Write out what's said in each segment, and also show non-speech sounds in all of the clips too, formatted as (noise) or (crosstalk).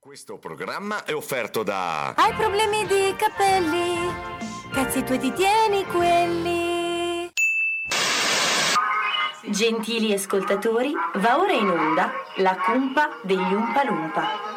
Questo programma è offerto da Hai problemi di capelli? Cazzi tuoi ti tieni quelli. Gentili ascoltatori, va ora in onda la cumpa degli Umpalumpa.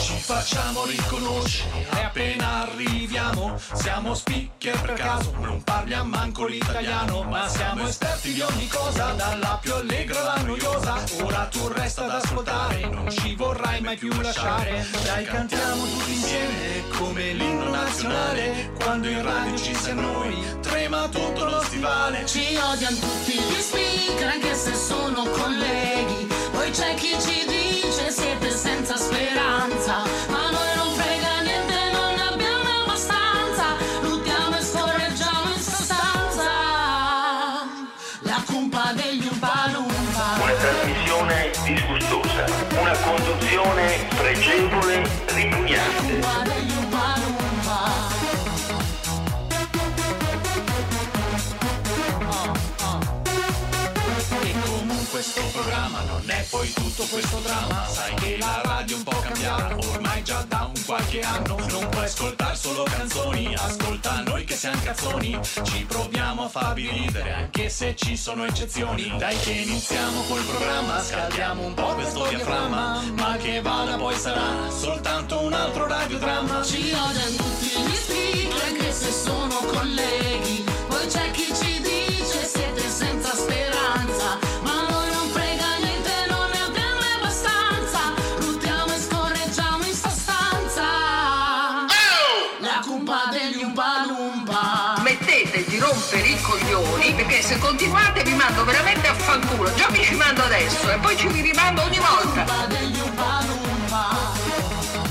facciamo riconoscere appena arriviamo. Siamo speaker per caso, non parliamo manco l'italiano. Ma siamo esperti di ogni cosa, dalla più allegra alla noiosa. Ora tu resta ad ascoltare, non ci vorrai mai più lasciare. Dai, cantiamo tutti insieme come l'inno nazionale. Quando in radio ci siamo noi, trema tutto lo stivale. Ci odiano tutti gli speaker anche se sono colleghi. Poi c'è chi ci dice siete senza speranza. Ma a noi non frega niente, non ne abbiamo abbastanza. Luttiamo e scorreggiamo in sostanza. La cumpa degli umpalumpa. Una trasmissione disgustosa, una conduzione pregevole, ripugnante. Cumpa degli umpalumpa. Oh, E comunque sto programma non è poi tutto questo dramma Sai che la radio un po' cambiata ormai già da un qualche anno Non puoi ascoltare solo canzoni, ascolta noi che siamo cazzoni Ci proviamo a farvi ridere anche se ci sono eccezioni Dai che iniziamo col programma, scaldiamo un po' questo diaframma Ma che vada poi sarà soltanto un altro radiodramma Ci odiano tutti gli speaker anche se sono colleghi. Poi c'è chi ci dice siete senza speranza. Ma a noi non frega niente, non ne abbiamo abbastanza. Luttiamo e scorreggiamo in sostanza. La cumpa degli Umpalumpa. Smettete di rompere i coglioni perché se continuate vi mando veramente a fanculo. Già vi ci mando adesso e poi ci vi rimando ogni volta. Cumpa degli Umpalumpa.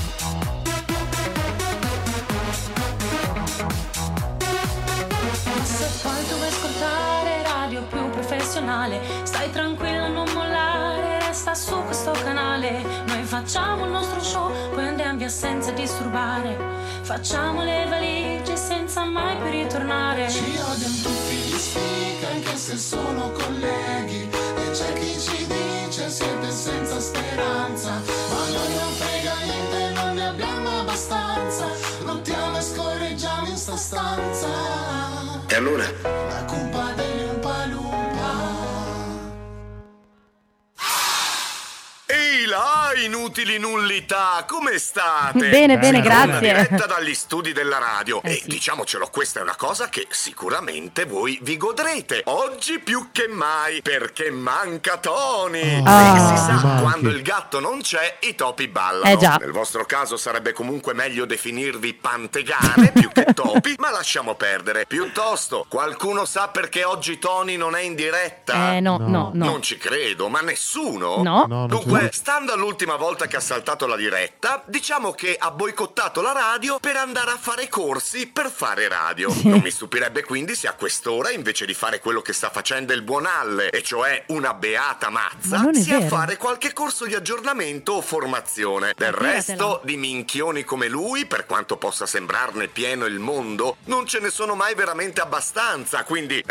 Ma se poi dove ascoltare radio più professionale, stai tranquilla, non mollare, resta su questo canale. Noi facciamo il nostro show, poi andiamo via senza disturbare. Facciamo le valigie senza mai più ritornare. Ci odiano tutti gli speaker anche se sono colleghi E c'è chi ci dice siete senza speranza Ma noi non frega niente, non ne abbiamo abbastanza Lottiamo e scorreggiamo in sta stanza E allora? La cumpa degli Umpalumpa Ehi là, inutili nullità, come state? Bene, bene, Una grazie. diretta dagli studi della radio Eh e sì. diciamocelo, questa è una cosa che sicuramente voi vi godrete oggi più che mai perché manca Tony. Ah. e si sa, Mi manchi. quando il gatto non c'è, i topi ballano. Eh già. Nel vostro caso sarebbe comunque meglio definirvi (laughs) pantegane più che topi, ma lasciamo perdere. Piuttosto, qualcuno sa perché oggi Tony non è in diretta? Eh no, no, no. Non ci credo, ma nessuno? No. No, non Dunque, c'è. stando all'ultima volta che ha saltato la diretta, diciamo che ha boicottato la radio per andare a fare corsi per fare radio. Non mi stupirebbe quindi se a quest'ora, invece di fare quello che sta facendo il buon Alle, e cioè una beata Ma mazza, non è sia a vero. fare qualche corso di aggiornamento o formazione. Del Tiratela. resto, di minchioni come lui, per quanto possa sembrarne pieno il mondo, non ce ne sono mai veramente abbastanza. Quindi,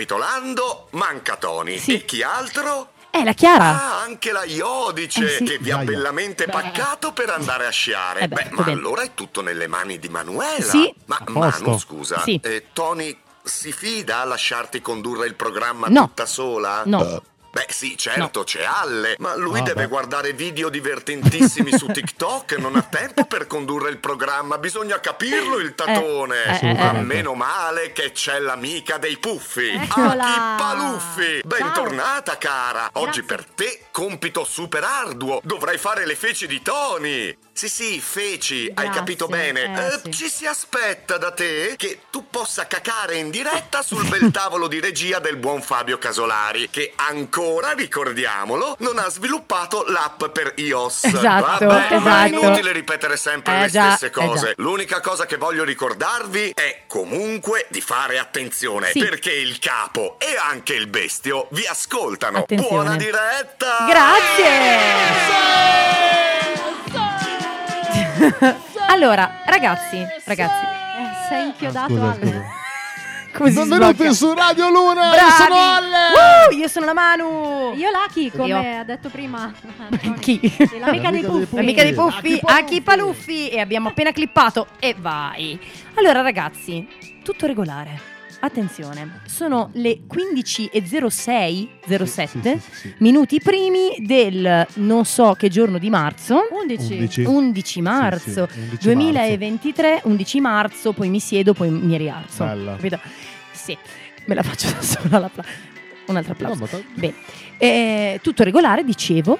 ricapitolando, manca Tony. Sì. E chi altro? Eh, la Chiara. Ah, anche la Iodice Eh, sì. che vi ha Iaia. bellamente paccato per andare a sciare. Eh beh, beh, va ma bene. allora è tutto nelle mani di Manuela. Sì. Ma posto. Manu, scusa, Sì. eh, Tony si fida a lasciarti condurre il programma No. tutta sola? No. Beh sì, certo, c'è Alle, ma lui deve guardare video divertentissimi su (laughs) TikTok, non ha tempo per condurre il programma, bisogna capirlo il tatone. eh, eh, ma eh. meno male che c'è l'amica dei puffi, Eccola. Aki Paluffi. Bentornata cara, oggi per Grazie. te compito super arduo, dovrai fare le feci di Tony. Sì sì, feci, hai Grazie, capito bene. eh, Eh, sì. Ci si aspetta da te che tu possa cacare in diretta sul bel tavolo di regia del buon Fabio Casolari, che ancora, ricordiamolo, non ha sviluppato l'app per iOS. Esatto, Vabbè, ma è esatto. inutile ripetere sempre Eh, le già, stesse eh, cose. già. L'unica cosa che voglio ricordarvi è comunque di fare attenzione, Sì. perché il capo e anche il bestio vi ascoltano. Attenzione. Buona diretta! Grazie! (laughs) allora, ragazzi, ragazzi, Eh, Sei inchiodato Ah, Scusa, Ale. scusa. come si Benvenuti sblocca? su Radio Luna, io Bravi! sono Alle! Uh, io sono la Manu! Io Lucky, come Oddio. ha detto prima Antonio. Chi? L'amica L'amica dei dei puffi. puffi. L'amica dei puffi, Aki Paluffi. Aki Paluffi e abbiamo appena clippato e vai. Allora ragazzi, tutto regolare. Attenzione, sono le 15.06, 07 Sì, sì, sì, sì. minuti primi del non so che giorno di marzo, 11. 11 11 marzo Sì, sì, 11 2023, 11 marzo, poi mi siedo, poi mi rialzo. Bella. Capito? Sì, me la faccio (laughs) da sola la pla- un'altra marzo. No, applauso. ma ta- Bene, eh, tutto regolare, dicevo.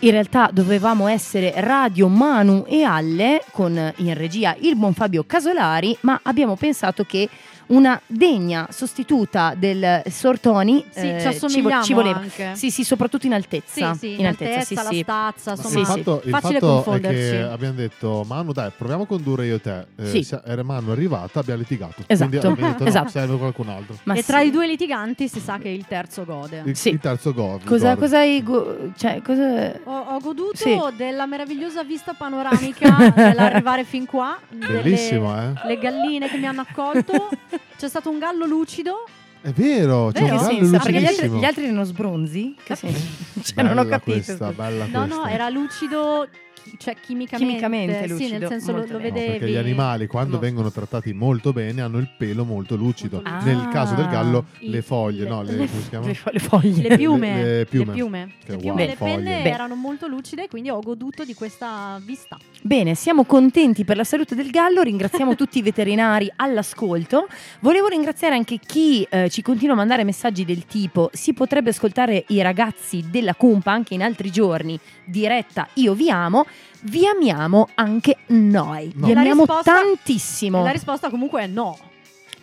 In realtà dovevamo essere Radio Manu e Alle con eh, in regia il buon Fabio Casolari, ma abbiamo pensato che una degna sostituta del Sortoni Sì, eh, ci vo- assomigliamo ci voleva. anche. Sì, sì, soprattutto in altezza. Sì, sì, in altezza, sì, la sì. stazza, ma insomma, il sì. fatto, il facile fatto è confonderci. che abbiamo detto Manu dai proviamo a condurre io e te Eh, Sì. se- era Manu arrivata abbiamo litigato Esatto. Quindi abbiamo detto, no, Esatto. serve qualcun altro Ma e sì. tra i due litiganti si sa che il terzo gode. il, Sì. il terzo gol Cosa, cosa hai... go- cioè, cosa... Ho, ho goduto Sì. della meravigliosa vista panoramica dell'arrivare fin qua. delle- bellissimo eh Le galline che mi hanno accolto. C'è stato un gallo lucido. è vero Oh, c'è Vero? un Che gallo senso? Perché gli altri, lucidissimo gli altri erano sbronzi? Che senso? Cioè, non ho (laughs) Bella capito. questa, scusa. bella No, questa. no, era lucido, chi- cioè chimicamente. Chimicamente Sì, nel lucido, senso lo, molto lo bene. No, vedevi. perché gli animali quando No. vengono trattati molto bene hanno il pelo molto lucido. Molto lucido. Nel caso del gallo Ah. le foglie, Le- no, le, le- come si chiama? (laughs) Le, fo- le foglie. Le piume, le- le le piume. piume, le, piume, Che wow, le foglie. penne Beh. erano molto lucide, quindi ho goduto di questa vista. Bene, siamo contenti per la salute del (laughs) gallo, ringraziamo tutti i veterinari all'ascolto. Volevo ringraziare anche chi eh, ci continua a mandare messaggi del tipo si potrebbe ascoltare i ragazzi della Cumpa anche in altri giorni, diretta io vi amo, vi amiamo anche noi. No. Vi La amiamo risposta- tantissimo. La risposta comunque è no.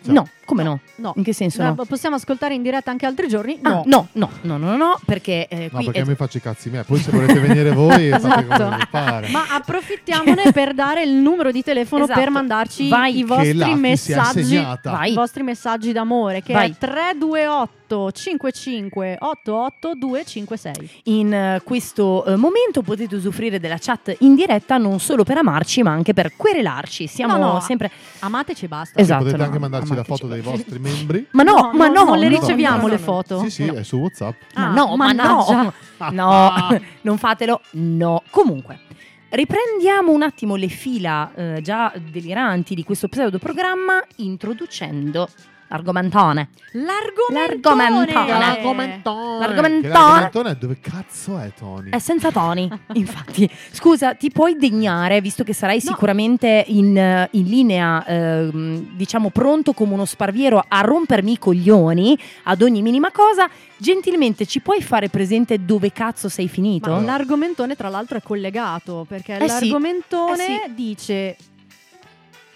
Cioè, no, come no? No. In che senso La- no? Possiamo ascoltare in diretta anche altri giorni? Ah, No. no, no, no, no, no, perché eh, No, qui perché è- a me faccio i cazzi miei. Poi se volete venire voi (laughs) fate come Esatto. vi pare. Ma (laughs) approfittiamone per dare il numero di telefono Esatto. per mandarci Vai. i Che che vostri la si è messaggi. segnata. Vai. I vostri messaggi d'amore che Vai. è 328 55 88 256. in eh, questo eh, momento potete usufruire della chat in diretta non solo per amarci ma anche per querelarci. Siamo No, no. sempre... Amateci e basta. Esatto. Cioè, potete no, anche mandarci la amateci. foto dei vostri membri. Ma no, ma no, non le no, riceviamo no, no, le no. foto. Sì, sì, No. è su WhatsApp. Ah, Ma no, ma no, mannaggia. (laughs) no, non fatelo, no. Comunque, riprendiamo un attimo le fila eh, già deliranti di questo pseudoprogramma introducendo l'argomentone. L'argomentone. L'argomentone. Che L'argomentone l'argomentone è dove cazzo è Tony? è senza (laughs) Tony, infatti. Scusa, ti puoi degnare, visto che sarai No. sicuramente in, eh, in linea, ehm, diciamo, pronto come uno sparviero a rompermi i coglioni ad ogni minima cosa, gentilmente ci puoi fare presente dove cazzo sei finito? Ma l'argomentone, tra l'altro, è collegato perché Eh sì, l'argomentone eh dice.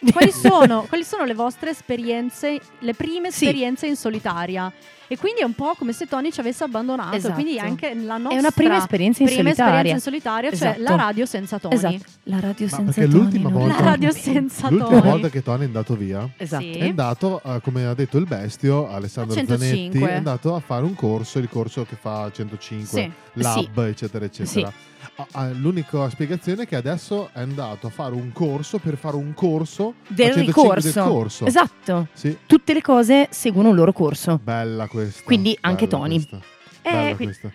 (laughs) Quali sono, quali sono le vostre esperienze, le prime Sì. esperienze in solitaria? E quindi è un po' come se Tony ci avesse abbandonato. Esatto. Quindi anche la nostra È una prima esperienza in prima esperienza solitaria. in solitaria, Esatto. cioè la radio senza Tony. Esatto, la radio Ma senza perché l'ultima Tony, non volta- La radio senza L'ultima Tony. volta che Tony è andato via, Esatto. Sì. è andato, eh, come ha detto il bestio Alessandro A 105. Zanetti, è andato a fare un corso, il corso che fa 105 Sì. lab, eccetera, eccetera. Ah, ah, L'unica spiegazione è che adesso è andato a fare un corso per fare un corso a Del 105 del ricorso. corso. Ah, Esatto. Sì, Tutte le cose seguono un loro corso. bella questa. Quindi anche bella Tony. questa, Eh, bella qui- questa.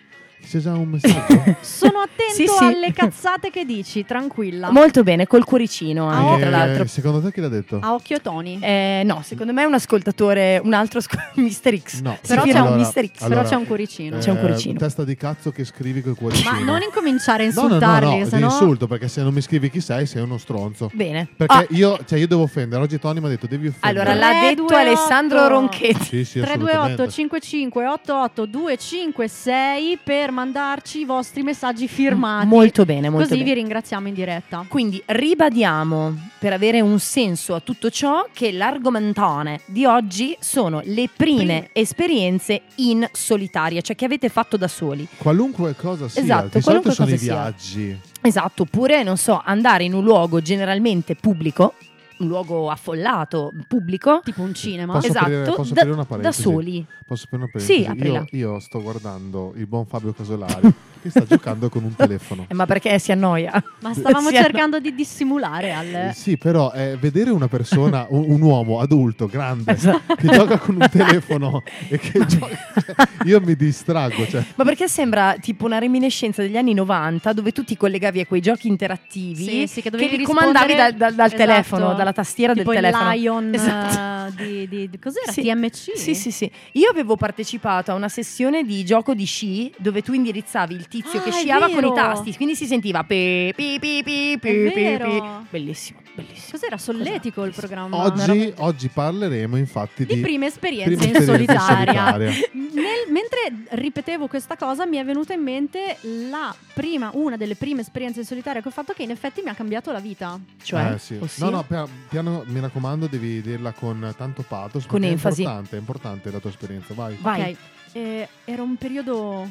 c'è già un messaggio. Sono attento Sì, sì. alle cazzate che dici, tranquilla. Molto bene, col cuoricino (laughs) anche, Eh, tra l'altro. Ah, Secondo te chi l'ha detto? A occhio Tony. Eh, no, secondo me è un ascoltatore, un altro asco- (laughs) Mister X. No. Si Però firma c'è un Allora, eh, Mister X. Però c'è un cuoricino. C'è un cuoricino. Testa di cazzo che scrivi col cuoricino. Ma non incominciare a No, no, insultarli, no, no, ti sennò... insulto perché se non mi scrivi chi sei, sei uno stronzo. Bene. Perché Ah, io, cioè, io devo offendere. Oggi Tony mi ha detto devi offendere. allora l'ha Tre, detto due, Alessandro otto. Ronchetti. Sì, sì, 328 assolutamente. 55 88 256 per mandarci i vostri messaggi firmati. (laughs) Molto bene, molto Così bene. vi ringraziamo in diretta. Quindi ribadiamo, per avere un senso a tutto ciò, che l'argomentone di oggi sono le prime Prime. esperienze in solitaria, cioè che avete fatto da soli. Qualunque cosa sia, Esatto, di solito qualunque sono i cosa sia. viaggi. Esatto, oppure, non so, andare in un luogo generalmente pubblico, un luogo affollato, pubblico, Tipo un cinema. Posso esatto, aprire- posso da, aprire una da parentesi? soli. Posso aprire una Sì, parentesi? aprila. io, io sto guardando il buon Fabio Casolari che sta giocando con (laughs) un telefono. Eh, ma perché si annoia? Ma stavamo (laughs) Sì, cercando di dissimulare al... Sì, però eh, vedere una (laughs) persona, un, un uomo adulto, grande, Esatto. che gioca con un (laughs) telefono e che gioca, cioè, io mi distraggo. Cioè, Ma perché sembra tipo una reminiscenza degli anni 90 dove tu ti collegavi a quei giochi interattivi Sì, sì, che che dovevi li comandavi rispondere- dal, dal- dal Esatto. telefono, dalla tastiera tipo il del telefono. Lion Esatto. eh, di, di, di- cos'era? Sì. TMC? Sì, sì, sì. Io avevo partecipato a una sessione di gioco di sci dove tu indirizzavi il tizio Ah, che è sciava con vero. i tasti, quindi si sentiva pi pi pi pi pi, pi, vero. pi. Bellissimo, bellissimo. Cos'era? Solletico il programma. oggi, oggi parleremo infatti di, Di prime esperienze prime in esperienze in solitaria. solitaria. (laughs) Nel- mentre ripetevo questa cosa, mi è venuta in mente la prima, una delle prime esperienze in solitaria che ho fatto, che in effetti mi ha cambiato la vita. (laughs) Cioè, Eh, sì. ossia? No, no, pia- piano, mi raccomando, devi dirla con tanto pathos. Con perché enfasi. È importante, è importante la tua esperienza, vai. Vai. Ok, eh, era un periodo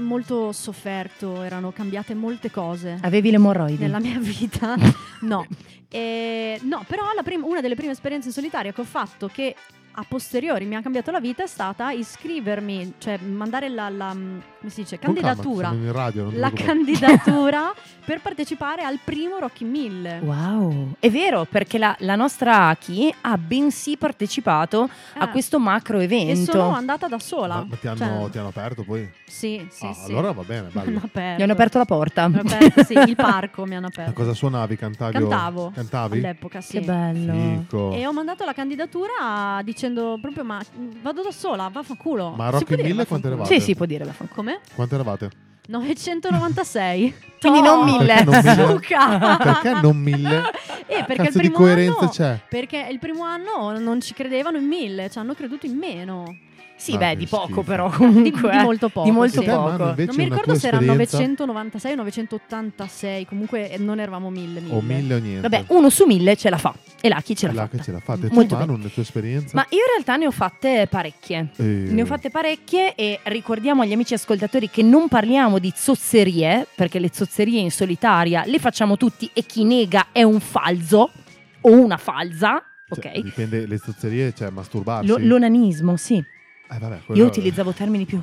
molto sofferto, erano cambiate molte cose. Avevi le morroidi. Nella mia (laughs) (laughs) vita, no, Eh, no però la prim- una delle prime esperienze in solitaria che ho fatto, che a posteriori mi ha cambiato la vita, è stata iscrivermi, cioè mandare la, la- mm, come si dice, Con calma, candidatura. siamo in radio, non ti la preoccupare. (laughs) candidatura per partecipare al primo Rocky 1000. Wow, è vero perché la, la nostra Aki ha bensì partecipato a Eh, questo macro E sono evento. andata da sola. Ma, ma ti, hanno, Cioè, ti hanno aperto poi? Sì, sì, Ah, sì. Allora va bene, mi bello. (laughs) hanno aperto. Mi hanno aperto la porta. (laughs) Mi hanno aperto, sì, il parco mi hanno Ma aperto. cosa suonavi? Cantavi? o- Cantavo. Cantavi? All'epoca, sì. Che bello. Fico. E ho mandato la candidatura dicendo proprio ma mh, vado da sola, vaffanculo. Ma a Si Rocky può dire 1000 vaffanculo? quante Sì, sì, può dire la fan. Come? Quante (laughs) eravate? 996. (laughs) Quindi non Toh! mille. Perché non mille? Zucca! Perché non mille? (laughs) Eh, perché Cazzo il di primo coerenza anno- c'è? Perché il primo anno non ci credevano in mille, ci hanno creduto in meno. Sì, Ma beh, Ah, che di poco schifo. però Di, comunque. eh. di molto poco. Di molto sì. E te, poco. Manu, invece, Non una mi ricordo tua se era esperienza? 996 o 986, comunque eh, non eravamo mille, mille. o mille o niente. Vabbè, uno su mille ce la fa. E là chi ce la Là fa? che ce la fate. Tu, Molto Manu, le tue esperienze? Ma io in realtà ne ho fatte parecchie. Eh, Ne ho fatte parecchie e ricordiamo agli amici ascoltatori che non parliamo di zozzerie, perché le zozzerie in solitaria le facciamo tutti e chi nega è un falso o una falsa, cioè, ok? Dipende, le stuzzerie, cioè masturbarsi. Lo- l'onanismo, sì. Eh, vabbè, quello- Io utilizzavo (laughs) termini più...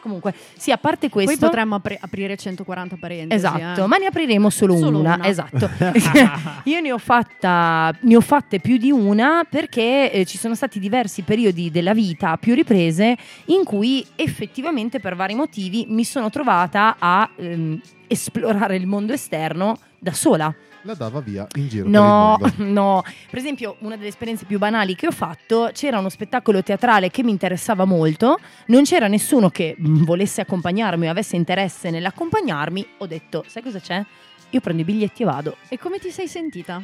Comunque, sì, a parte questo... Poi potremmo apri- aprire 140 parentesi. Esatto, eh. ma ne apriremo solo, Solo una, una. (laughs) Esatto. (laughs) Io ne ho, fatta, ne ho fatte più di una perché eh, ci sono stati diversi periodi della vita a più riprese in cui effettivamente per vari motivi mi sono trovata a ehm, esplorare il mondo esterno da sola. La dava via in giro No, per il mondo. (laughs) no. Per esempio, una delle esperienze più banali che ho fatto, c'era uno spettacolo teatrale che mi interessava molto, non c'era nessuno che mm, volesse accompagnarmi o avesse interesse nell'accompagnarmi, ho detto, sai cosa c'è? Io prendo i biglietti e vado. E come ti sei sentita?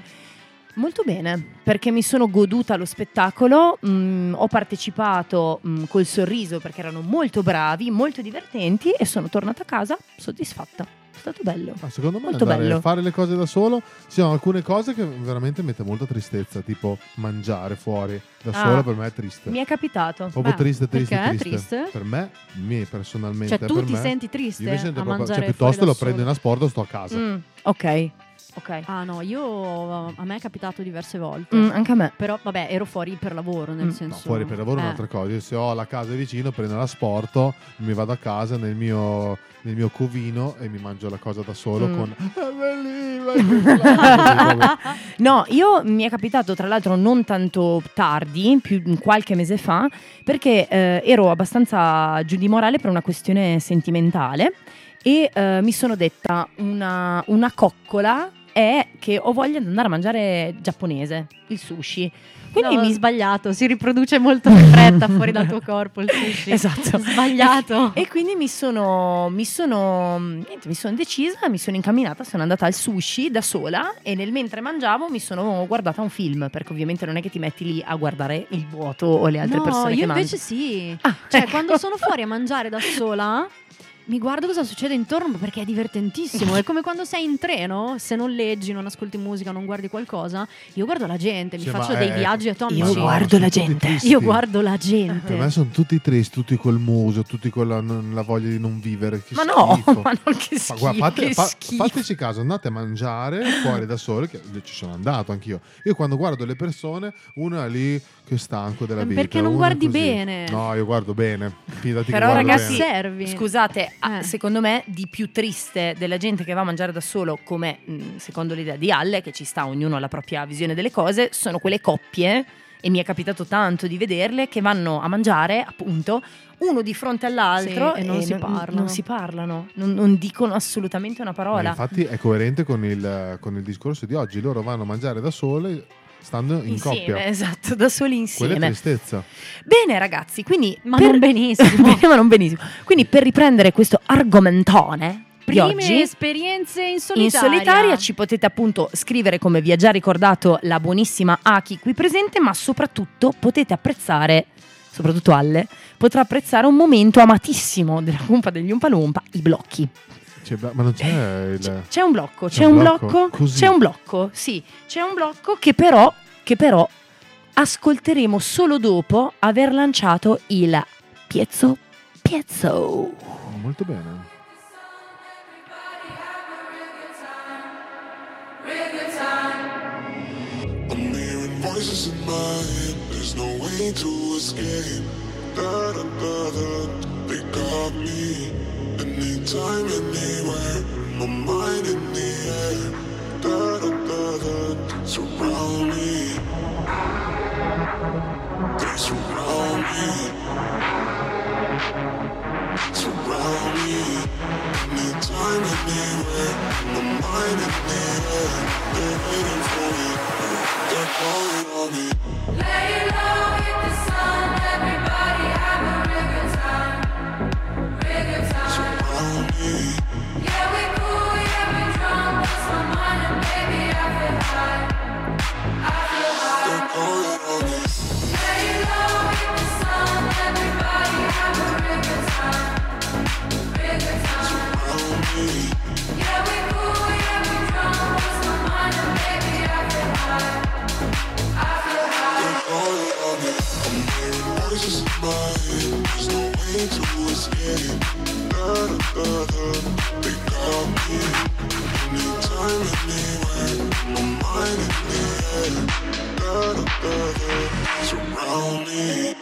Molto bene, perché mi sono goduta lo spettacolo, mm, ho partecipato mm, col sorriso perché erano molto bravi, molto divertenti e sono tornata a casa soddisfatta. È stato bello. Ma Ah, secondo me Molto andare bello. a fare le cose da solo ci sono alcune cose che veramente mette molta tristezza, tipo mangiare fuori da Ah. solo per me è triste. Mi è capitato. Proprio Beh, triste, triste, Ah, perché è triste. triste? Per me, me personalmente. Cioè, tu per ti me, senti Io triste mi sento a proprio, mangiare cioè, fuori piuttosto da lo solo? prendo in asporto e sto a casa. Mm, ok, ok. Ah no, io a me è capitato diverse volte. Mm, anche a me. Però vabbè, ero fuori per lavoro, nel Mm. senso. No, fuori per lavoro è Eh. (laughs) un'altra cosa. Io se ho la casa vicino, prendo l'asporto, mi vado a casa nel mio, nel mio covino e mi mangio la cosa da solo Mm. con. "Ah, belli, (laughs) no, io mi è capitato tra l'altro non tanto tardi, più qualche mese fa, perché eh, ero abbastanza giù di morale per una questione sentimentale e eh, mi sono detta una, una coccola è che ho voglia di andare a mangiare giapponese, il sushi. Quindi No, mi ho sbagliato, si riproduce molto in fretta fuori (laughs) dal tuo corpo il sushi. Esatto. Sbagliato. E quindi mi sono, mi sono, niente, mi sono decisa, mi sono incamminata, sono andata al sushi da sola e nel mentre mangiavo mi sono guardata un film, perché ovviamente non è che ti metti lì a guardare il vuoto o le altre no, persone io che invece mangiano. sì. Ah, cioè, ecco. quando sono fuori a mangiare (laughs) da sola, mi guardo cosa succede intorno perché è divertentissimo. È come quando sei in treno, se non leggi, non ascolti musica, non guardi qualcosa, io guardo la gente, mi Cioè, faccio ma dei è- viaggi atomici. ma no, sono tutti tristi. Io guardo la Per me gente. sono tutti tristi, tutti col muso, tutti con la, non- la voglia di non vivere. Che Ma no, schifo. (laughs) ma non che schifo. Ma guarda, fate- che fa- schifo. fateci caso, andate a mangiare fuori da sole, che ci sono andato anch'io. Io quando guardo le persone, uno è lì che è stanco della Ma vita. perché non uno è guardi così. bene? No, io guardo bene. Fidati Però che guardo ragazzi, eh, bene. Eh, Servi. scusate, ah, Eh. secondo me di più triste della gente che va a mangiare da solo, come mh, secondo l'idea di Alle, che ci sta ognuno alla propria visione delle cose, sono quelle coppie, e mi è capitato tanto di vederle, che vanno a mangiare, appunto, uno di fronte all'altro Sì, e non si parlano. Non si parlano, non, non dicono assolutamente una Ma parola. infatti è coerente con il, con il discorso di oggi. Loro vanno a mangiare da sole, stando in insieme, coppia. (laughs) esatto, da soli Quella è insieme. tristezza. Bene ragazzi, quindi... Ma non benissimo. Bene, (laughs) ma non benissimo. Quindi per riprendere questo argomentone... di Prime oggi, esperienze in In solitaria. solitaria ci potete appunto scrivere, come vi ha già ricordato la buonissima Aki qui presente, ma soprattutto potete apprezzare, soprattutto Alle, potrà apprezzare un momento amatissimo della cumpa degli Umpalumpa, i blocchi. C'è bla- Cioè, ma non c'è il... C'è, c'è un blocco, c'è, un blocco, Così. c'è un blocco, sì, c'è un blocco che però, che però ascolteremo solo dopo aver lanciato il piezzo piezzo. Molto bene. A million voices in my head, there's no way to escape. Da da da da, they got me. Anytime, anywhere, my mind in the air. Da da da da, surround me. They surround me. Surround me. Anytime, anywhere, my mind in the air. They're waiting for me. They're calling on me. Surround me. They're calling on me. Surround me. They're calling on me. I'm hearing voices in my head. There's no way to escape. Da da da da. They got me. Anytime, anywhere. My mind in the air. Da da da da. Surround me.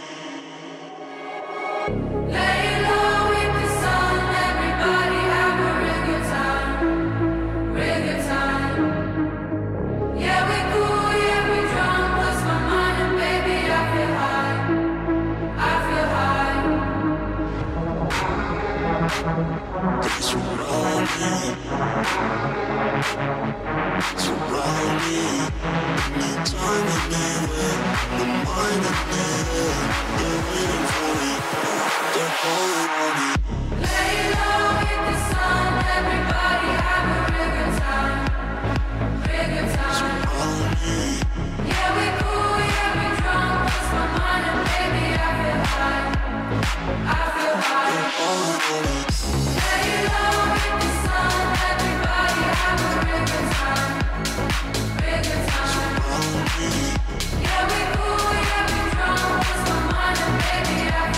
They surround me. Surround me. Anytime, anywhere. My mind in the air. They're waiting for me. They're calling on me. Surround me. They're calling on me. Surround me. Baby, I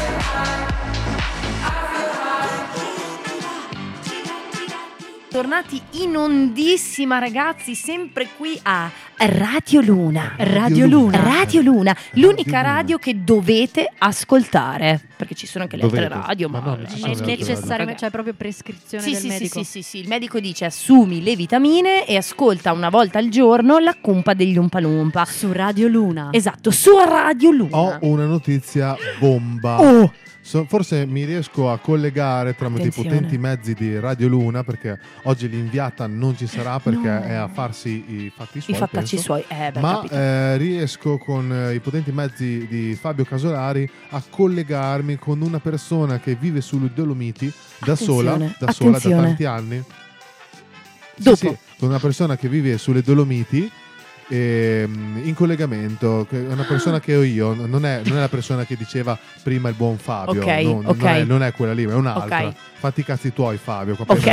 feel high. Tornati in ondissima ragazzi, sempre qui a Radio Luna. Radio Luna. Radio Luna, l'unica radio che dovete ascoltare, perché ci sono anche le altre Dovete. radio, ma Ma no, non ci sono le eh, altre radio. Cioè, proprio prescrizione sì, del sì, medico. Sì, sì, sì, il medico dice assumi le vitamine e ascolta una volta al giorno la cumpa degli Umpalumpa. Su Radio Luna. Esatto, su Radio Luna. Ho una notizia bomba. Oh. So- forse mi riesco a collegare tramite Attenzione. i potenti mezzi di Radio Luna perché oggi l'inviata non ci sarà perché No. è a farsi i fatti I suoi. fattacci penso. suoi. Eh, beh, Ma capito. eh, riesco con eh, i potenti mezzi di Fabio Casolari a collegarmi con una persona che vive sulle Dolomiti da sola, Attenzione, da sola da attenzione. tanti anni. Sì, Dopo. sì, con una persona che vive sulle Dolomiti ehm, in collegamento. che È una persona che ho io, non è, non è la persona che diceva prima il buon Fabio. Ok, no, non, ok. È, non è quella lì, ma è un'altra. Ok. Fatti i cazzi tuoi, Fabio. qua (laughs) Ok. per-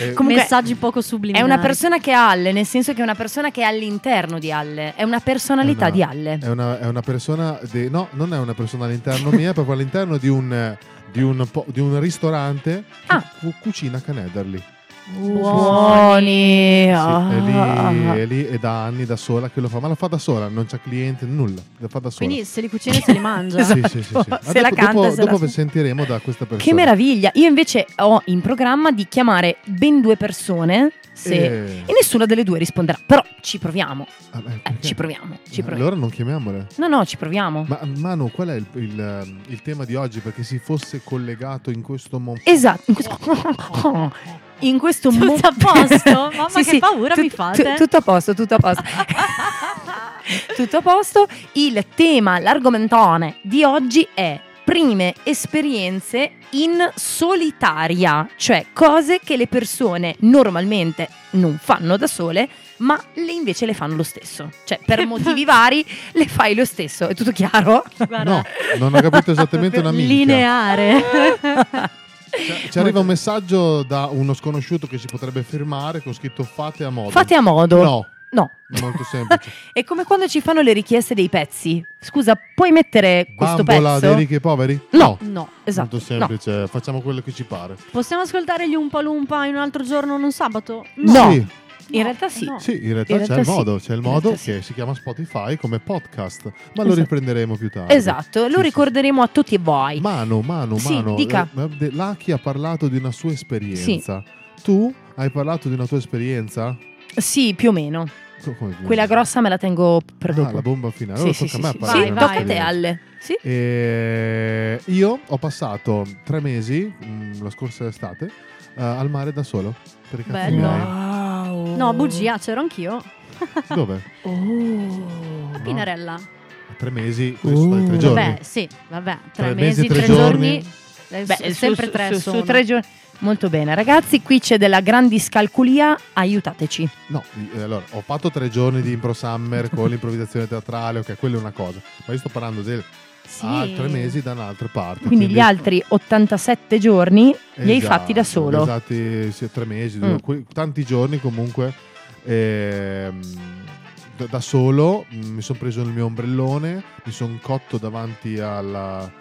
Eh, Comunque- Messaggi poco È subliminali. una persona che ha alle, nel senso che è una persona che è all'interno di alle, è una personalità È una- di alle. È una, è una persona, de- no, non è una persona all'interno mia, è proprio all'interno di un, di un, po- di un ristorante che Ah. cu- cucina canederli. Buoni. Sì, è, Ah. lì, è lì, è da anni da sola che lo fa, ma la fa da sola, non c'ha cliente, nulla, la fa da sola. Quindi se li cucina e se li mangia. Esatto. Sì, sì, sì, sì. Ma Esatto. Se la dopo- canta e dopo, se la dopo suona. sentiremo da questa persona. Che meraviglia! Io invece ho in programma di chiamare ben due persone se- Eh. e nessuna delle due risponderà. Però ci proviamo. Ah, beh, Eh, perché? ci proviamo, ci proviamo. Allora non chiamiamole. No, no, ci proviamo. Ma Manu, qual è il, il- il tema di oggi? Perché si fosse collegato in questo momento. Esatto, in questo, (laughs) in questo Tutto mo- a posto? (laughs) Mamma, che paura mi tut- fate. tu- tutto a posto, tutto (laughs) a posto. tutto a posto. Il tema, l'argomentone di oggi è prime esperienze in solitaria, cioè cose che le persone normalmente non fanno da sole, ma le invece le fanno lo stesso. Cioè, per motivi vari le fai lo stesso, è tutto chiaro? No, non ho capito esattamente una minchia. Lineare. Ci arriva un messaggio da uno sconosciuto che si potrebbe firmare con scritto fate a modo. Fate a modo. No, No. molto semplice. È come quando ci fanno le richieste dei pezzi. Scusa, puoi mettere (laughs) questo Bambola pezzo? dei ricchi e poveri? No, No. esatto. Molto semplice, facciamo quello che ci pare. Possiamo ascoltare gli Umpa Lumpa in un altro giorno, non sabato? No. Sì, In realtà sì. No. sì, in realtà, Ah. In realtà c'è il sì. modo, c'è il In modo che realtà sì. si chiama Spotify come podcast, ma lo Esatto. riprenderemo più tardi. Esatto, lo ricorderemo a tutti voi. Mano, mano, Sì, mano. dica. la- de- Lucky ha parlato di una sua esperienza. Tu hai parlato di una tua esperienza? Sì, più o meno. Co- come dire? Quella grossa me la tengo per dopo. Mm. Ah, la bomba finale. Sì, Allora sì, tocca sì, a me sì. parlare Sì, della tocca a te, esperienza. Alle. Sì? E io ho passato tre mesi, mh, la scorsa estate, eh, al mare da solo. Per i cazzi Bello. miei. Wow. No, bugia, c'ero anch'io. Dove? Oh. A Pinarella. Tre mesi, quindi sono stati tre giorni. Vabbè, sì, vabbè. Tre, Tre mesi, mesi, tre tre, giorni. giorni. eh, s- su- sempre su- tre su, sono. su tre giorni. Molto bene, ragazzi, qui c'è della gran discalculia, aiutateci. No, eh, allora, ho fatto tre giorni di Impro Summer (laughs) con l'improvvisazione teatrale, ok, quella è una cosa. Ma io sto parlando del Sì. ah, tre mesi da un'altra parte. Quindi gli altri 87 giorni li hai Esatto, fatti da solo. Esatti, sì, tre mesi, Mm. que- tanti giorni comunque ehm, da, da solo. mm, Mi sono preso il mio ombrellone, mi sono cotto davanti alla-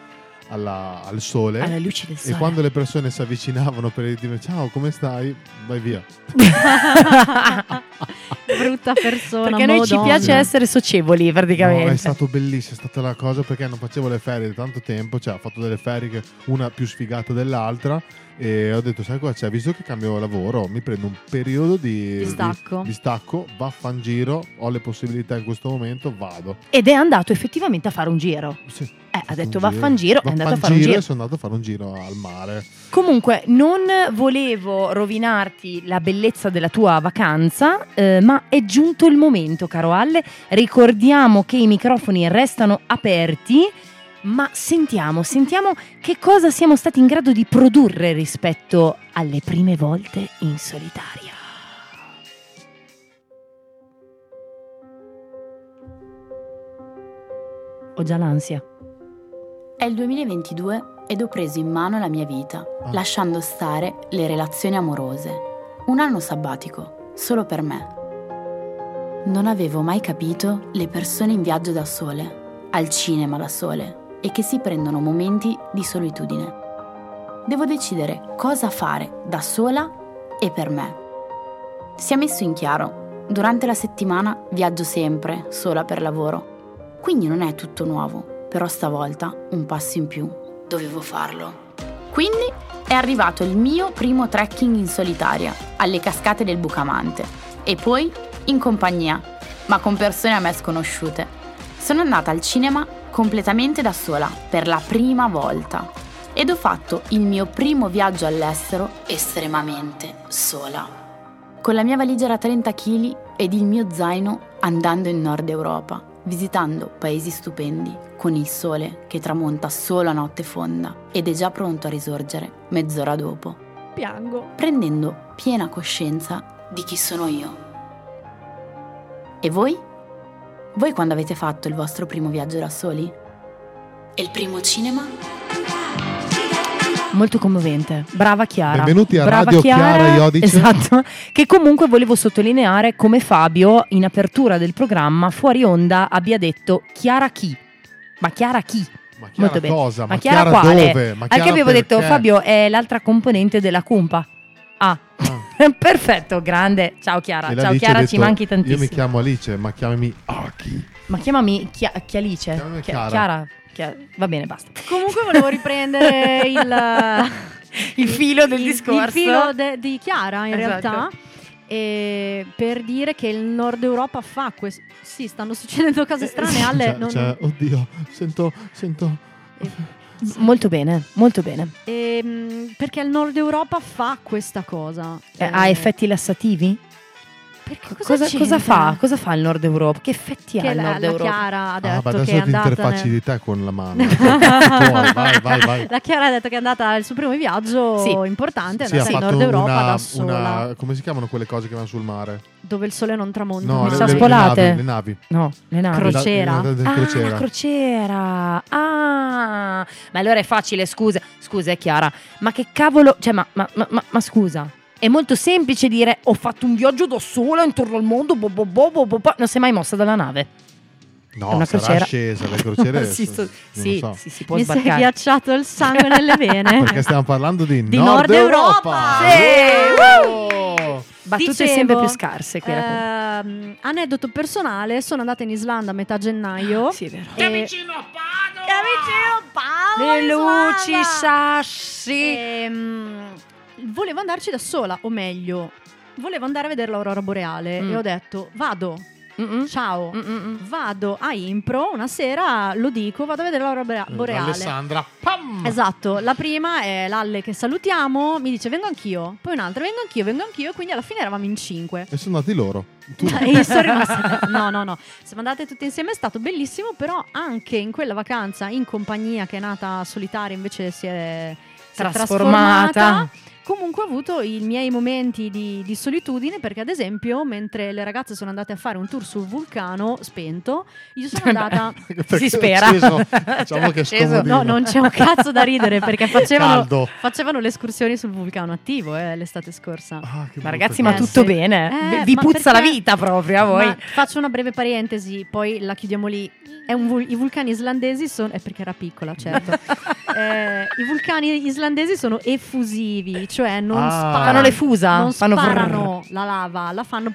alla- al sole. Alla luce del e sole. quando le persone si avvicinavano per dire ciao, come stai? Vai via. (laughs) Brutta persona. Perché a noi ci madonna. piace essere socievoli No, è praticamente. stato bellissimo, è stata la cosa perché non facevo le ferie da tanto tempo, cioè ho fatto delle ferie che una più sfigata dell'altra e ho detto sai cosa c'è, visto che cambio lavoro mi prendo un periodo di Distacco. di, stacco, vaffanggiro, ho le possibilità in questo momento, vado. Ed è andato effettivamente a fare un giro. Sì, Eh, ha detto un vaffangiro, è andato a fare un Vaffangiro e giro. sono andato a fare un giro al mare. Comunque, non volevo rovinarti la bellezza della tua vacanza, eh, ma è giunto il momento, caro Alle. Ricordiamo che i microfoni restano aperti, ma sentiamo, sentiamo che cosa siamo stati in grado di produrre rispetto alle prime volte in solitaria. Ho già l'ansia. È il 2022 ed ho preso in mano la mia vita, Ah. lasciando stare le relazioni amorose. Un anno sabbatico, solo per me. Non avevo mai capito le persone in viaggio da sole, al cinema da sole, e che si prendono momenti di solitudine. Devo decidere cosa fare da sola e per me. Sia messo in chiaro, durante la settimana viaggio sempre, sola per lavoro. Quindi non è tutto nuovo, però stavolta un passo in più. Dovevo farlo. Quindi è arrivato il mio primo trekking in solitaria, alle cascate del Bucamante, e poi in compagnia, ma con persone a me sconosciute. Sono andata al cinema completamente da sola, per la prima volta, ed ho fatto il mio primo viaggio all'estero estremamente sola. Con la mia valigia da 30 kg ed il mio zaino andando in Nord Europa, visitando paesi stupendi, con il sole che tramonta solo a notte fonda ed è già pronto a risorgere mezz'ora dopo, Piango. prendendo piena coscienza di chi sono io. E voi? Voi quando avete fatto il vostro primo viaggio da soli? E il primo cinema? Molto commovente. Brava Chiara. Benvenuti a Brava Radio Chiara Iodice. Esatto. Che comunque volevo sottolineare come Fabio, in apertura del programma, fuori onda, abbia detto Chiara chi? Ma Chiara chi? Ma Molto Chiara bene. cosa? Ma Ma Chiara, Chiara quale? dove? Ma Chiara Anche avevo detto perché? Fabio è l'altra componente della cumpa. Ah. (laughs) Perfetto, grande. Ciao Chiara. E la Ah, Ciao Alice ha Chiara, ci detto, manchi tantissimo. Mm. Io mi chiamo Alice, ma chiamami Aki. Ma chiamami Chia- Chialice. Chia- Chiara. Chiara. Chia- Va bene, basta. Comunque volevo (laughs) riprendere il, Il filo del discorso. il filo de- di Chiara in Esatto. realtà. E per dire che il Nord Europa fa questo. Sì, stanno succedendo cose strane. Ale, Cioè- non- cioè, oddio, sento, sento. Eh, Molto bene, molto bene. Ehm, perché il Nord Europa fa questa cosa. Eh, ha effetti lassativi? Perché cosa, Cosa, c'entra? cosa fa? Cosa fa il Nord Europa? Che effetti ha Che il la, Nord la Europa? Chiara ha Ah, detto ma che è adesso ti andata. interfacci di te con la (laughs) mano. (laughs) Fuori, vai, vai, vai. La Chiara ha detto che è andata al suo primo viaggio Sì. importante, è Sì, ha andata in fatto Nord Europa una- da sola, una- Come si chiamano quelle cose che vanno sul mare? dove il sole non tramonta. No, mai. le, le- le Ciaspolate. navi, le navi. No, le navi. Crociera. Le- le- le- Ah, crociera. la crociera. Ah, ma allora è facile, scusa. Scusa, è Chiara. Ma che cavolo... Cioè, ma, ma- ma- ma- ma scusa. È molto semplice dire ho fatto un viaggio da sola intorno al mondo, bo- bo- bo- bo- bo- bo", non si è mai mossa dalla nave. no, è una sarà crociera. scesa, le crociere. Sì, so- non lo sì, so. Ah, sì, si può Mi si è sbarcare. ghiacciato il sangue nelle vene. (laughs) Perché stiamo parlando di, Di Nord Europa! Sì, Oh! Battute Dicevo, sempre più scarse qui alla ehm, aneddoto personale, sono andata in Islanda a metà gennaio. Ah, Sì, è vero. Che vicino a Padova! Che vicino a Padova! Le luci, i Islanda! sassi. Ehm, volevo andarci da sola, o meglio, volevo andare a vedere l'aurora boreale Mm. e ho detto vado. Mm-mm. Ciao, Mm-mm. vado a Impro una sera, lo dico, vado a vedere l'aurora borea- boreale. Alessandra, pam! Esatto, la prima è l'Alle che salutiamo, mi dice vengo anch'io, poi un'altra vengo anch'io, vengo anch'io, e quindi alla fine eravamo in cinque. E sono andati loro. Tu- E io sono rimasta- (laughs) No, no, no. Siamo andate tutti insieme, è stato bellissimo, però anche in quella vacanza in compagnia che è nata solitaria invece si è, si è Trasformata. trasformata. Comunque ho avuto i miei momenti di, di solitudine perché ad esempio mentre le ragazze sono andate a fare un tour sul vulcano spento, io sono (laughs) andata... Perché Si è spera. acceso. (laughs) Diciamo che è Acceso. scomodino. No, non c'è un cazzo da ridere (laughs) perché facevano, Caldo. facevano le escursioni sul vulcano attivo eh, l'estate scorsa. Ah, che Ma brutto ragazzi, che- ma Eh, tutto sì. bene? Eh, Vi ma puzza la perché- vita proprio a voi. Ma faccio una breve parentesi, poi la chiudiamo lì. È un vul- I vulcani islandesi sono. È perché era piccola, (laughs) certo. Eh, I vulcani islandesi sono effusivi, cioè non Ah. sparano. Fanno le fusa? Non Fanno sparano la lava, la fanno.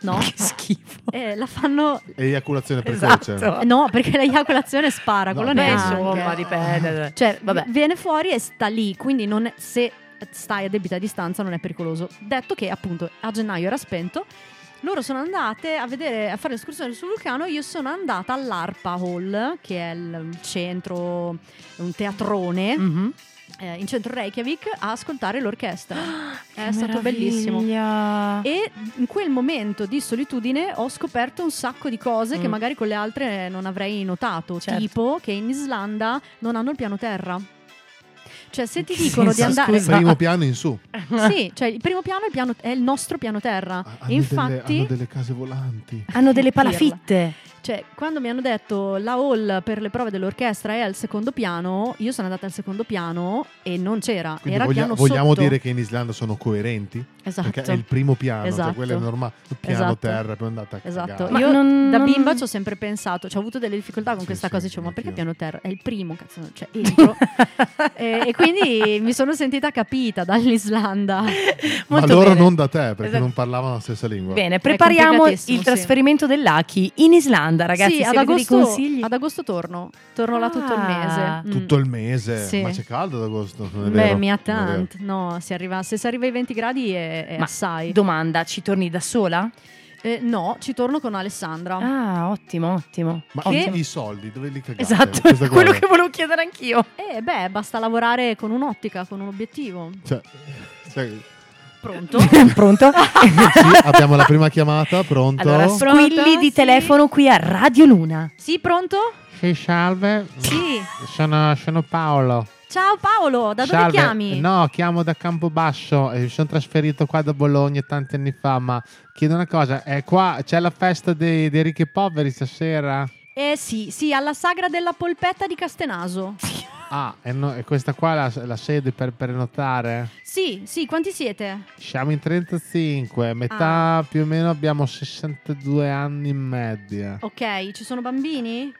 No, (laughs) Che schifo. Eh, la fanno. Eiaculazione precoce. Esatto. Eh, No, perché l'eiaculazione spara, No, quello beh, Beh, neanche. insomma, dipende. Cioè, vabbè. viene fuori e sta lì, quindi non- se stai a debita distanza non è pericoloso. Detto che appunto a gennaio era spento, loro sono andate a, vedere, a fare l'escursione sul vulcano, io sono andata all'Arpa Hall, che è il il centro, un teatrone. Mhm. eh, in centro Reykjavik a ascoltare l'orchestra è Che stato Ah, meraviglia. bellissimo e in quel momento di solitudine ho scoperto un sacco di cose che Mm. magari con le altre non avrei notato, Certo. tipo che in Islanda non hanno il piano terra. Cioè, se ti che dicono di senso, andare. (laughs) scusa? Primo piano in su. Sì, cioè il primo piano è il, piano- è il nostro piano terra. Ah, E Hanno, delle, infatti, hanno delle case volanti. Hanno delle Pirla. palafitte. Cioè, quando mi hanno detto la hall per le prove dell'orchestra è al secondo piano, io sono andata al secondo piano e non c'era. Quindi era voglia- piano vogliamo sotto. dire che in Islanda sono coerenti? Esatto. Perché è il primo piano, cioè Esatto. quello è normale, piano Esatto. terra, poi andata a Esatto, cagare. io non- da non- bimba ci ho sempre pensato, cioè, ho avuto delle difficoltà con questa cosa, dicevo ma perché piano terra? È il primo, cazzo, non- cioè (laughs) entro. e, e quindi mi sono sentita capita dall'Islanda. (laughs) Ma Molto loro bene. non da te, perché Esatto. non parlavano la stessa lingua. Bene, prepariamo complicatissimo, il sì. trasferimento dell'Aki in Islanda, ragazzi. sì, se ad avete dei agosto, consigli- ad agosto torno, torno là tutto il Ah. mese. Mm. Tutto il mese, Sì. ma c'è caldo ad agosto? Non è Beh, vero, mi ha non è vero. tanto. No, si arriva- se si arriva ai 20 gradi è, è Ma assai. domanda, ci torni da sola? Eh, no, ci torno con Alessandra. Ah, ottimo, ottimo. Ma Ottimo. i, i soldi, dove li cagate? Esatto, Questa quello cosa. che volevo chiedere anch'io. Eh, beh, basta lavorare con un'ottica, con un obiettivo. Cioè, cioè, (laughs) Pronto? (laughs) Pronto? sì, abbiamo la prima chiamata, pronto? Allora, squilli di telefono qui a Radio Luna. sì, pronto? Sì, Eh, salve. Sì. Sono, sono Paolo. Ciao Paolo, da Salve. Eh, dove chiami? No, chiamo da Campobasso. eh, Mi sono trasferito qua da Bologna tanti anni fa, ma chiedo una cosa. È qua c'è la festa dei, dei ricchi e poveri stasera? Eh sì, sì, alla sagra della polpetta di (laughs) Castenaso. Ah, e, no- e questa qua è la, la sede per prenotare? Sì, sì, quanti siete? Siamo in 35, metà Ah. più o meno abbiamo 62 anni in media. Ok, ci sono bambini?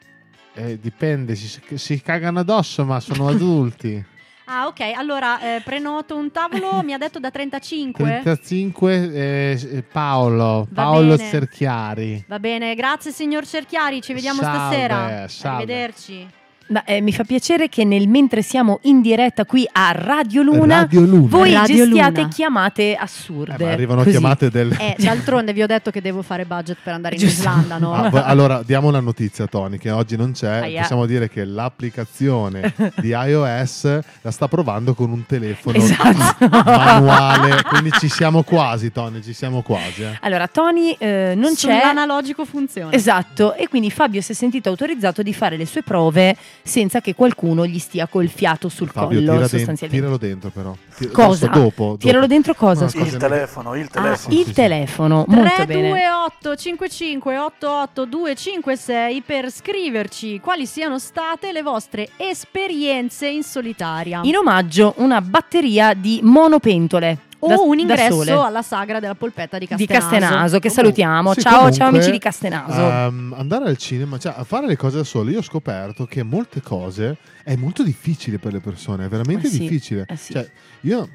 Eh, dipende, si, si cagano addosso, ma (laughs) sono adulti. Ah, ok, allora eh, prenoto (laughs) un tavolo, mi ha detto da 35. 35 eh, Paolo, Va Paolo bene. Cerchiari. Va bene, grazie signor Cerchiari, ci vediamo Salve, stasera. salve. Arrivederci. Ma, eh, mi fa piacere che nel mentre siamo in diretta qui a Radio Luna, Radio Luna. voi Radio gestiate Luna. chiamate assurde. Ma arrivano chiamate (laughs) del... Cioè, Eh, d'altronde vi ho detto che devo fare budget per andare in Islanda, no? Ah, vo- allora, diamo una notizia, Tony, che oggi non c'è. Aia. Possiamo dire che l'applicazione di iOS la sta provando con un telefono Esatto. manuale. Quindi ci siamo quasi, Tony, ci siamo quasi. eh. Allora, Tony eh, non c'è. Sull'analogico funziona. Esatto, e quindi Fabio si è sentito autorizzato di fare le sue prove senza che qualcuno gli stia col fiato sul Fabio, collo, tira den- sostanzialmente. tiralo dentro però. Ti- Cosa? Ah, adesso Dopo, dopo. Tiralo dentro cosa, No, scusa? cosa- Il telefono, il Ah, il telefono, molto 3, bene. 2, 8, 55, 88, 256 per scriverci quali siano state le vostre esperienze in solitaria. In omaggio una batteria di monopentole. o da- un da sole. ingresso alla sagra della polpetta di di Castenaso. Castenaso, che salutiamo. Sì, ciao, comunque, ciao amici di Castenaso. ehm, andare al cinema, cioè a fare le cose da solo, io ho scoperto che molte cose è molto difficile per le persone, è veramente Eh sì, difficile. eh sì. Cioè, io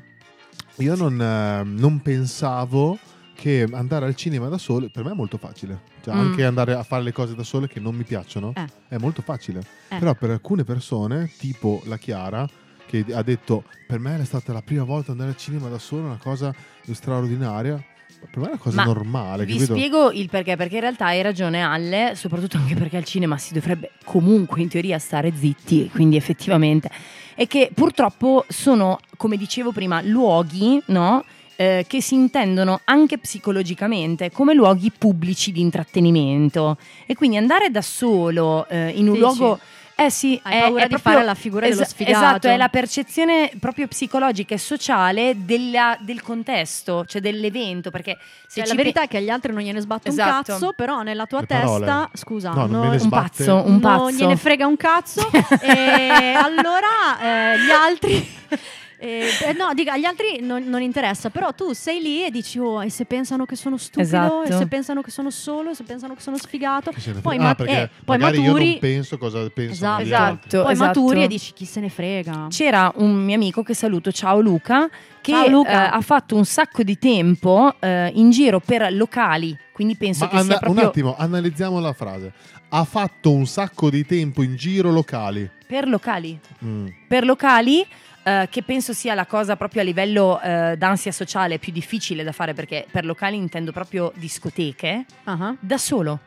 io non, ehm, non pensavo che andare al cinema da solo, per me è molto facile. Cioè, Mm. anche andare a fare le cose da sole che non mi piacciono è molto facile. Eh. Però per alcune persone, tipo la Chiara, che ha detto per me è stata la prima volta andare al cinema da solo, una cosa straordinaria. Per me è una cosa Ma normale, Vi capito? spiego il perché, perché in realtà hai ragione Alle, soprattutto anche perché al cinema si dovrebbe comunque in teoria stare zitti, quindi effettivamente è che purtroppo sono, come dicevo prima, luoghi, no? eh, che si intendono anche psicologicamente come luoghi pubblici di intrattenimento e quindi andare da solo eh, in un Dici? luogo eh sì, Hai paura di fare la figura dello sfigato. Esatto, è la percezione proprio psicologica e sociale della- del contesto, cioè dell'evento, perché se Cioè, ci la verità pe- è che agli altri non gliene sbatte un Esatto. cazzo, però nella tua Le parole. testa, scusa, No, non me ne un sbatte. pazzo, un Non pazzo. gliene frega un cazzo. e allora eh, gli altri (laughs) eh, eh, no, dico, agli altri non, non interessa, però tu sei lì e dici "Oh, e se pensano che sono stupido, Esatto. e se pensano che sono solo, e se pensano che sono sfigato". Chi se ne Poi, frega? ma- Ah, perché eh, poi magari maturi io non penso cosa pensano Esatto. gli altri. Esatto, poi esatto. maturi e dici chi se ne frega. C'era un mio amico che saluto, ciao Luca, che Ciao Luca. eh, ha fatto un sacco di tempo eh, in giro per locali, quindi penso Ma che sia anna- proprio un attimo, analizziamo la frase. Ha fatto un sacco di tempo in giro locali. per locali. Mm. per locali. eh, che penso sia la cosa proprio a livello eh, d'ansia sociale più difficile da fare perché per locali intendo proprio discoteche da solo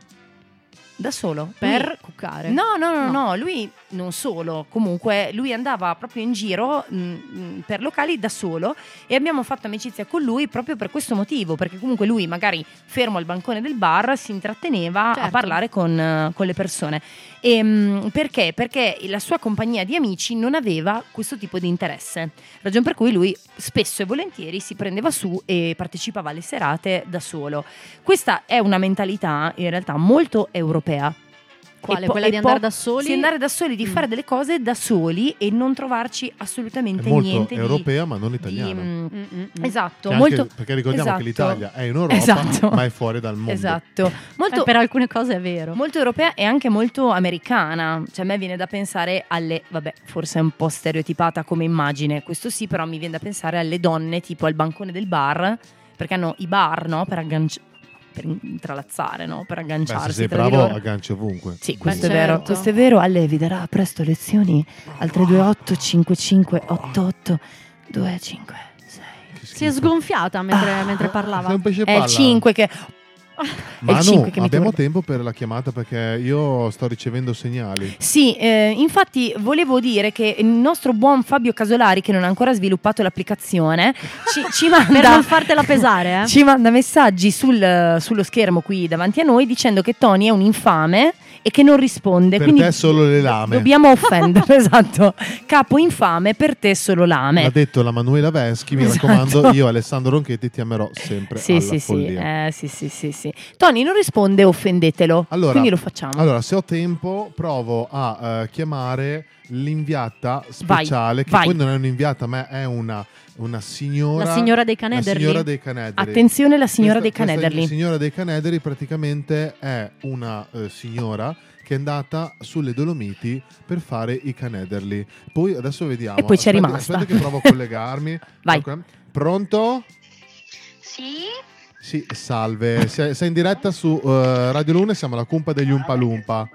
da solo Per Lui- cuccare. no no No. no, no, lui non solo comunque lui andava proprio in giro mh, mh, per locali da solo e abbiamo fatto amicizia con lui proprio per questo motivo perché comunque lui magari fermo al bancone del bar si intratteneva a Certo. parlare con, eh, con le persone e, mh, perché? Perché la sua compagnia di amici non aveva questo tipo di interesse, ragion per cui lui spesso e volentieri si prendeva su e partecipava alle serate da solo. Questa è una mentalità in realtà molto europea. Quale? po- Quella di e andare po- da soli? Sì, andare da soli, Mm. di fare delle cose da soli e non trovarci assolutamente È molto niente. di- europea, ma non di, italiana. mm, Esatto, Che anche- molto- perché ricordiamo esatto. che l'Italia è in Europa, Esatto. ma è fuori dal mondo. Esatto, molto, per alcune cose è vero. Molto europea e anche molto americana. Cioè, a me viene da pensare alle, vabbè, forse è un po' stereotipata come immagine, questo sì, però mi viene da pensare alle donne tipo al bancone del bar, perché hanno i bar, no? Per agganciare. Per intralazzare, no? Per Beh, se agganciarsi. sei tra di bravo, loro. agganci ovunque. Sì, Quindi- questo è vero. Questo è vero. Ale vi darà presto lezioni al 328 5588 25. Si è sgonfiata mentre, mentre parlava. sei un pesce È il palla. 5 che. è Ma il no, cinque che mi abbiamo turba. tempo per la chiamata perché io sto ricevendo segnali. Sì, eh, infatti volevo dire che il nostro buon Fabio Casolari, che non ha ancora sviluppato l'applicazione, ci, (laughs) ci manda. Per non fartela pesare, eh. Ci manda messaggi sul, eh, sullo schermo qui davanti a noi dicendo che Tony è un infame e che non risponde. per quindi te solo le lame. dobbiamo offendere, (laughs) esatto. Capo infame, per te solo lame. L'ha detto la Manuela Veschi, mi Esatto. raccomando, io Alessandro Ronchetti ti amerò sempre Sì, alla sì, sì, follia. eh, sì, sì, sì, sì. Tony non risponde, offendetelo. Allora, Quindi lo facciamo. Allora, se ho tempo, provo a eh, chiamare l'inviata Vai, speciale, che vai. poi non è un'inviata, ma è una, una signora. La signora dei La Canederli. signora dei Canederli. Attenzione, la signora Questa- dei questa Canederli. signora dei Canederli praticamente è una eh, signora che è andata sulle Dolomiti per fare i Canederli. Poi adesso vediamo. E poi c'è Aspetti- rimasta. Aspetta che provo a collegarmi. (laughs) Vai. Ok. Pronto? Sì, salve. Sei, sei in diretta su eh, Radio Luna e siamo la cumpa degli Umpalumpa.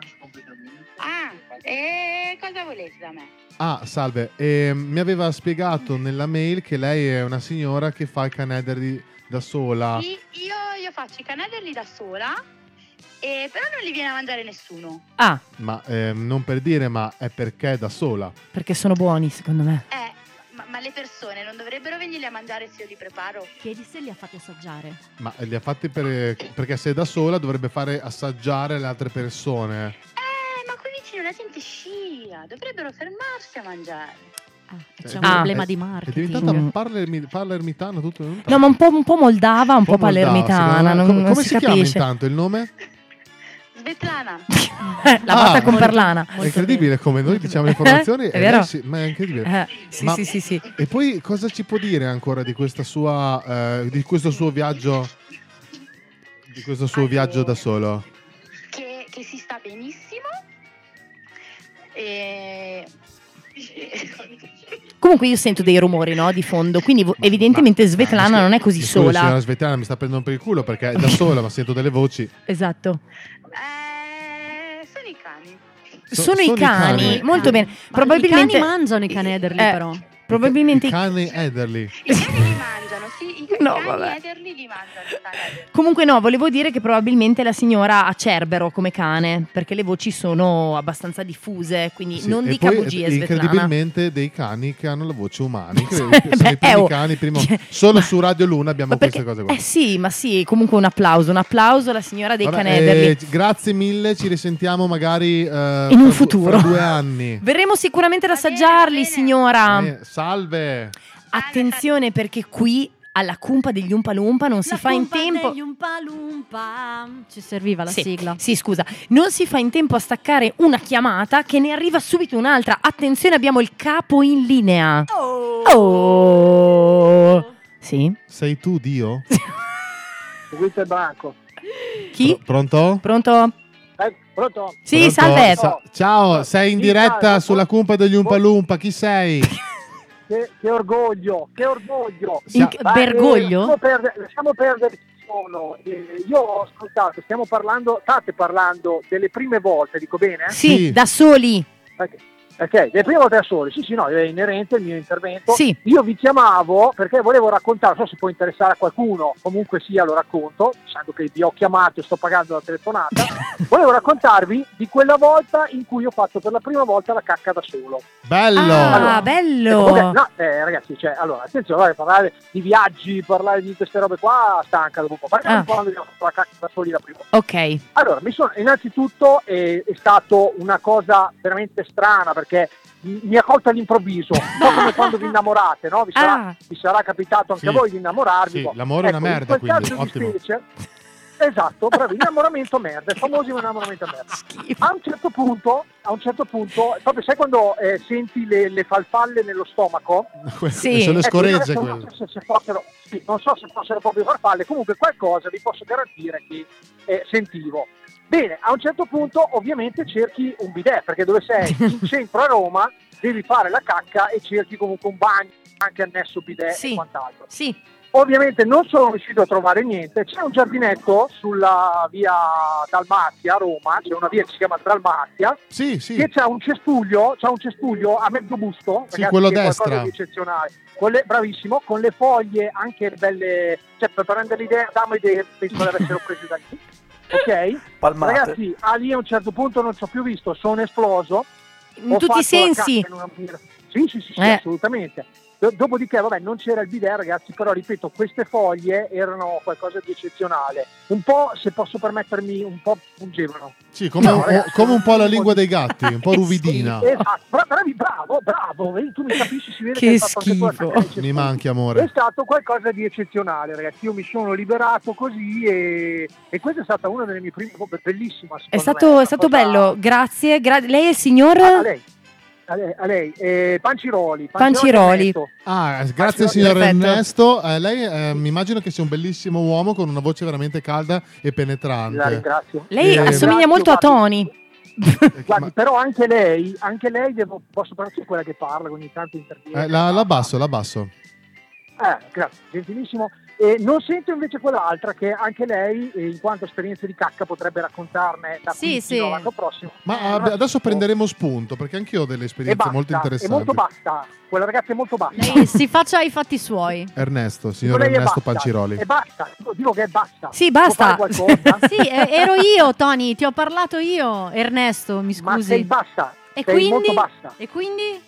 Ah, e cosa volete da me? Ah, salve. Ehm, mi aveva spiegato nella mail che lei è una signora che fa il canederli da sola. I- Io, io faccio i canaderli da sola, e però non li viene a mangiare nessuno. Ah, Ma ehm, non per dire, ma è perché da sola. perché sono buoni, secondo me. Eh, ma, ma le persone non dovrebbero venirli a mangiare se io li preparo? Chiedi se li ha fatti assaggiare. Ma li ha fatti per- perché se è da sola dovrebbe fare assaggiare le altre persone. Eh, ma qui vicino la gente scia, dovrebbero fermarsi a mangiare. Ah, C'è un Eh, problema è- di È marketing. diventata Mm. un parlermi- parlermitano tutto in un No, ma un po', un po' moldava, un po', moldavo, palermitana. secondo me. Non, come non come si, si, chiama capisce. intanto il nome? Svetlana. La batta Ah, con Perlana. È incredibile come noi diciamo le informazioni, (laughs) È e vero? lei si- ma è incredibile. Eh, sì, sì, sì, sì. E poi cosa ci può dire ancora di questa sua, eh, di questo suo viaggio, di questo suo viaggio da solo? che, che si sta benissimo. E... Comunque io sento dei rumori, no, di fondo. Quindi vo- evidentemente Svetlana non è così Mi eh, scusi, sola. signora Svetlana mi sta prendendo per il culo perché è da sola, ma sento delle (laughs) voci. Esatto. Eh, sono i cani. So- sono, i cani, molto bene. Probabilmente i cani mangiano i canederli, Eh, però. Probabilmente i cani Ederly. mangiano, sì, i No, cani vabbè. Ederli li mangiano. i cani. Comunque no, volevo dire che probabilmente la signora ha Cerbero come cane, perché le voci sono abbastanza diffuse, quindi Sì, non e dica poi, bugie, Svetlana. Incredibilmente dei cani che hanno la voce (laughs) umana. che sono i primi oh. cani, (laughs) primo- solo su Radio Luna abbiamo queste cose qua. Eh sì, ma sì, comunque un applauso, un applauso alla signora dei Vabbè, canederli. eh, grazie mille, ci risentiamo magari eh, In fra un due- futuro. fra due anni. Verremo sicuramente ad assaggiarli, signora. Eh, salve. Attenzione perché qui alla cumpa degli Umpalumpa non si fa in tempo. Ci serviva la Sì, sigla. Sì, scusa, non si fa in tempo a staccare una chiamata che ne arriva subito un'altra. Attenzione, abbiamo il capo in linea. Oh! Sì. Sei tu Dio? Questo è Branco. Chi? Pronto? Pronto? Eh, pronto? Pronto? Sa- ciao, sei in Sì, diretta salve. sulla cumpa degli Umpalumpa, chi sei? Che, che orgoglio, che orgoglio. In- Ma, Bergoglio? lasciamo perdere- lasciamo perdere chi sono. Eh, io ho ascoltato, stiamo parlando, state parlando delle prime volte, dico bene? Sì, da soli. Ok, ok, le prime volte da soli, sì sì no, è inerente il mio intervento. Sì. Ecco, Io vi chiamavo perché volevo raccontare, non so se può interessare a qualcuno, comunque sia lo racconto, pensando che vi ho chiamato e sto pagando la (laughs) telefonata, volevo raccontarvi di quella volta in cui ho fatto per la prima volta la cacca da solo. Bello. Allora, Ah, bello. Comunque, no, eh, ragazzi, cioè, allora, attenzione, vai, parlare di viaggi, parlare di queste robe qua, stanca dopo un po'. Parliamo Ah. un po' quando abbiamo fatto la cacca da soli la prima volta. Ok. Allora, mi sono, innanzitutto eh, è stato una cosa veramente strana perché mi mi ha colto all'improvviso, un po' come quando vi innamorate, no? Vi sarà, vi sarà capitato anche Sì. a voi di innamorarvi. Sì, boh. l'amore è una in merda, quel caso quindi, di ottimo. specie, Esatto, bravi, innamoramento merda, il famosimo innamoramento merda. A un certo punto, a un certo punto, proprio sai quando eh, senti le, le falfalle (laughs) nello stomaco? Sì. Sono le Ecco, scoregge adesso non, quelle. so se, se fossero, sì, non so se fossero proprio farfalle, comunque qualcosa vi posso garantire che eh, sentivo. Bene, a un certo punto ovviamente cerchi un bidet, perché dove sei in centro a Roma devi fare la cacca e cerchi comunque un bagno, anche annesso bidet e quant'altro. Ovviamente non sono riuscito a trovare niente, c'è un giardinetto sulla via Dalmazia a Roma, c'è una via che si chiama Dalmazia, che c'è un cespuglio, c'è un cespuglio a mezzo busto, Sì, quello che è qualcosa destra. di eccezionale, Con le- bravissimo, con le foglie anche belle, cioè per prendere l'idea, dammi idee, penso di (laughs) avessero preso da lì, ok? Palmate. Ragazzi, ah, lì a un certo punto non ci ho più visto, sono esploso. In Ho tutti i fatto la cacca sensi. in una birra. Sì, sì, sì, sì, Eh. assolutamente. Do- dopodiché, vabbè, non c'era il bidet, ragazzi, però ripeto, queste foglie erano qualcosa di eccezionale. Un po', se posso permettermi, un po' pungevano. Sì, come, No, un, ragazzi. come un po' la lingua dei gatti, un po' ruvidina. Esatto, bra- bravi, bravo, bravo, vedi, tu mi capisci, si vede che, hai fatto anche tu la cacca di Mi manchi, è amore. stato qualcosa di eccezionale, ragazzi. Io mi sono liberato così e, e questa è stata una delle mie prime proprio bellissima. secondo È me, stato, una è stato cosa- bello, grazie. gra- lei è il signor A lei, a lei, a lei, eh, Panciroli. Panciroli. Ernesto. Ah, grazie signor Perfetto. Ernesto. Eh, lei eh, mi immagino che sia un bellissimo uomo con una voce veramente calda e La penetrante. ringrazio. Lei Eh, assomiglia grazie, molto a Tony. Guardi, però anche lei, anche lei devo, posso parlare quella che parla, che ogni tanto interviene. eh, la, la basso, la basso. Eh, grazie, gentilissimo. E non sento invece quell'altra che anche lei, eh, in quanto esperienza di cacca, potrebbe raccontarne da Sì, qui fino sì. all'anno prossimo. Ma ah, beh, adesso prenderemo spunto perché anch'io ho delle E esperienze basta, molto è interessanti. molto basta, quella ragazza è molto basta. Lei si faccia i fatti suoi. Ernesto, signor Lei è Ernesto basta, Panciroli. E basta, dico che è basta. Sì, basta. Può fare qualcosa? (laughs) sì, eh, (laughs) ero io, Tony, ti ho parlato io. Ernesto, mi scusi. Ma sei basta. E sei quindi? molto basta. E quindi?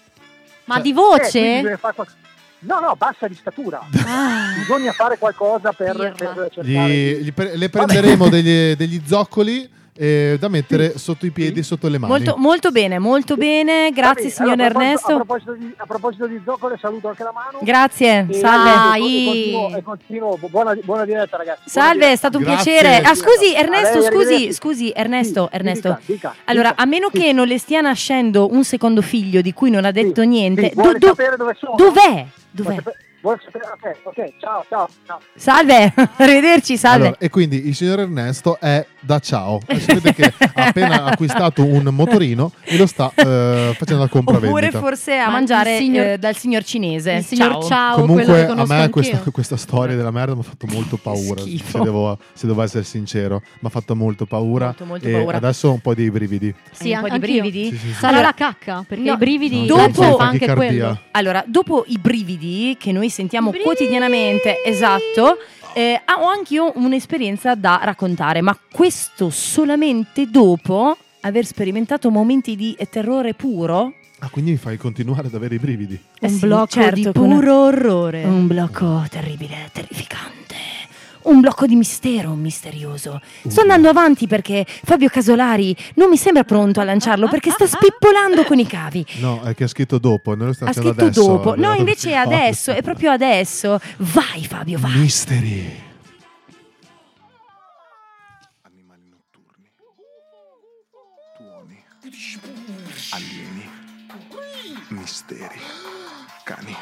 Ma Cioè, di eh, quindi voce? bisogna fare qualcosa. No, no, basta di (laughs) statura. Ah. Bisogna fare qualcosa per, per cercare. Gli- gli pre- le prenderemo degli, degli zoccoli eh, da mettere sotto i piedi e sotto le mani. Molto, molto bene, molto bene. Va Grazie, bene, signor allora, a propos- Ernesto. A proposito, di, a proposito di zoccole, saluto anche la mano. Grazie, E- salve. E, continuo, eh, e continuo. Bu- Buona, buona diretta, ragazzi. Buona Salve, diretta. è stato un piacere. Ah, scusi, Ernesto, A lei, scusi, arrivederci. scusi, Ernesto, Ernesto. dica, dica, allora, dica. a meno che non le stia nascendo un secondo figlio di cui non ha detto niente, Sì, vuole do- do- sapere dove sono? dov'è? Dov'è? Vuole sapere- vuole sapere- ok, ok, ciao, ciao, ciao. Salve, (laughs) arrivederci, salve. Allora, e quindi il signor Ernesto è da ciao. E Sapete che ha (laughs) appena acquistato un motorino e lo sta eh, facendo al Oppure compravendita. forse a Ma il mangiare signor- eh, dal signor cinese. il signor Ciao, Comunque a me questa, questa storia della merda mi ha fatto molto paura, se devo, se devo essere sincero, mi ha fatto molto paura Molto, molto e paura. adesso ho un po' di brividi. Sì, un po' di anch'io. brividi? Sì, sì, sì. Sarà Allora- la cacca, perché No, i brividi dopo- dopo fa anche tachicardia. quello. Allora, dopo i brividi che noi sentiamo quotidianamente, esatto, eh, ah, ho anche io un'esperienza da raccontare, ma questo solamente dopo aver sperimentato momenti di terrore puro. Ah, quindi mi fai continuare ad avere i brividi. Eh sì, certo, con- Un blocco terribile, terrificante. Un blocco di mistero misterioso. Sto andando avanti perché Fabio Casolari non mi sembra pronto a lanciarlo perché sta spippolando con i cavi. No, è che ha scritto dopo, noi lo stiamo Ha facendo scritto adesso. oh, dopo. No, Abbiamo- (laughs) invece è adesso, è proprio adesso. Vai Fabio, vai. Misteri. Alieni, misteri, cani,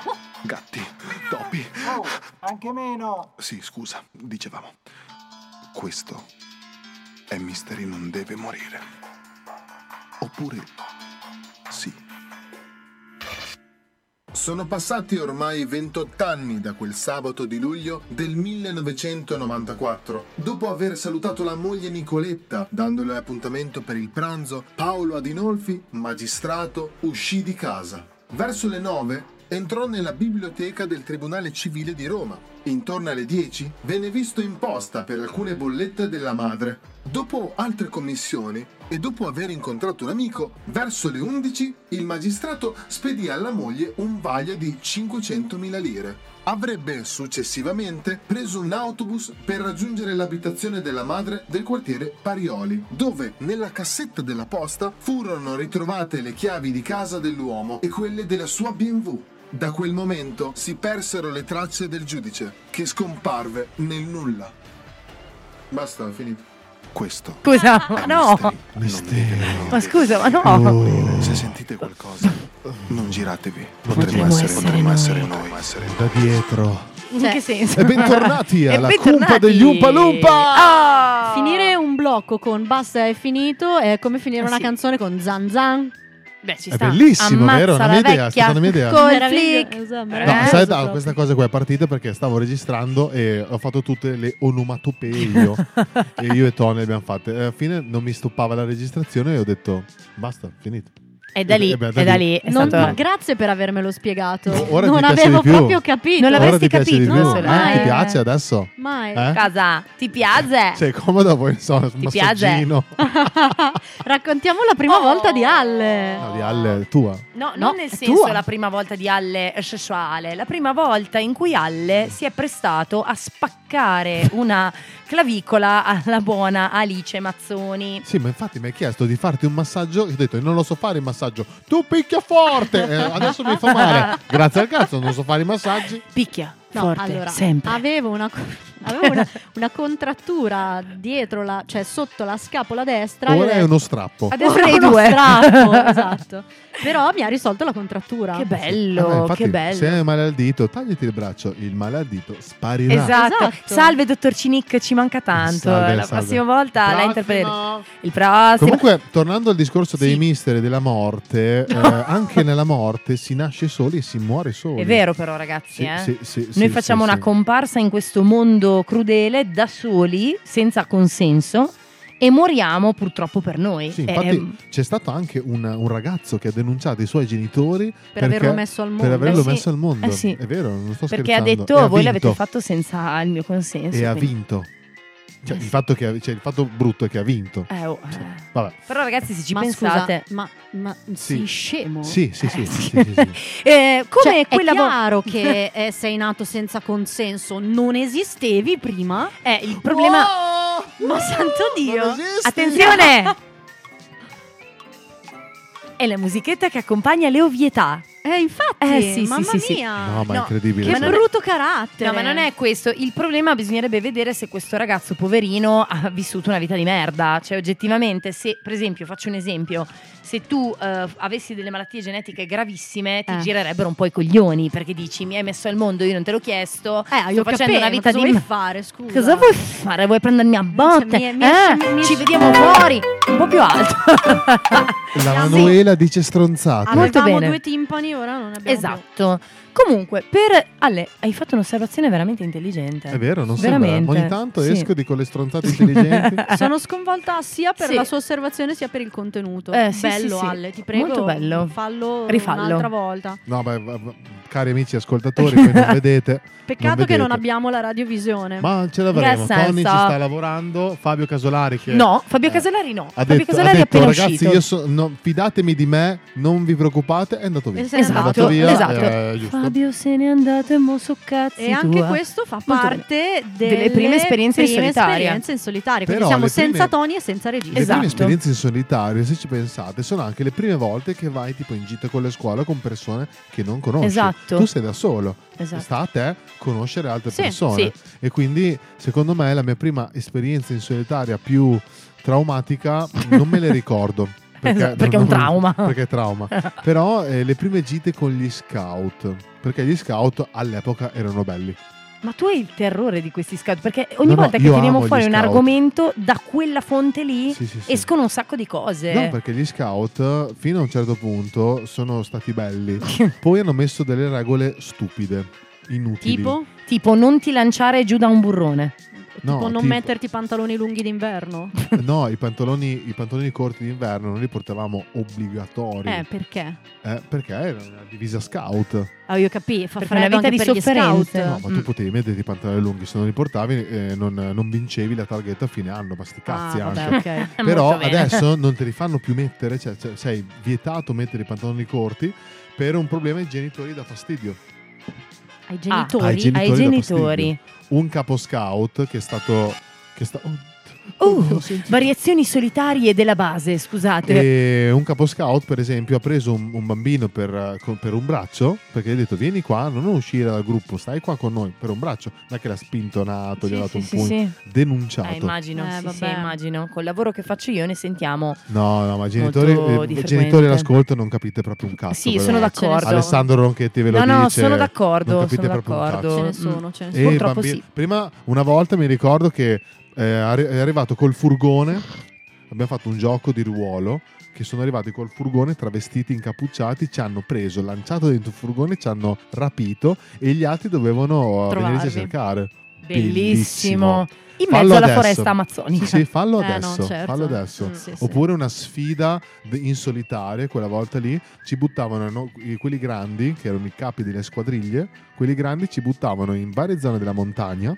gatti, topi. Oh, anche meno. Sì, scusa, dicevamo. Questo è Misteri non deve morire. Oppure sì. Sono passati ormai 28 anni da quel sabato di luglio del 1994. Dopo aver salutato la moglie Nicoletta, dandole appuntamento per il pranzo, Paolo Adinolfi, magistrato, uscì di casa. Verso le 9 entrò nella biblioteca del Tribunale Civile di Roma. Intorno alle 10 venne visto in posta per alcune bollette della madre. Dopo altre commissioni e dopo aver incontrato un amico, verso le 11 il magistrato spedì alla moglie un vaglio di 500.000 lire. Avrebbe successivamente preso un autobus per raggiungere l'abitazione della madre del quartiere Parioli, dove nella cassetta della posta furono ritrovate le chiavi di casa dell'uomo e quelle della sua BMW. Da quel momento si persero le tracce del giudice, che scomparve nel nulla. Basta, è finito. Questo. Scusa, ma (laughs) (laughs) no. Ma scusa, ma no. Se sentite qualcosa, non giratevi. Potremmo Potremmo essere, essere potremmo noi. essere noi. Potremmo essere noi. Da dietro. In che senso? E (laughs) (laughs) bentornati Eh, E alla bentornati. cumpa degli Umpa Ah! Lumpa! Ah! Finire un blocco con basta è finito è come finire Eh una sì. canzone con zan zan. Beh, ci É È sta. bellissimo, né? Ammazza vero? Una la mia idea, è vecchia stata una mia idea. Col Meraviglioso, flick. No, meraviglioso é sai, no, proprio. questa cosa qua è partita perché stavo registrando e ho fatto tutte le onomatopee (laughs) io. e io e Tony le abbiamo fatte. E alla fine non mi stoppava la registrazione e ho detto basta, finito. È da lì, Eh beh, è da lì. È Non- stato- ma grazie per avermelo spiegato. Ora non ti piace avevo di più. proprio capito. Ora ti piace di più? Eh, ti piace adesso? Mai. Eh? Casa, ti (laughs) piace? Sei comodo poi, insomma, ti piace? massaggino. Raccontiamo la prima volta di Alle. No, Ah, di Alle, tua. No, No, non nel è senso tua. la prima volta di Alle sessuale, la prima volta in cui Alle si è prestato a spaccare una clavicola alla buona Alice Mazzoni. Sì, ma infatti mi hai chiesto di farti un massaggio. Io ho detto, non lo so fare il massaggio. Tu picchia forte! Eh, (laughs) adesso mi fa male. Grazie al cazzo, non so fare i massaggi. Picchia, No, forte, allora, sempre. Avevo, una, co- (laughs) avevo una, una contrattura dietro la, cioè sotto la scapola destra. Ora io ho è uno detto- strappo. Adesso Ora è i uno due. (laughs) strappo, esatto. Però mi ha risolto la contrattura. Che Eh, bello, ma infatti, Oh, che bello. Se hai male al dito, tagliati il braccio, il male al dito sparirà. Esatto. Esatto. Salve dottor Cinic, ci manca tanto. Salve, la salve. prossima volta la Prossimo. interpreteremo. Il prossimo. Comunque, tornando al discorso dei mister e della morte, eh, anche nella morte si nasce soli e si muore soli. È vero però ragazzi, Sì, eh? sì, sì, noi sì, facciamo sì, una sì. comparsa in questo mondo crudele da soli, senza consenso e moriamo purtroppo per noi. Sì, Eh, infatti ehm, c'è stato anche un, un ragazzo che ha denunciato i suoi genitori perché- averlo messo al Per mondo. averlo Eh sì. messo al mondo. Eh sì. È vero, non sto perché ha scherzando. detto E voi vinto. l'avete fatto senza il mio consenso. E ha quindi- vinto. Cioè, il, fatto che, ha- cioè, il fatto brutto è che ha vinto. Cioè, Eh, oh, eh. Vabbè. Però ragazzi se ci Ma pensate... scusa, ma, ma Sì. sei scemo? Sì, sì, sì. sì, sì, sì. Eh, come Cioè, quella è vo- chiaro (laughs) che eh, sei nato senza consenso, non esistevi prima. Oh! Eh, il problema- Ma santo Dio! (laughs) Attenzione! È la musichetta che accompagna le ovvietà. Eh, infatti, Eh, sì, sì, mamma sì, sì. mia! No, ma è incredibile. Cioè, Che Ma non- brutto carattere! No, ma non è questo. Il problema bisognerebbe vedere se questo ragazzo poverino ha vissuto una vita di merda. Cioè, oggettivamente, se, per esempio, faccio un esempio: se tu eh, avessi delle malattie genetiche gravissime, ti Eh. girerebbero un po' i coglioni. Perché dici: mi hai messo al mondo, io non te l'ho chiesto. Eh, io sto capisco, facendo una vita cosa di vuoi me- fare, scusa. Cioè, Cosa vuoi fare? Vuoi prendermi a botte? mi- mi- Eh, mi- ci vediamo fuori. Un po' più alto. La Manuela dice stronzate. Avevamo Ah, Molto bene. due timpani, ora non abbiamo più. Esatto. Comunque, per Ale, hai fatto un'osservazione veramente intelligente. È vero, non Veramente. sembra. Ogni tanto Sì. esco di con le stronzate (laughs) intelligenti. Sono sconvolta sia per Sì. la sua osservazione sia per il contenuto. Eh, sì, bello, sì, sì. Ale, ti prego. Molto bello. Fallo Rifallo. un'altra volta. No, beh, va- va- cari amici ascoltatori, voi (laughs) non vedete. Peccato che non vedete. abbiamo la radiovisione. Ma ce l'avremo. Nel senso- Tony ci sta lavorando, Fabio Casolari che... No, Fabio eh, Casolari no. Ha Fabio detto, Casolari ha è detto, appena ragazzi, uscito. io so- no, fidatemi di me, non vi preoccupate, è andato via. E se n'è è andato andato, via, esatto. eh, giusto. Fabio se n'è andato e mo so cazzi E anche tua. questo fa Molto parte bene. delle, prime esperienze in prime solitaria. esperienze in solitaria. Quindi Però siamo le prime- senza Tony e senza regista. Le Esatto. prime esperienze in solitario, se ci pensate, sono anche le prime volte che vai tipo in gita con le scuole con persone che non conosci. Esatto. Tu sei da solo. Esatto. Sta a te conoscere altre Sì, persone. E quindi, secondo me, la mia prima esperienza in solitaria più traumatica mm, non me le (laughs) ricordo. Esatto, perché è un trauma. Perché è trauma. (laughs) Però eh, le prime gite con gli scout, perché gli scout all'epoca erano belli. Ma tu hai il terrore di questi scout perché ogni No, no, volta che io tiriamo amo gli fuori un scout. argomento da quella fonte lì Sì, sì, sì. escono un sacco di cose. No, perché gli scout fino a un certo punto sono stati belli, (laughs) poi hanno messo delle regole stupide, inutili. Tipo? Tipo non ti lanciare giù da un burrone. No, tipo non tipo- metterti i pantaloni lunghi d'inverno. No, i pantaloni, i pantaloni corti d'inverno non li portavamo obbligatori. Eh, perché? Eh, perché era una divisa scout. Ah, io capì, fa Perché è una freddo vita anche di per gli sofferenze. scout. Mm. No, ma tu potevi metterti i pantaloni lunghi, se non li portavi eh, non, non vincevi la targhetta a fine anno, ma sti cazzi Ah, vabbè, anche. (laughs) ok. Però Molto bene. (laughs) adesso non te li fanno più mettere, cioè, cioè, sei vietato mettere i pantaloni corti per un problema ai genitori da fastidio. Ai Ah, genitori. ai genitori, ai da genitori. fastidio. Un capo scout che è stato. Che sta, oh, Uh, Oh, variazioni solitarie della base, Eh, scusate. E un capo scout, per esempio, ha preso un, un bambino per, eh, co- per un braccio perché gli ha detto: Vieni qua, non uscire dal gruppo, stai qua con noi per un braccio. Non è che l'ha spintonato, gli ha dato sì, un sì, pugno, sì. denunciato. Eh, immagino, Eh, sì, sì, vabbè. immagino. Col lavoro che faccio io ne sentiamo. No, no, ma i genitori, Molto eh, di i frequente. genitori all'ascolto non capite proprio un cazzo. Sì, però. ecco. sono d'accordo. Alessandro Ronchetti ve lo No, dice. no, sono d'accordo, Non capite sono proprio un d'accordo. cazzo. Ce ne sono, ce ne E sono. Purtroppo bambini- sì. Prima, una volta mi ricordo che eh, arri- è arrivato col furgone, abbiamo fatto un gioco di ruolo, che sono arrivati col furgone travestiti, incappucciati, ci hanno preso, lanciato dentro il furgone, ci hanno rapito e gli altri dovevano eh, venirci a Trovarli. cercare. Bellissimo. In Fallo mezzo alla adesso. foresta amazzonica. Sì, sì, fallo (laughs) Eh, no, adesso. certo. fallo adesso. Mm, sì, sì. Oppure una sfida de- in solitaria, quella volta lì ci buttavano no, i- quelli grandi, che erano i capi delle squadriglie, quelli grandi ci buttavano in varie zone della montagna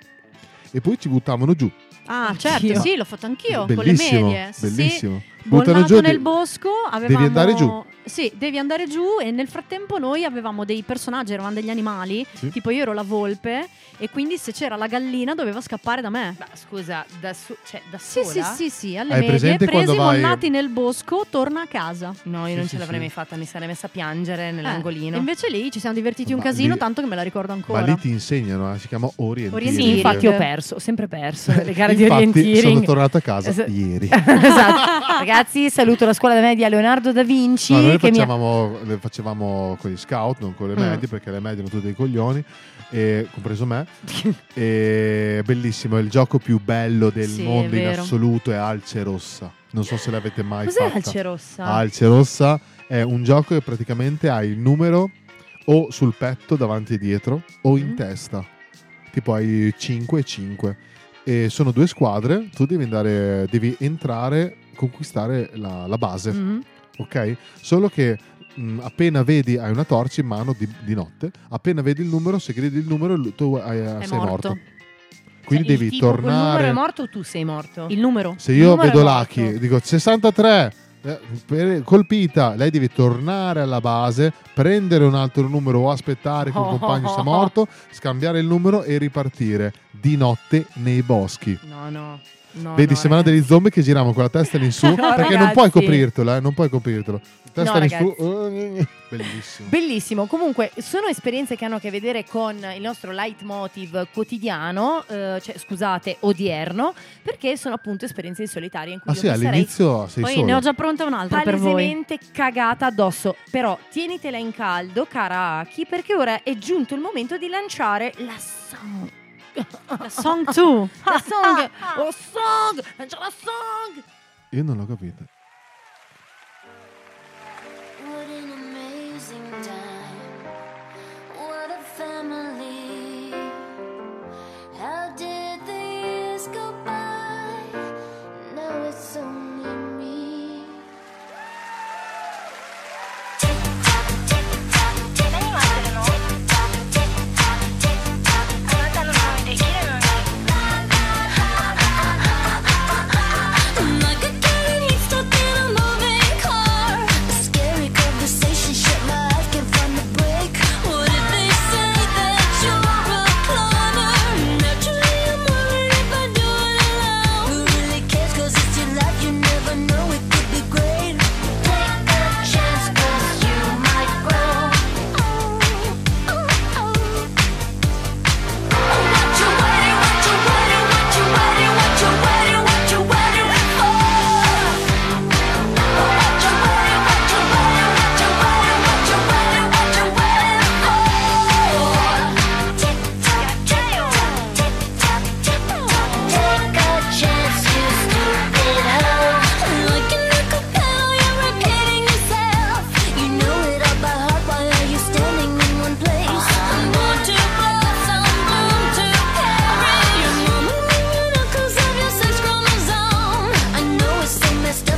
e poi ci buttavano giù. Ah, certo, Anch'io. sì, l'ho fatto anch'io con le Bellissimo, medie. Sì, bellissimo. Sì, Buttano bollato giù, nel di- bosco, avevamo devi andare giù. Sì, devi andare giù e nel frattempo noi avevamo dei personaggi, eravamo degli animali, Sì. tipo io ero la volpe e quindi se c'era la gallina doveva scappare da me. Scusa, da, su- cioè, da Sì, sì, sola? sì, sì, alle Hai medie, presente presi, quando vai- mollati nel bosco, torna a casa. No, io Sì, non sì, ce l'avrei sì. mai fatta, mi sarei messa a piangere Eh, nell'angolino. invece lì ci siamo divertiti un Ma casino, lì- tanto (laughs) che me la ricordo ancora. Ma lì ti insegnano, eh, si chiama Orient. Orientering. Sì, infatti ho perso, ho (laughs) sempre perso le gare di orientieri. sono tornato a casa (laughs) Es- ieri. esatto. Ragazzi, saluto la scuola media Leonardo da Vinci. No, noi che mi ha- facevamo, le facevamo con gli scout, non con le Mm. medie, perché le medie erano tutte dei coglioni, e- compreso (laughs) me. e bellissimo, è il gioco più bello del Sì, è mondo in vero. assoluto è Alce Rossa. Non so se l'avete mai Cos'è fatta. Alce Rossa? Alce Rossa è un gioco che praticamente hai il numero o sul petto davanti e dietro o Mm. in testa. Tipo hai 5 e 5. E sono due squadre, tu devi andare devi entrare, conquistare la, la base. Mm-hmm. Ok? Solo che mh, appena vedi hai una torcia in mano di, di notte, appena vedi il numero, se gridi il numero lu- tu hai- sei morto. morto. Cioè, Quindi il devi tipo, quel numero tornare. è morto o tu sei morto? Il numero. Se io numero vedo è Lucky, dico 63, eh, per- colpita, lei deve tornare alla base, prendere un altro numero o aspettare che un Oh. compagno (laughs) sia morto, scambiare il numero e ripartire di notte nei boschi. No, no. no Vedi, no, eh. sembrano ragazzi. degli zombie che giravano con la testa lì in su (laughs) No, perché non ragazzi. puoi coprirtelo, eh, non puoi coprirtelo. Testa No, lì in su, ragazzi. eh, (laughs) bellissimo. Bellissimo, comunque sono esperienze che hanno a che vedere con il nostro leitmotiv quotidiano, eh, cioè scusate, odierno, perché sono appunto esperienze in solitaria in cui Ah io sì, mi sarei all'inizio sei Poi solo. ne ho già pronta un'altra per voi. palesemente cagata addosso, però tienitela in caldo, cara Aki, perché ora è giunto il momento di lanciare la song. La song 2. (laughs) La song, la song, lancia la song. Io non l'ho capito. What an amazing time. What a family. How did the years go by? Now it's only me. Tick tock, tick tock, Oh,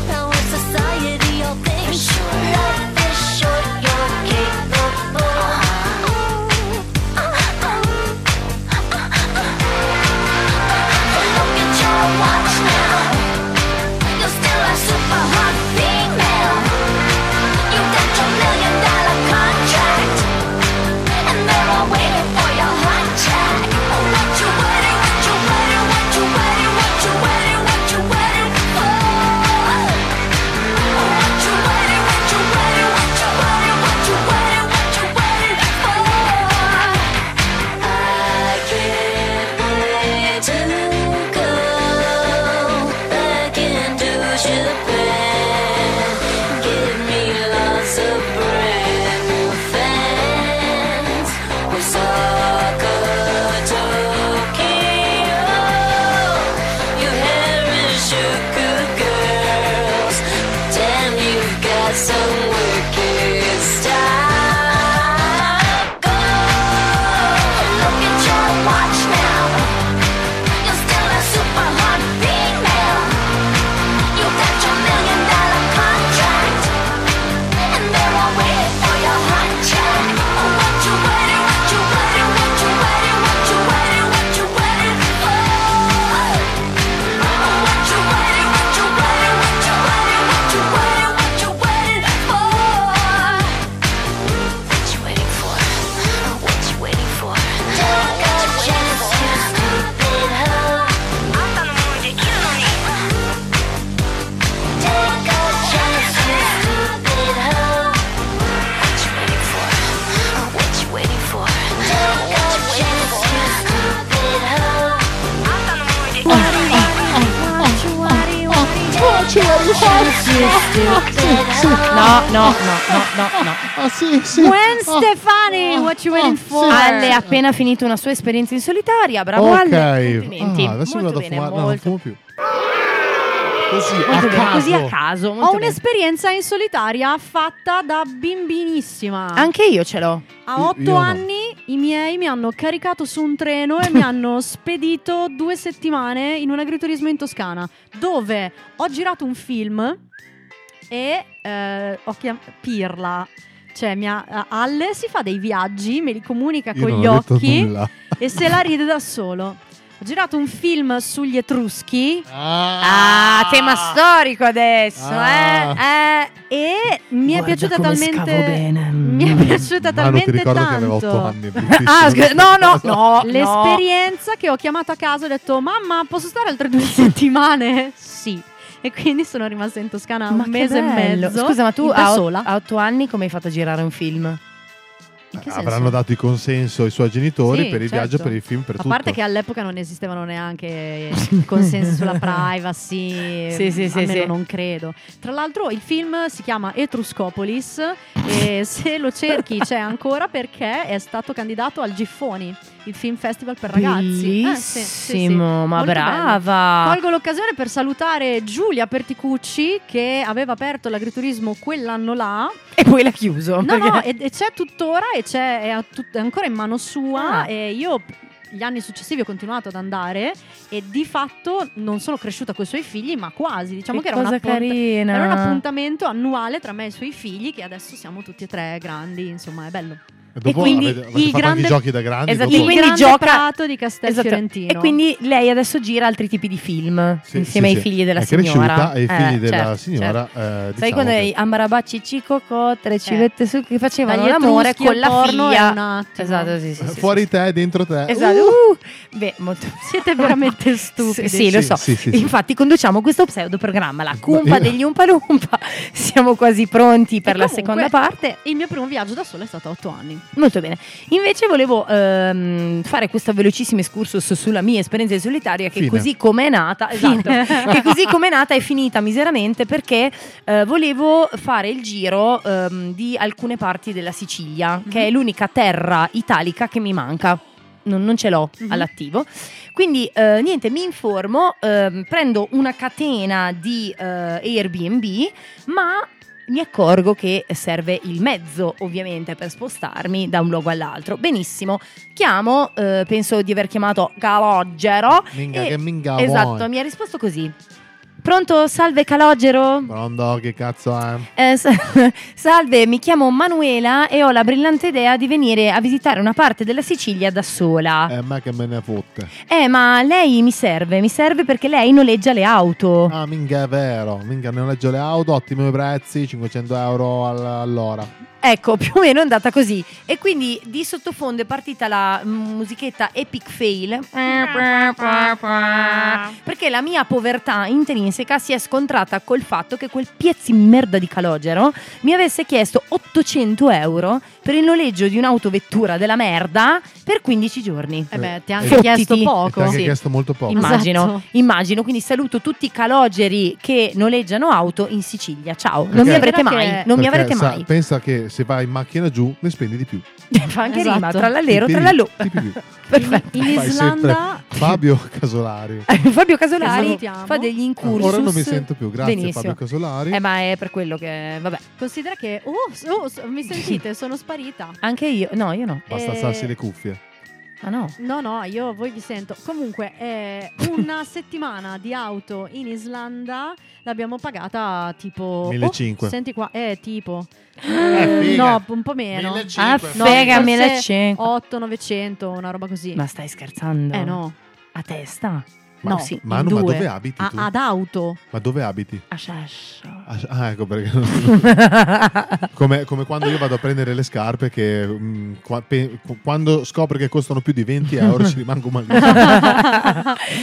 Oh, oh. oh. Oh, Oh, ce la ricordo. No, no, no, no, no, no. Ah sì, sì. Gwen Stefani, what you waiting for? Ale ha appena finito una sua esperienza in solitaria, bravo ok, Ale. Complimenti. Ah, adesso Molto vado a bene, fumare. No, non molto fumo più. Così, a Molto bene, caso. così a caso. molto Ho bene. un'esperienza in solitaria fatta da bimbinissima. Anche io ce l'ho. A otto anni i miei mi hanno caricato su un treno e mi (laughs) hanno spedito due settimane in un agriturismo in Toscana, dove ho girato un film e eh, ho chiamato Pirla. Cioè, mia, Alle si fa dei viaggi, me li comunica Io con non gli ho detto occhi nulla. e se la ride (laughs) da solo. Ho girato un film sugli Etruschi. Ah, tema storico adesso, eh, eh, e mi è piaciuta come talmente. scavo bene. Mi è piaciuta Ma Mm. Ah, non ti talmente ricordo tanto. che avevo otto (laughs) anni. Ah, scusa, no, no, no. L'esperienza che ho chiamato a casa ho detto: Mamma, posso stare altre due (laughs) settimane? sì. E quindi sono rimasta in Toscana un che mese e bello. mezzo. Scusa, ma tu in da a, o- sola. a otto anni come hai fatto a girare un film? Avranno dato il consenso ai suoi genitori Sì, per il certo. viaggio, per il film, per a tutto. parte che all'epoca non esistevano neanche i consensi (laughs) sulla privacy, Sì, sì, sì, almeno sì. non credo. Tra l'altro il film si chiama Etruscopolis (laughs) e se lo cerchi c'è ancora perché è stato candidato al Giffoni, il film festival per ragazzi. Eh, sì, sì, sì. Bellissimo, ma Molto brava. bello. Colgo l'occasione per salutare Giulia Perticucci che aveva aperto l'agriturismo quell'anno là. E poi l'ha chiuso. No, perché- no, e, e c'è tuttora e c'è, è, a tut- è ancora in mano sua Ah. e io p- gli anni successivi ho continuato ad andare e di fatto non sono cresciuta con i suoi figli, ma quasi. Diciamo Che che, era, un cosa appunta- carina. era un appuntamento annuale tra me e i suoi figli che adesso siamo tutti e tre grandi, insomma è bello. E dopo quindi avete- avete il fatto anche grande- i giochi da grandi Esatto, dopo? e (laughs) quindi Il grande gioca prato di Castel Esatto, Fiorentino. E quindi lei adesso gira altri tipi di film insieme sì, ai sì. figli della È signora. cresciuta e i figli della certo, signora, certo. eh, Eh. Sai diciamo quando che- i Ambarabacci Cico Cotre, Civette su che facevano Dagli l'amore Etruschi con al la porno è figlia. un attimo. Esatto, sì, sì, sì, Fuori sì. te, dentro te. Esatto. Uh! uh, beh, molto- (laughs) Siete (laughs) veramente Sì, stupidi. sì, lo Sì, so. sì, sì, sì. Infatti, conduciamo questo pseudo programma, la cumpa io- degli Umpalumpa. (laughs) Siamo quasi pronti per la seconda parte. Il mio primo viaggio da sola è stato a 8 anni. Molto bene. Invece volevo ehm, fare questo velocissimo escursus sulla mia esperienza in solitaria che Fine. così come è nata, Fine. esatto, che (laughs) così come è nata è finita miseramente perché eh, volevo fare il giro ehm, di alcune parti della Sicilia, che è l'unica terra italica che mi manca. Non, non ce l'ho all'attivo. Quindi eh, niente, mi informo, ehm, prendo una catena di eh, Airbnb, ma mi accorgo che serve il mezzo ovviamente per spostarmi da un luogo all'altro. Benissimo, chiamo, eh, penso di aver chiamato Calogero. Minga e- che minga Esatto, vuoi. mi ha risposto così. Pronto, salve Calogero? Pronto, che cazzo è? Eh, sa- (laughs) salve, mi chiamo Manuela e ho la brillante idea di venire a visitare una parte della Sicilia da sola. Eh, ma che me ne fotte. Eh, ma lei mi serve, mi serve perché lei noleggia le auto. Ah, minga è vero. Minga, noleggio le auto, ottimi prezzi, 500 euro all- all'ora. Ecco, più o meno è andata così. E quindi di sottofondo è partita la mm, musichetta Epic Fail. Perché la mia povertà intrinseca si è scontrata col fatto che quel piezzi merda di calogero mi avesse chiesto 800 euro per il noleggio di un'autovettura della merda per 15 giorni. Eh beh, ti ha anche Fottiti. chiesto E ti ha poco. anche chiesto molto poco. Immagino, Esatto. immagino, quindi saluto tutti i calogeri che noleggiano auto in Sicilia. Ciao, non Perché- mi avrete mai, non mi Perché, avrete sa, mai. (laughs) Pensa che se vai in macchina giù ne spendi di più. Fa anche Esatto. rima, tra l'allero, tra Tipi- (laughs) l'allù. (laughs) Perfetto. In Fai Islanda Eh. sempre Fabio (laughs) Casolari. (laughs) Fabio Che Casolari salutiamo. fa degli incursus. Esatto. Ora non mi sento più, grazie, Benissimo. Fabio Casolari. Eh, ma è per quello che. Vabbè. Considera che. Oh, s- oh, s- mi (laughs) sentite? Sono sparita. Anche io. No, io no. Basta Eh, alzarsi le cuffie. Ma Ah, no. No, no, io voi vi sento. Comunque, eh, una (laughs) settimana di auto in Islanda l'abbiamo pagata tipo. 1500. Oh, senti qua, eh, tipo. Eh, eh, figa. no, un po' meno. 1500. Ah, figa, 1500. 8, 900, una roba così. Ma stai scherzando? Eh, no. A testa? Ma- no, sì. Manu, ma dove abiti tu? ad auto. Ma dove abiti? A Sciascio. Ah, ah, ecco perché. (laughs) come, come quando io vado a prendere le scarpe, che mm, qua- pe- quando scopro che costano più di 20 euro ci rimango (laughs) malissimo.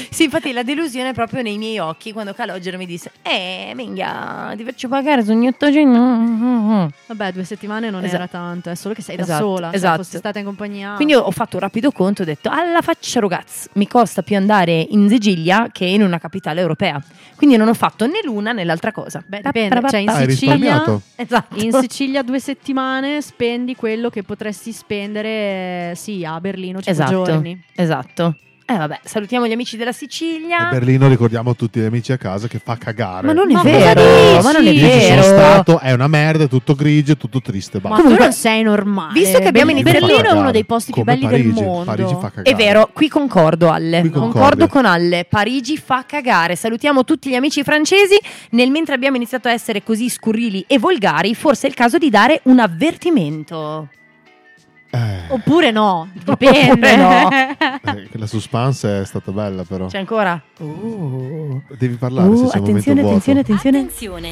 (laughs) sì, infatti la delusione è proprio nei miei occhi quando Calogero mi disse: Eh, minchia, ti faccio pagare su ogni 800. Vabbè, due settimane non Esatto. era tanto, è solo che sei da Esatto, sola. Se esatto. Ah. fossi stata in compagnia. Quindi io ho fatto un rapido conto, ho detto alla faccia ragazzi, mi costa più andare in the Sicilia che in una capitale europea. Quindi non ho fatto né l'una né l'altra cosa. Beh, Dipende, cioè in Hai Sicilia, risparmiato. Esatto. in Sicilia due settimane spendi quello che potresti spendere eh, sì, a Berlino cinque Esatto, giorni. Esatto. Eh vabbè, salutiamo gli amici della Sicilia. Berlino ricordiamo tutti gli amici a casa che fa cagare. Ma non è Ma cosa vero, dici? ma non è Io ci sono vero. stato, è una merda, è tutto grigio, è tutto triste. Ma basta. tu non sei normale. Visto che abbiamo Berlino- iniziato- Berlino è uno Cagare. dei posti più Come belli del Parigi, mondo. Parigi fa cagare. È vero, qui concordo Alle, concordo. concordo. con Alle, Parigi fa cagare, salutiamo tutti gli amici francesi, nel mentre abbiamo iniziato a essere così scurrili e volgari, forse è il caso di dare un avvertimento. (laughs) Oppure no, Oppure dipende. no. Eh, La suspense è stata bella però. C'è ancora? Uh, Devi Uh. parlare se c'è un momento vuoto. attenzione, attenzione.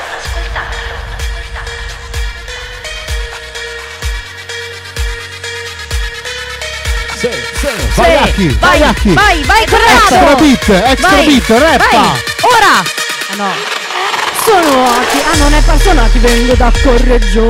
Sì, sì, Sì, vai Lucky, vai vai, Lucky. vai, vai, bravo! Extra beat, extra Vai, beat, rappa. vai, Ora! Ah, no. Sono Ati, ah non è personati, vengo da Correggio,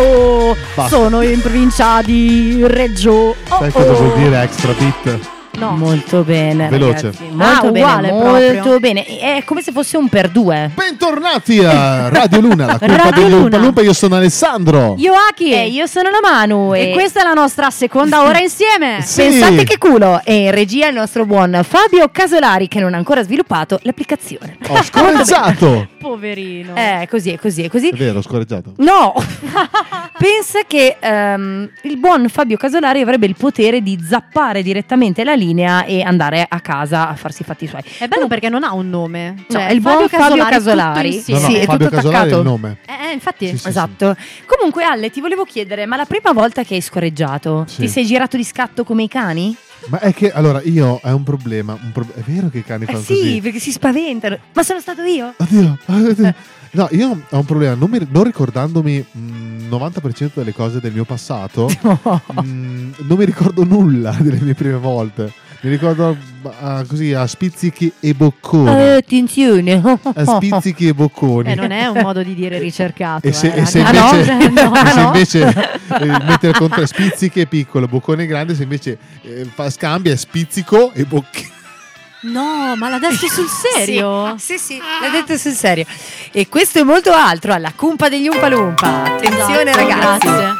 oh oh, Basta. sono in provincia di Reggio, oh Sai cosa vuol oh. dire extra beat? No. Molto bene, Veloce. ragazzi, Molto Ah, bene, uguale molto proprio. bene. È come se fosse un per due. Bentornati a Radio Luna, la colpa Radio degli Luna. Umpa Lumpa, io sono Alessandro. Yoaki! E Eh, io sono la Manu E questa è la nostra seconda ora insieme! Sì. Pensate che culo! E in regia il nostro buon Fabio Casolari che non ha ancora sviluppato l'applicazione. (laughs) Ho scorreggiato. Poverino. Eh, così, è così, è così. È vero, ho scorreggiato. (laughs) No! Pensa che ehm, il buon Fabio Casolari avrebbe il potere di zappare direttamente la linea e andare a casa a farsi i fatti suoi. È bello perché non ha un nome. No, Cioè, è il buon Fabio tutto Casolari. insieme. No, no, Sì, è Fabio tutto Casolari è il attaccato. nome. Eh, eh, infatti. esatto. Comunque, Ale, ti volevo chiedere: ma la prima volta che hai scorreggiato, Sì. ti sei girato di scatto come i cani? Ma è che allora io è un problema. un pro- È vero che i cani Eh fanno sì, così? perché si spaventano. Ma sono stato io? Oddio, oddio. No, io ho un problema. Non, mi- non ricordandomi mm, 90% delle cose del mio passato, mm, non mi ricordo nulla delle mie prime volte. Mi ricordo ah, così a spizzichi e Eh. bocconi. attenzione. A (laughs) spizzichi e bocconi. Eh, non è un modo di dire ricercato. E se, eh, e se ragazzi. invece, (laughs) no? (laughs) e se no? invece, (laughs) eh, mettere contro spizzichi e piccolo, boccone grande, se invece eh, fa scambia è spizzico e bocchino. No, ma l'ha detto sul serio? (laughs) Sì, sì, sì, l'ha detto sul serio. E questo e molto altro alla cumpa degli Umpalumpa. Attenzione, Esatto, ragazzi. grazie.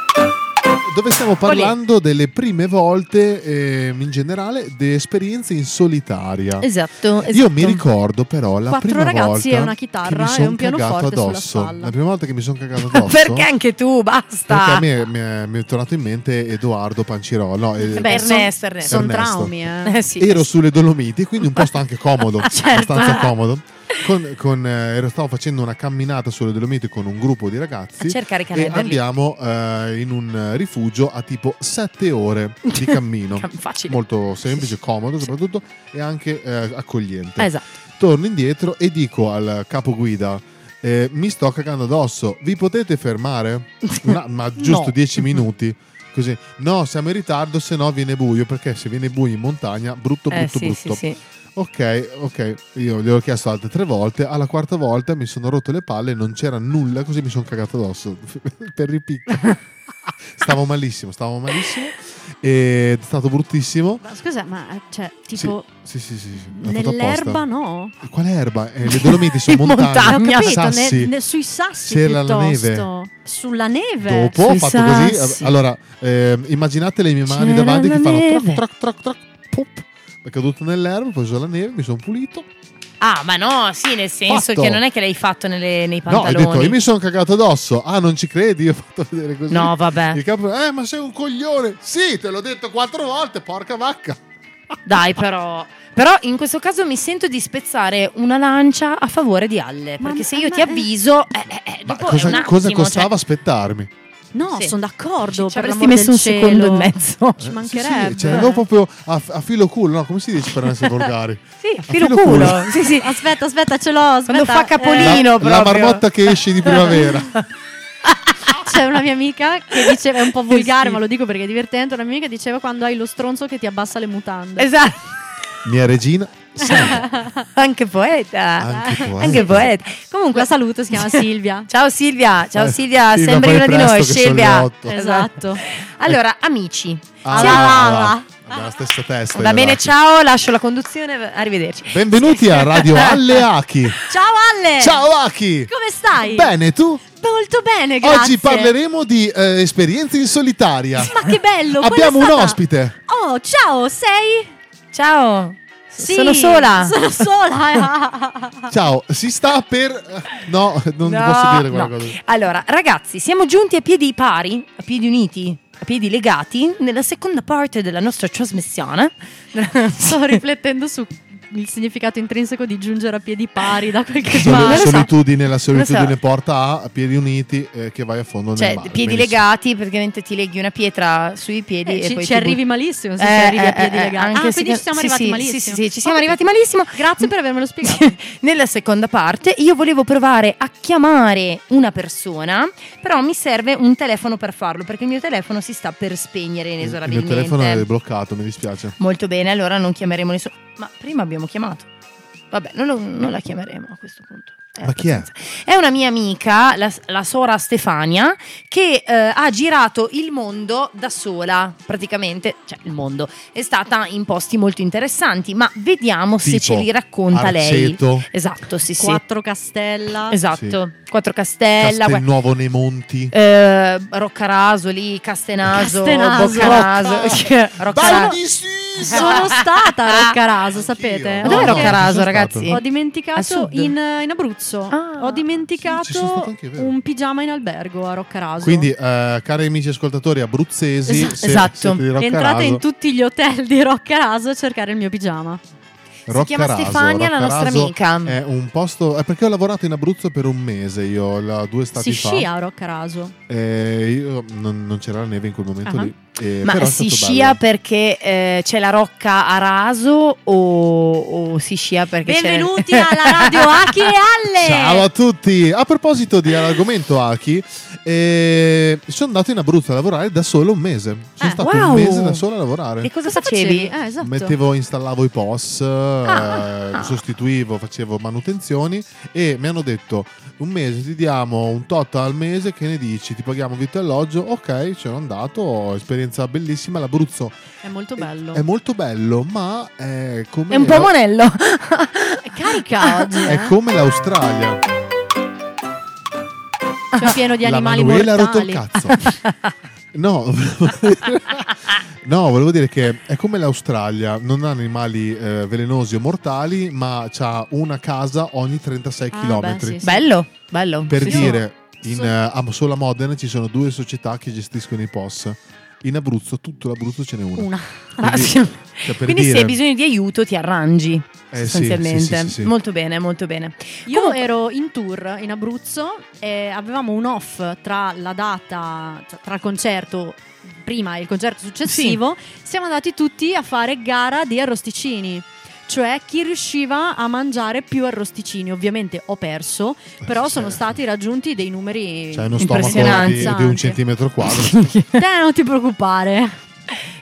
Dove stiamo parlando delle prime volte, ehm, in generale, di esperienze in solitaria. Esatto, esatto. Io mi ricordo però la Quattro prima ragazzi volta e una che mi chitarra e sono un pianoforte cagato sulla addosso. spalla. La prima volta che mi sono (laughs) cagato addosso. (laughs) Perché anche tu, basta. Perché a me mi è, mi è tornato in mente Edoardo Pancirolo. eh, Beh, son- Ernesto, Ernesto. Sono Ernesto. traumi, eh. Eh sì. Ero sulle Dolomiti, quindi un posto anche (laughs) comodo, Certo. abbastanza comodo. Con, con, eh, ero- stavo facendo una camminata sulle Dolomiti con un gruppo di ragazzi A cercare i e canederli. andiamo eh, in un eh, rifugio a tipo 7 ore (laughs) di cammino. Cam- facile. Molto semplice, comodo soprattutto e anche eh, accogliente. Ah, Esatto. Torno indietro e dico al capoguida: eh, Mi sto cagando addosso, vi potete (laughs) fermare? Una- ma giusto No. 10 minuti. Così, no, siamo in ritardo, se no viene buio. Perché se viene buio in montagna, brutto, brutto, Eh, sì, brutto. sì, sì. Ok, ok, io gliel'ho chiesto altre tre volte. Alla quarta volta mi sono rotto le palle, non c'era nulla, così mi sono cagato addosso. (laughs) per ripicco. (laughs) stavo malissimo, stavo malissimo. Ed È stato bruttissimo. Ma Scusa, ma eh, cioè, tipo, Sì, sì, sì. sì, l'ho fatto nell'erba apposta. no? Quale erba? Eh, le Dolomiti sono (laughs) In montagne, Ho capito, sassi. ne- ne- sui sassi C'era la piuttosto. Sulla neve. Dopo ho sui fatto sassi. così. eh, Allora, ehm, immaginate le mie mani C'era davanti la che fanno neve. troc, troc, troc, troc, pop. È caduto nell'erba, poi sulla neve, mi sono pulito. Ah, ma no, sì, nel senso Fatto. che non è che l'hai fatto nelle- nei No, hai pantaloni. detto, io mi sono cagato addosso. Ah, non ci credi? Io ho fatto vedere così. (laughs) No, vabbè. Il capo, eh, ma sei un coglione. Sì, te l'ho detto quattro volte, porca vacca. Dai, però. Però in questo caso mi sento di spezzare una lancia a favore di Alle. Ma- Perché se ma- io ma- ti avviso, eh, eh, eh, Ma dopo è cosa, un cosa attimo, costava cioè- aspettarmi? No, Sì. sono d'accordo. Ci per avresti l'amor messo del un secondo cielo. e mezzo. Ci Eh, mancherebbe. Sì, sì, cioè, no, proprio a, a filo culo, no? Come si dice per non essere (laughs) volgari? Sì, filo filo culo. culo. Sì, sì. (laughs) Aspetta, aspetta, ce l'ho. aspetta. Quando Eh, fa capolino la, la proprio. marmotta che esce di (laughs) primavera. C'è una mia amica che diceva, è un po' volgare, ma lo dico perché è divertente. Una mia amica diceva quando hai lo stronzo che ti abbassa le mutande. Esatto. Mia regina. Anche poeta. Anche poeta. Anche poeta. Comunque la saluto, si (laughs) chiama Silvia. Ciao Silvia, ciao Eh, Silvia, Silvia, sembri fai una di presto noi, che sono le Silvia. otto. Eh. Esatto. Allora, amici. Ah, Ciao. ah, ah. Abbiamo la stessa testa. Va bene, ragazzi. ciao, lascio la conduzione, arrivederci. Benvenuti a (laughs) Radio Alleachi. Ciao Ale! Ciao Aki. Come stai? Bene, tu? Molto Eh, bene, grazie. Oggi parleremo di eh, esperienze in solitaria. Ma che bello! qual è Abbiamo un stata? ospite. Oh, ciao, sei? Ciao. Sì, sono sola. Sono sola. Ciao, si sta per eh, No, non Ah. No, posso dire quella no. cosa. Allora, ragazzi, siamo giunti a piedi pari, a piedi uniti, a piedi legati nella seconda parte della nostra trasmissione. (laughs) Sto riflettendo su il significato intrinseco di giungere a piedi pari da (laughs) qualche Soli- parte. solitudine, la solitudine Lo so. porta a, a piedi uniti eh, che vai a fondo nel Cioè, mare. piedi Benissimo. legati, praticamente ti leghi una pietra sui piedi Eh, e ci- ci poi ti Eh, butti- arrivi malissimo se ci arrivi a piedi legati. anche Ah, se- quindi ci siamo sì, arrivati sì, malissimo. Sì, sì, sì, ci siamo arrivati malissimo. (laughs) Grazie per avermelo spiegato. (laughs) Nella seconda parte io volevo provare a chiamare una persona, però mi serve un telefono per farlo, perché il mio telefono si sta per spegnere Il mio inesorabilmente. telefono è bloccato, mi dispiace. Molto bene, allora non chiameremo nessuno. Ma prima abbiamo chiamato. Vabbè, non, lo- non la chiameremo a questo punto. È Ma chi è? È una mia amica, la, la sora Stefania, che eh, ha girato il mondo da sola, praticamente, cioè il mondo. È stata in posti molto interessanti, ma vediamo se Tipo ce li racconta Arceto. lei. Esatto, sì, sì. Quattro Castella. Esatto, Quattro Castella, Gua- Castelnuovo nei Monti. eh, Roccaraso lì, Castenaso, Castenaso. (laughs) Boccaraso, Rocca- Roccaraso. Sono stata a Roccaraso, sapete? Ma dov'è Ho- Roccaraso, ho- ragazzi? Ho A dimenticato sud? in, in Abruzzo. Ah, sì, ho ci sono stato dimenticato anche io, vero. un pigiama in albergo a Roccaraso. Quindi, eh, cari amici ascoltatori abruzzesi, Esatto. se Esatto. siete di Roccaraso- Entrate in tutti gli hotel di Roccaraso a cercare il mio pigiama. Roccaraso, chiama Stefania, la nostra Roccaraso amica. È un posto. È perché ho lavorato in Abruzzo per un mese, io la- due Si stati fa. scia a Roccaraso. Eh, io- non, non c'era la neve in quel momento Ah. lì. eh, Ma però è si stato scia bello. perché eh, c'è la rocca a raso o, o si scia perché (laughs) Benvenuti c'è... alla radio Aki e Alle! Ciao a tutti! A proposito di argomento Aki, eh, sono andato in Abruzzo a lavorare da solo un mese. Sono stato Ah, wow! un mese da solo a lavorare. E cosa, facevi? Eh, esatto. Mettevo, installavo i POS, eh, ah. sostituivo, facevo manutenzioni e mi hanno detto un mese ti diamo un tot al mese, che ne dici? Ti paghiamo vitto e alloggio? Ok, ci sono andato, esperienza bellissima, l'Abruzzo È molto bello. è molto bello, ma è come... È un po' monello. (laughs) È carica oggi. È come l'Australia. Cioè, pieno di La animali Manuela ha rotto mortali. il (laughs) No, (laughs) volevo dire- no, volevo dire che è come l'Australia, non ha animali eh, velenosi o mortali, ma c'ha una casa ogni 36 Ah, km. beh, sì, sì. Bello, bello. Per Sì, sì. dire, in, eh, a- solo a Modena ci sono due società che gestiscono i POS. In Abruzzo, tutto l'Abruzzo ce n'è una. Una. (laughs) Quindi, Ah, sì. cioè, per Quindi se dire- hai bisogno di aiuto ti arrangi Eh, sì, sostanzialmente. sì, sì, sì, sì. Molto bene, (laughs) molto bene. Io Comunque- ero in tour in Abruzzo e avevamo un off tra la data, cioè tra il concerto prima e il concerto successivo. Siamo andati tutti a fare gara di arrosticini. Cioè chi riusciva a mangiare più arrosticini. Ovviamente ho perso, però sono stati raggiunti dei numeri C'è Eh, Cioè, uno stomaco impressionanti. di, di un centimetro (laughs) quadro. Te non ti preoccupare.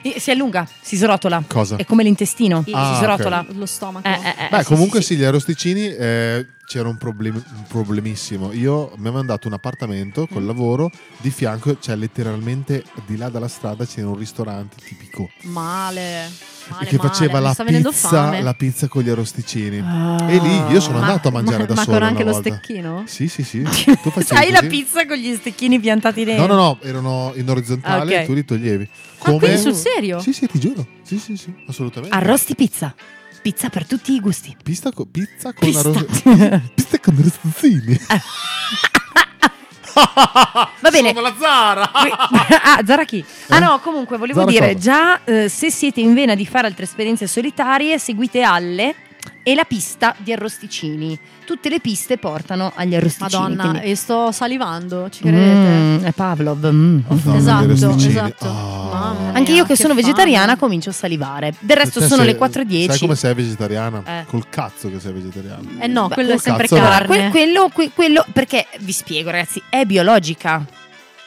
Eh, Si allunga, si srotola. Cosa? È come l'intestino, Ah, si srotola. Eh, Lo stomaco. Beh, (laughs) comunque sì, gli arrosticini eh, c'era un, problem- un problemissimo. Io mi avevano dato un appartamento col Mm. lavoro, di fianco, cioè letteralmente di là dalla strada c'era un ristorante tipico Male. male, che male. faceva Mi la sta venendo pizza, fame. Ah, la pizza con gli arrosticini. E lì io sono Ma- andato a mangiare ma- da ma solo. con anche una lo volta. stecchino? Sì, sì, (laughs) sì. tu facevi Sai la così. pizza con gli stecchini piantati No, dentro? no, no, erano in orizzontale, Ah, ok. tu li toglievi. Ah, quindi sul serio? Sì, sì, ti giuro. Sì, sì, sì, assolutamente. Arrosti pizza. Pizza per tutti i gusti. Pizza, co- pizza con Pista. arrosticini. (laughs) pizza con arrosticini. Va bene. Sono la (laughs) Zara. ah, Zara chi? Ah Eh? no, comunque volevo Zara dire, cosa? già eh, se siete in vena di fare altre esperienze solitarie, seguite Alle e la pista di arrosticini. Tutte le piste portano agli arrosticini. Madonna, quindi- e sto salivando, ci credete? Mm, è Pavlov. mm. esatto, esatto. Anche io che, sono fame. vegetariana comincio a salivare. Del resto Cioè, sono Ah. se- le 4.10. Sai come sei vegetariana? Eh. Col cazzo che sei vegetariana. Eh no, Beh, quello col è sempre cazzo no. carne. quello, que- quello- perché vi spiego, ragazzi, è biologica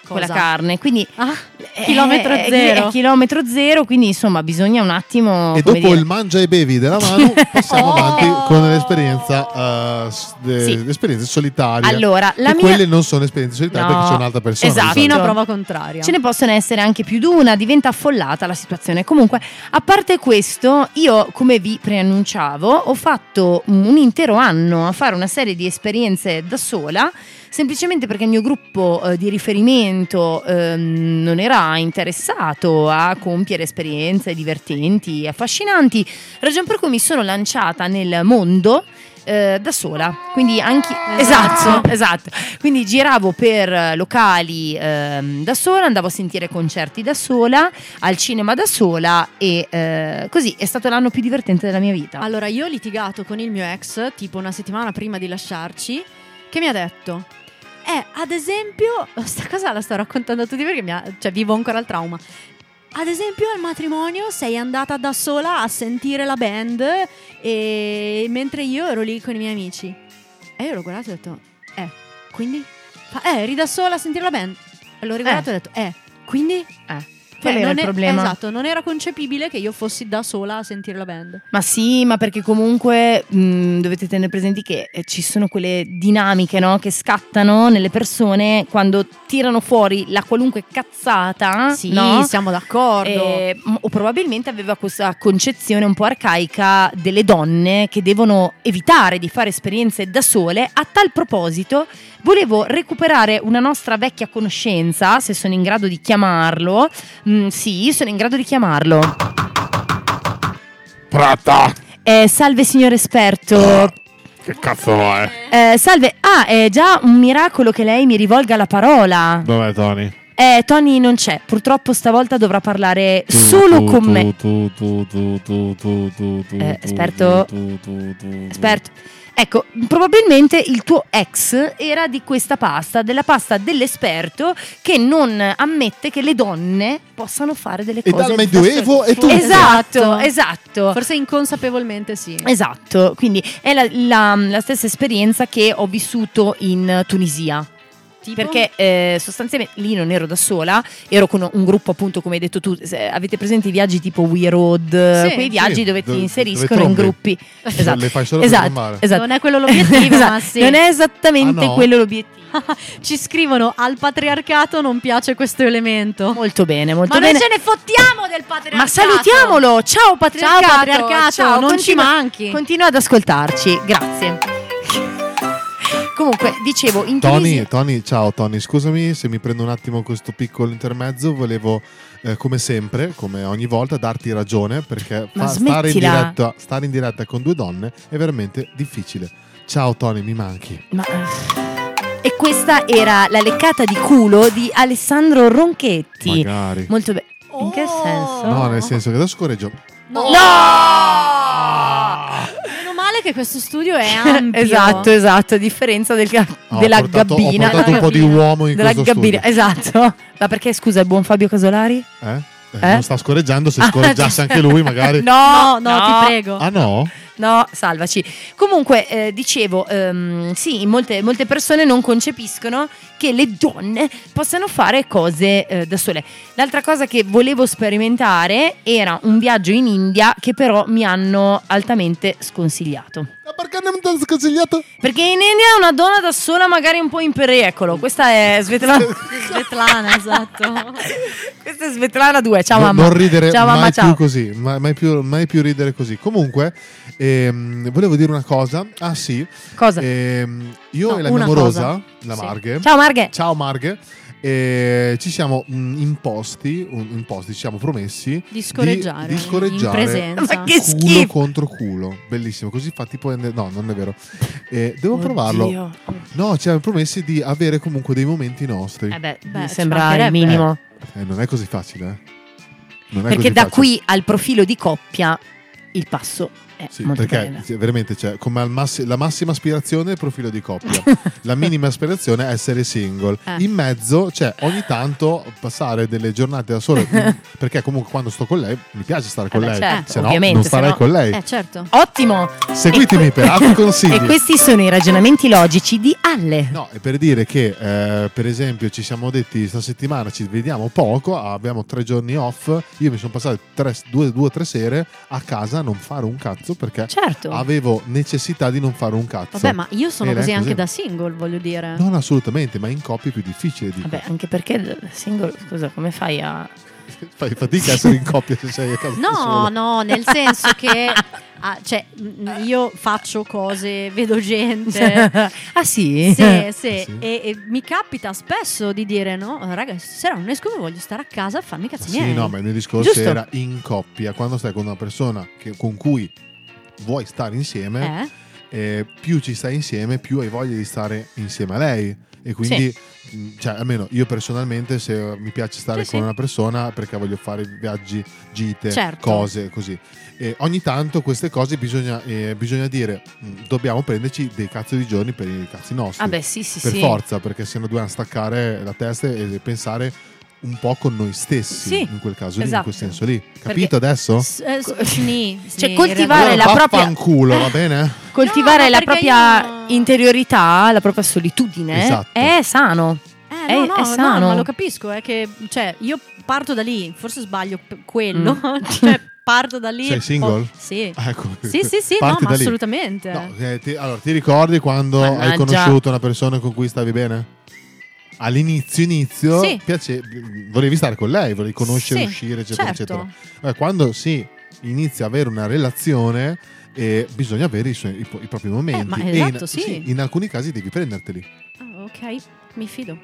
quella Cosa? carne, quindi eh, chilometro è- zero. È chilometro zero, quindi insomma, bisogna un attimo E come dopo dire- Oh. il mangia e bevi della (laughs) mano passiamo avanti con l'esperienza, eh, s- de- Sì. le esperienze solitarie. Allora, la Che mia- quelle non sono esperienze solitarie No, perché c'è un'altra persona. esatto. sai. Fino a prova contraria. Ce ne possono essere anche più di una, diventa affollata la situazione. Comunque, a parte questo, io come vi preannunciavo, ho fatto un intero anno a fare una serie di esperienze da sola, semplicemente perché il mio gruppo eh, di riferimento ehm, non era interessato a compiere esperienze divertenti, affascinanti, ragion per cui mi sono lanciata nel mondo eh, da sola. Quindi anche (laughs) esatto, esatto. Quindi giravo per eh, locali ehm, da sola, andavo a sentire concerti da sola, al cinema da sola e eh, così è stato l'anno più divertente della mia vita. Allora, io ho litigato con il mio ex tipo una settimana prima di lasciarci, che mi ha detto. Eh, ad esempio, (laughs) sta cosa la sto raccontando a tutti perché mi ha- cioè, vivo ancora il trauma. Ad esempio, al matrimonio sei andata da sola a sentire la band e mentre io ero lì con i miei amici. E io l'ho guardato e ho detto, eh, quindi? Fa, eh, eri da sola a sentire la band. E l'ho riguardato Eh. e ho detto, eh, quindi? Eh. Cioè, Quello era non il è- problema. Esatto, non era concepibile che io fossi da sola a sentire la band. Ma sì, ma perché comunque mh, dovete tenere presenti che eh, ci sono quelle dinamiche no, che scattano nelle persone quando tirano fuori la qualunque cazzata. Sì, no? siamo d'accordo. Eh, m- o probabilmente aveva questa concezione un po' arcaica delle donne che devono evitare di fare esperienze da sole. A tal proposito, volevo recuperare una nostra vecchia conoscenza, se sono in grado di chiamarlo. Mm, sì, sono in grado di chiamarlo. Prata! Eh, salve signor esperto. Che cazzo no è? Eh, salve. Ah, è già un miracolo che lei mi rivolga la parola. Dov'è Tony? Eh, Tony non c'è. Purtroppo stavolta dovrà parlare solo con me. Tu, tu, tu, tu, tu, tu, tu, Eh, tu, esperto? tu, tu, tu, tu. Esperto. Ecco, probabilmente il tuo ex era di questa pasta, della pasta dell'esperto che non ammette che le donne possano fare delle E cose. dal (laughs) Medioevo è tutto. Esatto, esatto. Forse inconsapevolmente sì. Esatto, quindi è la, la- la stessa esperienza che ho vissuto in Tunisia. Perché eh, sostanzialmente lì non ero da sola, ero con un gruppo appunto come hai detto tu, se- avete presente i viaggi tipo We Road, Sì. quei viaggi Sì, dove dove- ti dove inseriscono trombi. in Cioè, gruppi. Esatto. Eh, le fai solo per esatto, trombare. esatto. Non è quello (laughs) l'obiettivo, Esatto, ma sì. Non è esattamente Ah, no? quello l'obiettivo. (laughs) Ci scrivono al patriarcato non piace questo elemento. Molto bene, molto ma bene. noi ce ne fottiamo del patriarcato. Ma salutiamolo! Ciao patriarcato! Ciao, patriarcato, non ci continua- manchi. Continua ad ascoltarci, grazie. Comunque, dicevo, in Tunisia- Tony, Tony, ciao Tony, scusami se mi prendo un attimo questo piccolo intermezzo, volevo eh, come sempre, come ogni volta, darti ragione perché Ma stare, in smettila. diretta, stare in diretta con due donne è veramente difficile. Ciao Tony, mi manchi. Ma- eh. E questa era la leccata di culo di Alessandro Ronchetti. Magari. Molto bene. In che Oh, senso? No, nel senso che adesso scorreggio. No! Meno male che questo studio (laughs) è ampio. esatto, esatto, a differenza del ga- Ah, ho della portato- ho gabbina. portato un po' di uomo in della questo gabbina, esatto. Ma perché scusa, il buon Fabio Casolari? Eh? Eh, Eh? Non sta scorreggiando, se Ah, scorreggiasse anche lui magari. (laughs) No, No, no, ti prego. Ah no? No, salvaci. Comunque, eh, dicevo, ehm, sì, molte, molte persone non concepiscono che le donne possano fare cose eh, da sole. L'altra cosa che volevo sperimentare era un viaggio in India che però mi hanno altamente sconsigliato. Ma perché non mi hanno sconsigliato? Perché in India una donna da sola magari è un po' in pericolo. Questa è (laughs) Svetlana, Svetlana, (laughs) esatto. Questa è Svetlana 2. Ciao No- mamma. Non ridere ciao, mai mamma, più ciao. così, mai, mai più, mai più ridere così. Comunque, ehm, volevo dire una cosa. Ah sì. Ehm, Cosa? io No, e la una mia cosa. morosa, la Sì. Marghe. Ciao, Marghe. Ciao Marghe. eh, ci siamo mm, imposti, un- imposti, ci siamo promessi Di scoreggiare, di, di scoreggiare in presenza. Ma che culo schifo. contro culo, bellissimo. Così fa tipo. No, non è vero. Eh, devo Oddio. provarlo. No, ci siamo promessi di avere comunque dei momenti nostri. Eh beh, mi ci sembra il mancherebbe. minimo. Eh, non è così facile, eh. Non è Perché così da facile. qui al profilo di coppia il passo Sì, molto perché bella. sì, veramente cioè, come al massi- la massima aspirazione è il profilo di (laughs) coppia, la minima aspirazione è essere single. Eh. In mezzo c'è ogni tanto passare delle giornate da (laughs) solo, mm, perché comunque quando sto con lei mi piace stare con Eh beh, lei, certo, Ah, se no ovviamente, non se starei no- con lei. Eh, certo. Ottimo. Seguitemi E que- per altri consigli. E questi sono i ragionamenti logici di Alle. No, e per dire che, eh, per esempio, ci siamo detti sta settimana ci vediamo poco, abbiamo tre giorni off. Io mi sono passato tre- due due o tre sere a casa a non fare un cazzo perché avevo necessità di non fare un cazzo. Certo. Vabbè, ma io sono E lei così è anche da single, voglio dire. Non assolutamente, ma in coppia è più difficile. Dico. Vabbè, anche perché single, scusa, come fai a. Fai fatica a essere in coppia se sei a casa da No, sola. no, nel senso che ah, cioè, mh, io faccio cose, vedo (laughs) gente. (laughs) (laughs) ah, sì? Sì, sì. Sì. E, e mi capita spesso di dire no, raga, stasera non esco, voglio stare a casa a farmi i cazzi miei. Sì, no, ma il mio discorso Giusto? era in coppia, quando stai con una persona che- con cui vuoi stare insieme, eh, più ci stai insieme, più hai voglia di stare insieme a lei. E quindi, mh, cioè, almeno io personalmente, se mi piace stare Sì, con sì. una persona perché voglio fare viaggi, gite, Certo. cose così. E ogni tanto queste cose bisogna, eh, bisogna dire, mh, dobbiamo prenderci dei cazzo di giorni per i cazzi nostri. Ah, beh, sì, sì, Per sì. forza, perché se no dobbiamo staccare la testa e pensare un po' con noi stessi Sì, in quel caso lì, in esatto. quel senso lì. Capito Perché- adesso? S- eh, s- (laughs) sni, Cioè, sni, coltivare la raga. propria- Vaffanculo, va bene? Coltivare No, la perché propria interiorità, la propria solitudine Esatto. è sano. Eh, no, è, no, è no, sano. ma (laughs) lo capisco, è che cioè, io parto da lì, forse sbaglio p- quello, (laughs) cioè parto da lì. Mm. Sei single? oh, sì. Ah, ecco. Sì, sì, sì, Parti no, ma da lì. assolutamente. No, eh, ti- allora, ti ricordi quando hai Mannaggia. conosciuto una persona con cui stavi bene? All'inizio, inizio, Sì. piace- volevi stare con lei, volevi conoscere, Sì, uscire, eccetera, certo. eccetera. Eh, quando si inizia a avere una relazione, eh, bisogna avere i, suoi- i po- i propri momenti. ma E esatto, in, sì. in alcuni casi devi prenderteli. Ah, ok, mi fido.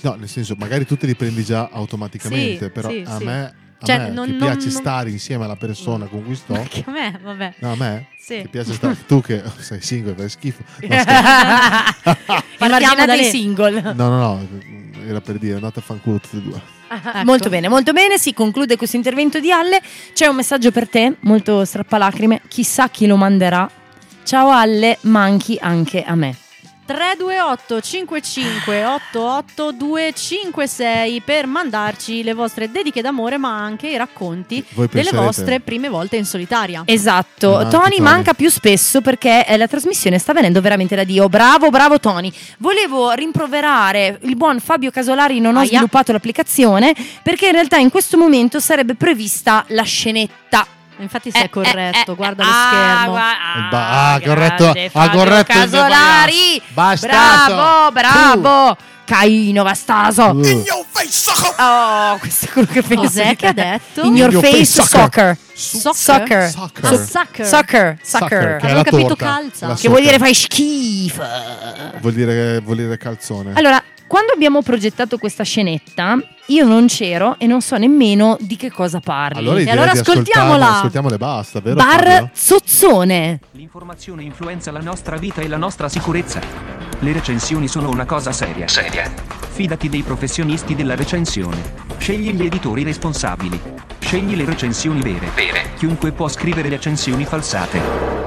No, nel senso, magari tu te li prendi già automaticamente, Sì, però sì, a sì. me, a Cioè, me non- che non- piace non- stare insieme alla persona con cui sto. Che a me, vabbè. No, a me? Sì. Che piace stare. Tu che sei single, fai schifo. No, Partiamo da dai lì. single. scherzo. no, no, no, era per dire, andate a fanculo tutti e due. Ecco. Molto bene, molto bene, si conclude questo intervento di Alle. C'è un messaggio per te, molto strappalacrime, chissà chi lo manderà. Ciao Alle, manchi anche a me. 328 55 88 256 per mandarci le vostre dediche d'amore ma anche i racconti Voi delle penserete- vostre prime volte in solitaria. Esatto, Manchi Tony, Tony. manca più spesso perché eh, la trasmissione sta venendo veramente da Dio. Bravo, bravo Tony. Volevo rimproverare il buon Fabio Casolari, non ho Aia. sviluppato l'applicazione perché in realtà in questo momento sarebbe prevista la scenetta. Eh, Infatti sei corretto, guarda lo ah, schermo. gua- Ba- ah, corretto, grande ah, Fabio corretto. Casolari. Bastardo. Bravo, bravo. Caino Vastaso. Uh. In your face soccer. Oh, questo è quello che pensi. Cos'è che di te. ha detto? In your, face, soccer. Soccer? Soccer. Soccer. So- Ah, soccer. Soccer. Soccer, Soccer. che è Avevo la capito torta, calza. la Che vuol soccer. dire fai schifo. Vuol dire, vuol dire calzone. Allora, quando abbiamo progettato questa scenetta, io non c'ero e non so nemmeno di che cosa parli. Allora e direi eh, allora di ascoltarla, ascoltiamola. Ascoltiamole e basta, vero? Bar Fabio? Zozzone. L'informazione influenza la nostra vita e la nostra sicurezza. Le recensioni sono una cosa seria. Seria. Fidati dei professionisti della recensione. Scegli gli editori responsabili. Scegli le recensioni vere. Vere. Chiunque può scrivere recensioni falsate.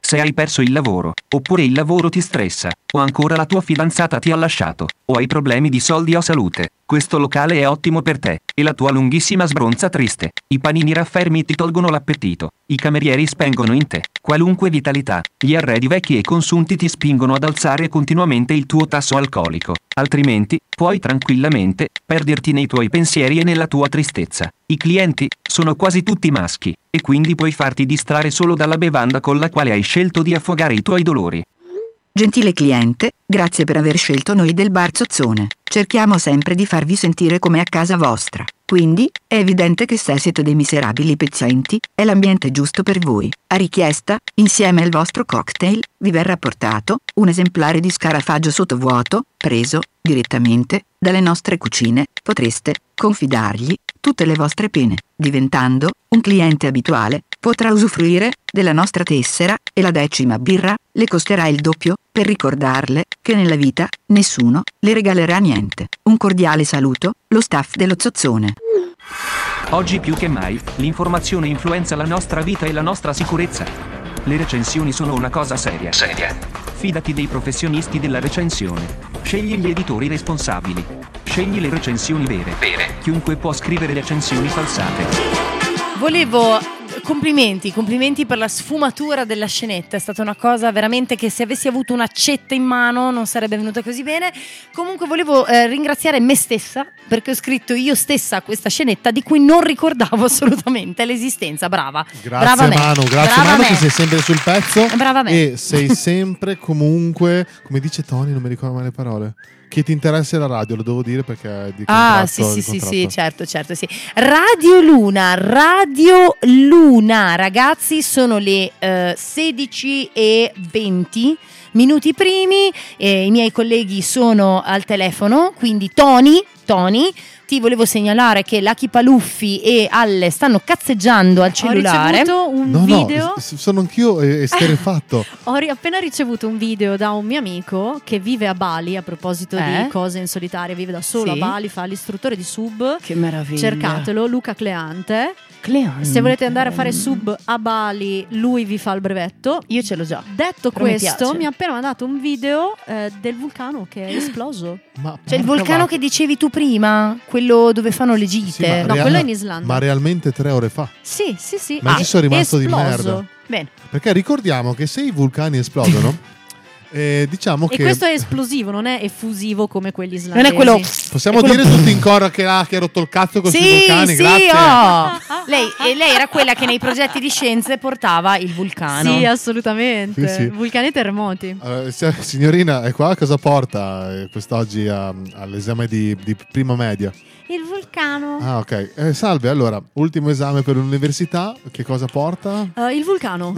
Se hai perso il lavoro, oppure il lavoro ti stressa, o ancora la tua fidanzata ti ha lasciato, o hai problemi di soldi o salute, questo locale è ottimo per te, e la tua lunghissima sbronza triste. I panini raffermi ti tolgono l'appetito, i camerieri spengono in te, qualunque vitalità, gli arredi vecchi e consunti ti spingono ad alzare continuamente il tuo tasso alcolico, altrimenti, puoi tranquillamente, perderti nei tuoi pensieri e nella tua tristezza. I clienti, sono quasi tutti maschi, e quindi puoi farti distrarre solo dalla bevanda con la quale hai scelto di affogare i tuoi dolori. Gentile cliente, grazie per aver scelto noi del Bar Zozzone. Cerchiamo sempre di farvi sentire come a casa vostra. Quindi, è evidente che se siete dei miserabili pezzenti, è l'ambiente giusto per voi. A richiesta, insieme al vostro cocktail, vi verrà portato un esemplare di scarafaggio sottovuoto, preso direttamente dalle nostre cucine. Potreste confidargli tutte le vostre pene. Diventando un cliente abituale, potrà usufruire della nostra tessera e la decima birra le costerà il doppio per ricordarle che nella vita nessuno le regalerà niente. Un cordiale saluto, lo staff dello Zozzone. Oggi più che mai, l'informazione influenza la nostra vita e la nostra sicurezza. Le recensioni sono una cosa seria. Seria. Fidati dei professionisti della recensione. Scegli gli editori responsabili. Scegli le recensioni vere. Vere. Chiunque può scrivere recensioni falsate. Volevo complimenti, complimenti per la sfumatura della scenetta, è stata una cosa veramente che se avessi avuto un'accetta in mano non sarebbe venuta così bene. Comunque volevo eh, ringraziare me stessa perché ho scritto io stessa questa scenetta di cui non ricordavo (laughs) assolutamente l'esistenza, brava. Grazie brava me. Manu, grazie brava Manu me. che sei sempre sul pezzo. Brava me. E (laughs) sei sempre comunque, come dice Tony, non mi ricordo mai le parole. Che ti interessa la radio, lo devo dire perché è di Ah, contratto, sì, sì, di sì, sì, contratto. certo, certo, sì. Radio Luna, Radio Luna, ragazzi, sono le eh, 16 e 20 minuti primi, eh, i miei colleghi sono al telefono, quindi Tony, Tony, ti volevo segnalare che Lucky Paluffi e Alle stanno cazzeggiando al cellulare. ricevuto un No, video. no, s- sono anch'io (laughs) eh, esterrefatto. Ho ri- appena ricevuto un video da un mio amico che vive a Bali, a proposito Eh? di cose in solitaria, vive da solo Sì. a Bali, fa l'istruttore di sub. Che meraviglia. Cercatelo, Luca Cleante. Cleante. Se volete andare a fare sub a Bali, lui vi fa il brevetto. Io ce l'ho già. Detto Però mi questo, piace. mi, ha appena mandato un video eh, del vulcano che è (clears throat) esploso. Cioè, C'è il vulcano che dicevi tu prima, quello dove fanno le gite. Sì, ma real- Ma realmente tre ore fa. Sì, sì, sì. Ah, Ma ci sono rimasto di merda. Diciamo Bene. Perché ricordiamo che se i vulcani (laughs) esplodono, eh, diciamo E che. questo è esplosivo, non è effusivo come quelli islandesi. Possiamo dire tutti in coro che, ah, che ha rotto il cazzo con i Sì, vulcani. sì, grazie. (laughs) oh. lei, e lei era quella che nei progetti di scienze portava il vulcano. Sì, assolutamente. Sì, sì. Vulcani e terremoti. Eh, se- signorina, è qua cosa porta eh, quest'oggi a- all'esame di, di prima media? Il vulcano. Ah, ok. Eh, salve, allora, ultimo esame per l'università, che cosa porta? Eh, (laughs) il vulcano.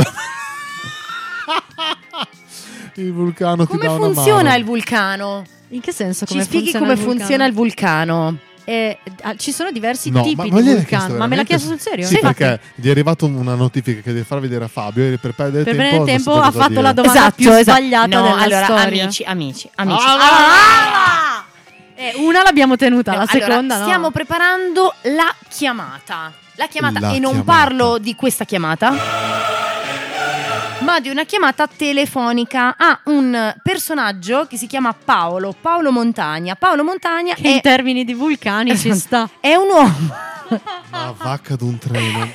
Il vulcano ti Come dà una funziona mano. il vulcano? In che senso? Ci come spieghi funziona come il vulcano? funziona il vulcano? Eh, ah, ci sono diversi No, tipi ma di gliel'hai vulcano. chiesto Ma me l'ha veramente? chiesto sul serio? Sì, Infatti, perché gli è arrivata una notifica che deve far vedere a Fabio e per perdere Per tempo, prendere non tempo so ha cosa fatto dire. la domanda più sbagliata Esatto, No, della allora, storia. amici, amici, amici. Ah, Allora, eh, una l'abbiamo tenuta, la allora, seconda no. stiamo preparando la chiamata. La chiamata, La e non chiamata. parlo di questa chiamata, ma di una chiamata telefonica a un personaggio che si chiama Paolo, Paolo Montagna. Paolo Montagna Che è... in termini di vulcani (laughs) ci sta. È un uomo. La Ah, vacca d'un treno.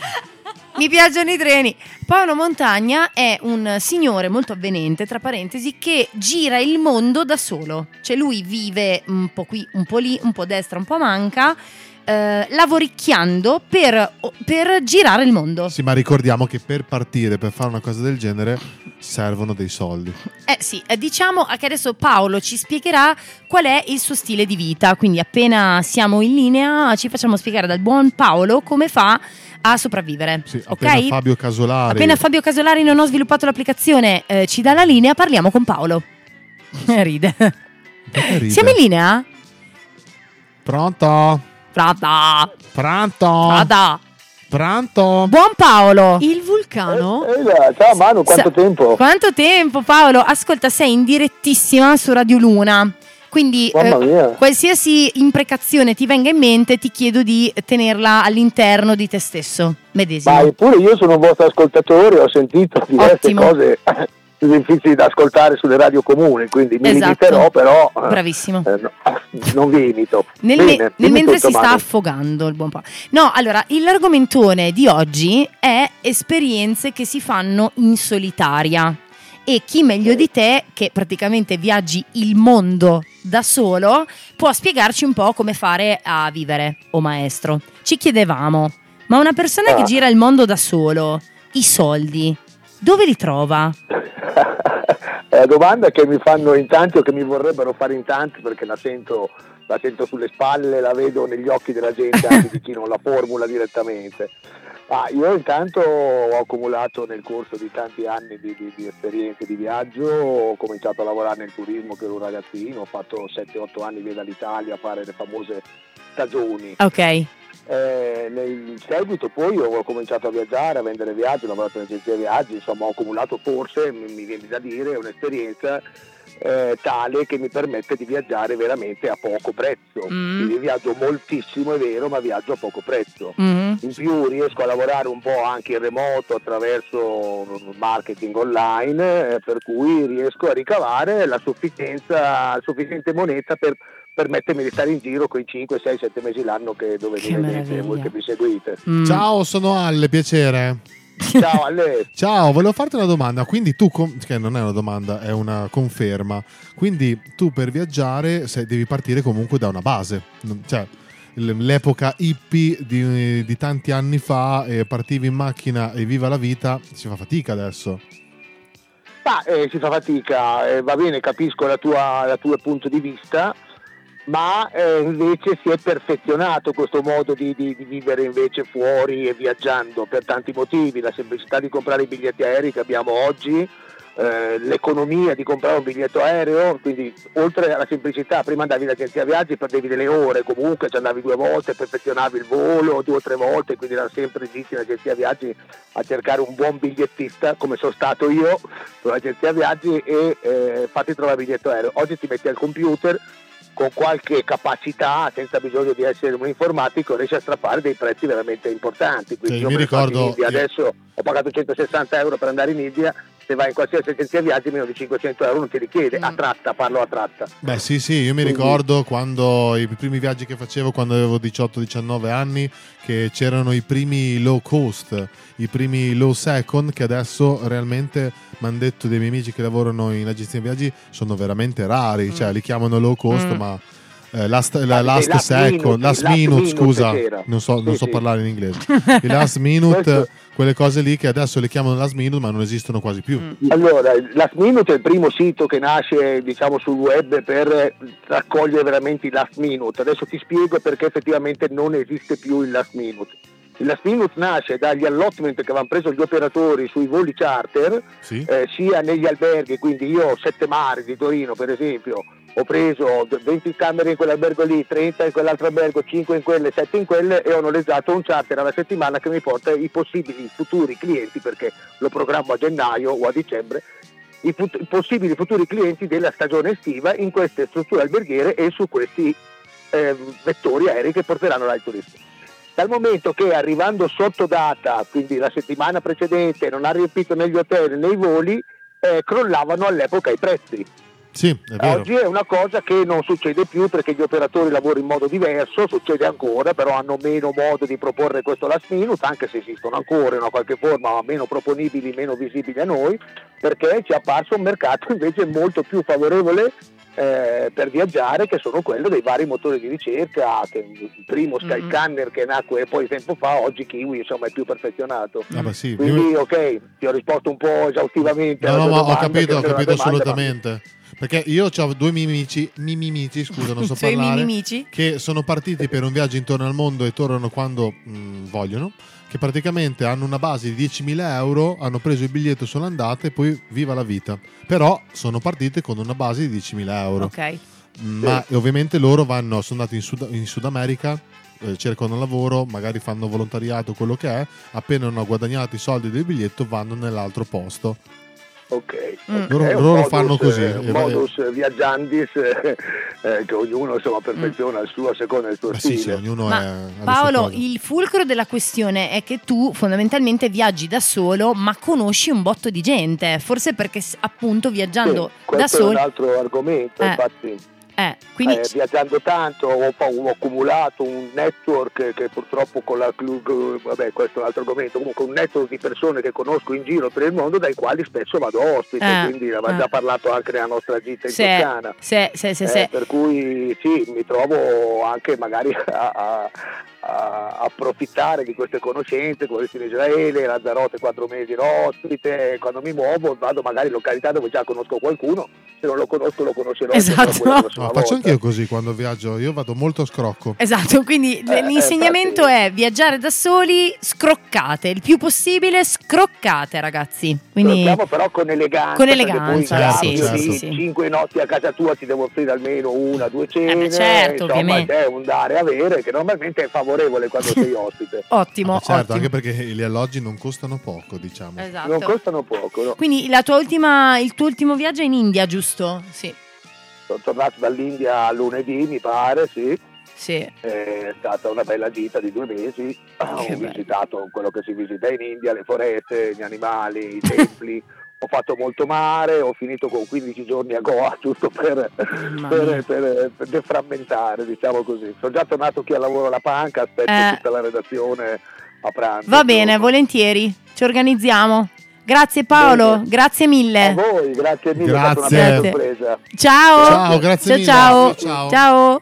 Mi piacciono i treni. Paolo Montagna è un signore molto avvenente, tra parentesi, che gira il mondo da solo. Cioè lui vive un po' qui, un po' lì, un po' a destra, un po' a manca, eh, lavoricchiando per, per girare il mondo. Sì, ma ricordiamo che per partire, per fare una cosa del genere, servono dei soldi. Eh sì, eh, diciamo che adesso Paolo ci spiegherà qual è il suo stile di vita, quindi appena siamo in linea ci facciamo spiegare dal buon Paolo come fa a sopravvivere. Sì, appena ok? Fabio Casolari. Appena Fabio Casolari non ho sviluppato l'applicazione, eh, ci dà la linea, parliamo con Paolo. Ride. Perché ride? Siamo in linea? Pronto? Prata. Pronto? Prata. Pronto? Buon Paolo. Il vulcano. Eh, ciao Manu, quanto tempo? Quanto tempo Paolo? Ascolta, sei in direttissima su Radio Luna. Quindi eh, Mamma mia. qualsiasi imprecazione ti venga in mente, ti chiedo di tenerla all'interno di te stesso. Medesimo. Ma eppure io sono un vostro ascoltatore, ho sentito diverse Ottimo. cose (laughs) difficili da ascoltare sulle radio comuni, quindi mi Esatto. limiterò però... eh, Bravissimo. eh, no, non vi imito. Nel, Bene, me- dimmi nel mentre tutto, si sta Manu. affogando il buon Paolo. No, allora, il- l'argomentone di oggi è esperienze che si fanno in solitaria. E chi meglio di te, che praticamente viaggi il mondo da solo, può spiegarci un po' come fare a vivere, o maestro. Ci chiedevamo, ma una persona che Ah. gira il mondo da solo, i soldi, dove li trova? È una domanda che mi fanno in tanti o che mi vorrebbero fare in tanti perché la sento, la sento sulle spalle, la vedo negli occhi della gente, anche di chi non la formula direttamente. Ma io intanto ho accumulato nel corso di tanti anni di, di- di esperienze di viaggio, ho cominciato a lavorare nel turismo che ero un ragazzino, ho fatto 7-8 anni via dall'Italia a fare le famose stagioni. Ok. Eh, nel seguito poi ho cominciato a viaggiare, a vendere viaggi, ho lavorato in agenzia di viaggi, insomma ho accumulato forse, mi mi viene da dire, un'esperienza eh, tale che mi permette di viaggiare veramente a poco prezzo. Mm. Quindi viaggio moltissimo, è vero, ma viaggio a poco prezzo. Mm. In più riesco a lavorare un po' anche in remoto attraverso marketing online, eh, per cui riesco a ricavare la sufficienza, sufficiente moneta per permettermi di stare in giro quei 5, 6, 7 mesi l'anno che dove mi vedete, voi che mi seguite. Mm. Ciao, sono Alle, piacere. Ciao Ale. (laughs) Ciao, volevo farti una domanda. Quindi tu, com- che non è una domanda, è una conferma. Quindi tu per viaggiare se- devi partire comunque da una base. Non- Cioè, l- l'epoca hippie di, di tanti anni fa, eh, partivi in macchina e viva la vita, si fa fatica adesso. Ma eh, si fa fatica, eh, va bene, capisco la tua, la tua punto di vista, ma eh, invece si è perfezionato questo modo di, di- di vivere invece fuori e viaggiando per tanti motivi, la semplicità di comprare i biglietti aerei che abbiamo oggi, eh, l'economia di comprare un biglietto aereo, quindi oltre alla semplicità, prima andavi in agenzia viaggi, perdevi delle ore comunque, ci andavi due volte, perfezionavi il volo due o tre volte, quindi era sempre gitti in agenzia viaggi a cercare un buon bigliettista, come sono stato io, con l'agenzia viaggi e eh, fatti trovare il biglietto aereo. Oggi ti metti al computer con qualche capacità, senza bisogno di essere un informatico, riesci a strappare dei prezzi veramente importanti. Quindi Sì, io mi per ricordo- farti in India adesso ho pagato 160 euro per andare in India, se vai in qualsiasi agenzia viaggi meno di 500 euro non ti richiede, a tratta, parlo a tratta. Beh, sì, sì, io mi ricordo quando i primi viaggi che facevo quando avevo 18-19 anni, che c'erano i primi low cost, i primi low second, che adesso realmente mi hanno detto dei miei amici che lavorano in agenzia di viaggi sono veramente rari, cioè li chiamano low cost, Mm. ma eh, last, la- Ah, last dei last second, minute, last last minute, minute scusa, c'era. non so, non Sì, so sì. parlare in (laughs) inglese, i last minute, quelle cose lì che adesso le chiamano last minute, ma non esistono quasi più. Mm. Allora, Last Minute è il primo sito che nasce diciamo, sul web per raccogliere veramente i last minute. Adesso ti spiego perché effettivamente non esiste più il last minute. Il last minute nasce dagli allotment che avevano preso gli operatori sui voli charter, Sì. eh, sia negli alberghi, quindi io Sette Mari di Torino per esempio, ho preso 20 camere in quell'albergo lì, 30 in quell'altro albergo, 5 in quelle, 7 in quelle e ho noleggiato un charter alla settimana che mi porta i possibili futuri clienti, perché lo programmo a gennaio o a dicembre, i, fut- i possibili futuri clienti della stagione estiva in queste strutture alberghiere e su questi eh, vettori aerei che porteranno là il turismo. Dal momento che arrivando sotto data, quindi la settimana precedente, non ha riempito negli hotel né i voli, eh, crollavano all'epoca i prezzi. Sì, è vero. Oggi è una cosa che non succede più perché gli operatori lavorano in modo diverso, succede ancora, però hanno meno modo di proporre questo last minute, anche se esistono ancora in una qualche forma, ma meno proponibili, meno visibili a noi, perché ci è apparso un mercato (laughs) invece molto più favorevole eh, per viaggiare, che sono quello dei vari motori di ricerca, che il primo Skyscanner che nacque poi tempo fa, oggi Kiwi insomma è più perfezionato. Ah, beh, sì, Quindi ok, ti ho risposto un po' esaustivamente. No, alla no, tua ma ho domanda, che capito, ho era una capito domanda, ma- assolutamente. Perché io ho due miei amici, mimi amici, scusa, non so Due parlare, mimici? che sono partiti per un viaggio intorno al mondo e tornano quando mh, vogliono, che praticamente hanno una base di 10.000 euro, hanno preso il biglietto, sono andate e poi viva la vita. Però sono partite con una base di 10.000 euro. Mm, Ok. Ma ovviamente loro vanno, sono andati in Sud, in Sud America, eh, cercano lavoro, magari fanno volontariato, quello che è, appena hanno guadagnato i soldi del biglietto vanno nell'altro posto. Ok, Mm. ok, Loro- è un loro fanno così, eh, un eh, modus viaggiandis eh, eh, che ognuno insomma, perfeziona il suo a seconda del suo stile. Eh Sì, ognuno Ma è... ha le sue Paolo, cose. il fulcro della questione è che tu fondamentalmente viaggi da solo, ma conosci un botto di gente, forse perché s- appunto viaggiando Sì, da questo è un solo... altro argomento, Eh. infatti. Eh, quindi Eh, viaggiando tanto ho, fa- ho accumulato un network che purtroppo con la clu- clu- vabbè questo è un altro argomento comunque un network di persone che conosco in giro per il mondo dai quali spesso vado ospite Eh, quindi ne avevamo eh. già parlato anche nella nostra gita in Se- Toscana se- se- se- Eh, se. per cui sì mi trovo anche magari (laughs) a, a- a approfittare di queste conoscenze come in Israele Lanzarote quattro mesi in ospite quando mi muovo vado magari in località dove già conosco qualcuno se non lo conosco lo conoscerò Esatto. la prossima No, volta. faccio anch'io così quando viaggio, io vado molto a scrocco. Esatto, quindi l- Eh, l'insegnamento è viaggiare da soli, scroccate, il più possibile scroccate ragazzi. Quindi Torniamo però con eleganza. Con perché eleganza, Certo, poi sì, Claudio sì, di sì. Cinque notti a casa tua ti devo offrire almeno una, due cene. certo, insomma, ovviamente. è un dare e avere che normalmente è favorevole quando (laughs) sei ospite. Ottimo, certo, ottimo. anche perché gli alloggi non costano poco, diciamo. Esatto. Non costano poco, no? Quindi la tua ultima, il tuo ultimo viaggio è in India, giusto? Sì. Sono tornato dall'India lunedì, mi pare, sì. Sì. È stata una bella gita di due mesi. (clears throat) ho visitato quello che si visita in India, le foreste, gli animali, i (laughs) templi. ho fatto molto mare, ho finito con 15 giorni a Goa, (laughs) giusto per, per, per- per deframmentare, diciamo così. Sono già tornato qui al lavoro alla panca, aspetto Eh. tutta la redazione a pranzo. Va bene, volentieri, ci organizziamo. Grazie Paolo, grazie mille. A voi, grazie mille, è stata una Grazie. bella sorpresa. Ciao. Ciao, grazie Ciao, mille. ciao. Ciao. Ciao.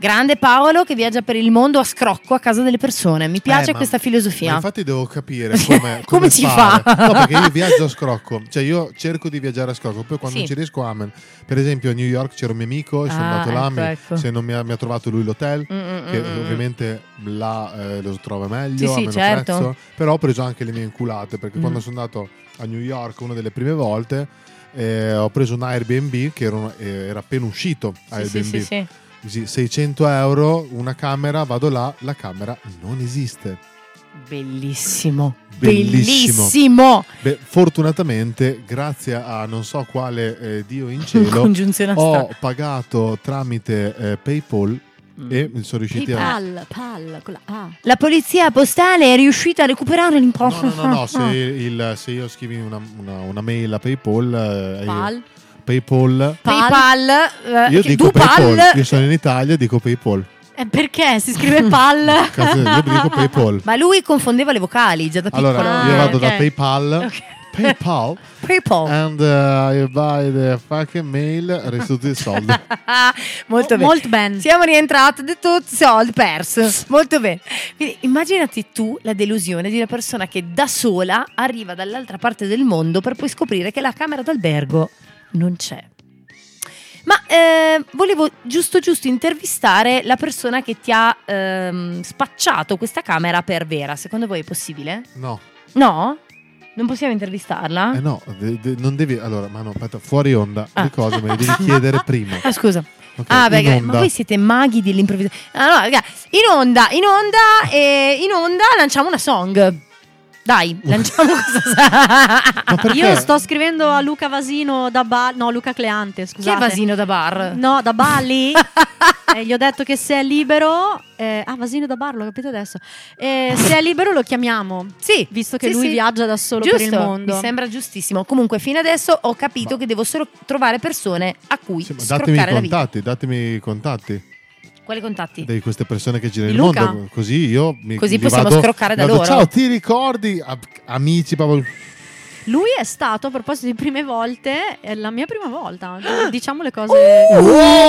Grande Paolo che viaggia per il mondo a scrocco a casa delle persone. Mi Eh, piace ma- questa filosofia. ma infatti devo capire (laughs) come, come Come ci fare. fa? No, perché io viaggio a scrocco, cioè io cerco di viaggiare a scrocco, poi quando Sì. non ci riesco amen. Per esempio a New York c'era un mio amico, sono Ah, andato là, mi- ecco, ecco. se non mi ha, mi ha trovato lui l'hotel, Mm, mm, che mm, mm. ovviamente là eh, lo trova meglio, Sì, a sì, meno certo. prezzo, però ho preso anche le mie inculate, perché Mm. quando sono andato a New York una delle prime volte eh, ho preso un Airbnb che era, un- eh, era appena uscito Airbnb. sì, sì, sì. Sì, 600 euro, una camera, vado là, la camera non esiste. Bellissimo. Bellissimo. Bellissimo. Beh, fortunatamente, grazie a non so quale eh, Dio in cielo, (laughs) Congiunzione ho astrale. pagato tramite eh, PayPal Mm. e sono riusciti a. Pal, pal, con la A. La polizia postale è riuscita a recuperare l'importo. No, (laughs) no, no, se, il- se io scrivi una, una- una mail a PayPal, eh, Pal. PayPal, PayPal, eh, io che- dico Dupal, PayPal, (laughs) io sono in Italia e dico PayPal. Eh, perché si (laughs) scrive pal? Cazzo, io (laughs) dico PayPal. Ma lui confondeva le vocali già da piccolo. Ah, Allora, io vado da PayPal. PayPal. (laughs) PayPal. And uh, you buy the fucking mail, restituti i (laughs) soldi. Ah, molto bene. Siamo rientrati di tutti i soldi persi. Molto bene. Quindi immaginati tu la delusione di una persona che da sola arriva dall'altra parte del mondo per poi scoprire che la camera d'albergo non c'è. Ma eh, volevo giusto giusto intervistare la persona che ti ha ehm, spacciato questa camera per vera. Secondo voi è possibile? No, No? Non possiamo intervistarla? eh no, de- de- non devi. Allora, ma no, aspetta, fuori onda, le cose me le devi chiedere (laughs) prima. Ah, scusa. Ok, ah, in perché, onda. ma voi siete maghi dell'improvvisazione. Ah, no, raga, in onda, in onda, eh, in onda lanciamo una song. (laughs) Dai, lanciamo questa song. Io sto scrivendo a Luca Vasino da Bali. No, Luca Cleante, scusate. Vasino da bar? No, da Bali. e gli ho detto che se è libero. eh, ah, Vasino da bar, l'ho capito adesso. Eh, se è libero lo chiamiamo. Sì. Visto che Sì, lui sì. viaggia da solo Giusto, per il mondo. Mi sembra giustissimo. Comunque, fino adesso ho capito che devo solo trovare persone a cui Ma datemi i scroccare la vita. contatti, datemi i contatti Quali contatti? di queste persone che girano Di il Luca? mondo. Così io mi Così li possiamo vado- scroccare da vado, loro. Ciao, ti ricordi, a- amici, proprio. Lui è stato, a proposito di prime volte, è la mia prima volta. Diciamo le cose Uh,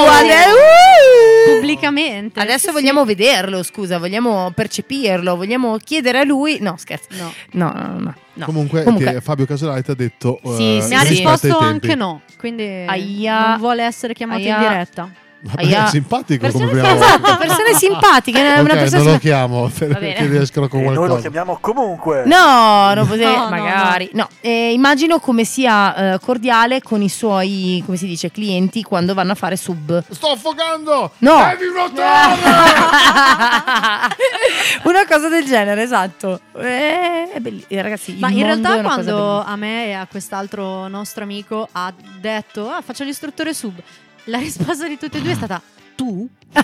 ade- uh! pubblicamente. Adesso vogliamo vederlo, scusa, vogliamo percepirlo, vogliamo chiedere a lui. No, scherzo. No, no, no. Ah, no, no. Comunque, ti- Fabio Casolari ti ha detto. Sì, eh, sì, Mi ha rispetto risposto ai tempi. anche no, quindi Aia. non vuole essere chiamato Aia. in diretta. Vabbè, Aia. simpatico come prima volta. Esatto, (laughs) persone simpatiche. Una Ok, persona non lo sim- chiamo per Va bene. chiedere scrocco qualcosa. Eh, chiamiamo comunque. No, non poteva, No, no, magari. No, Eh, immagino come sia eh, cordiale con i suoi, come si dice, clienti quando vanno a fare sub. Sto affogando! No. Eh, Bevi un (laughs) Una cosa del genere, esatto. Eh, è belli- eh, ragazzi, il Ma in mondo è realtà una cosa quando bellissima. a me e a quest'altro nostro amico ha detto ah, faccio l'istruttore sub, la (laughs) risposta di tutti e due è stata tu? (laughs)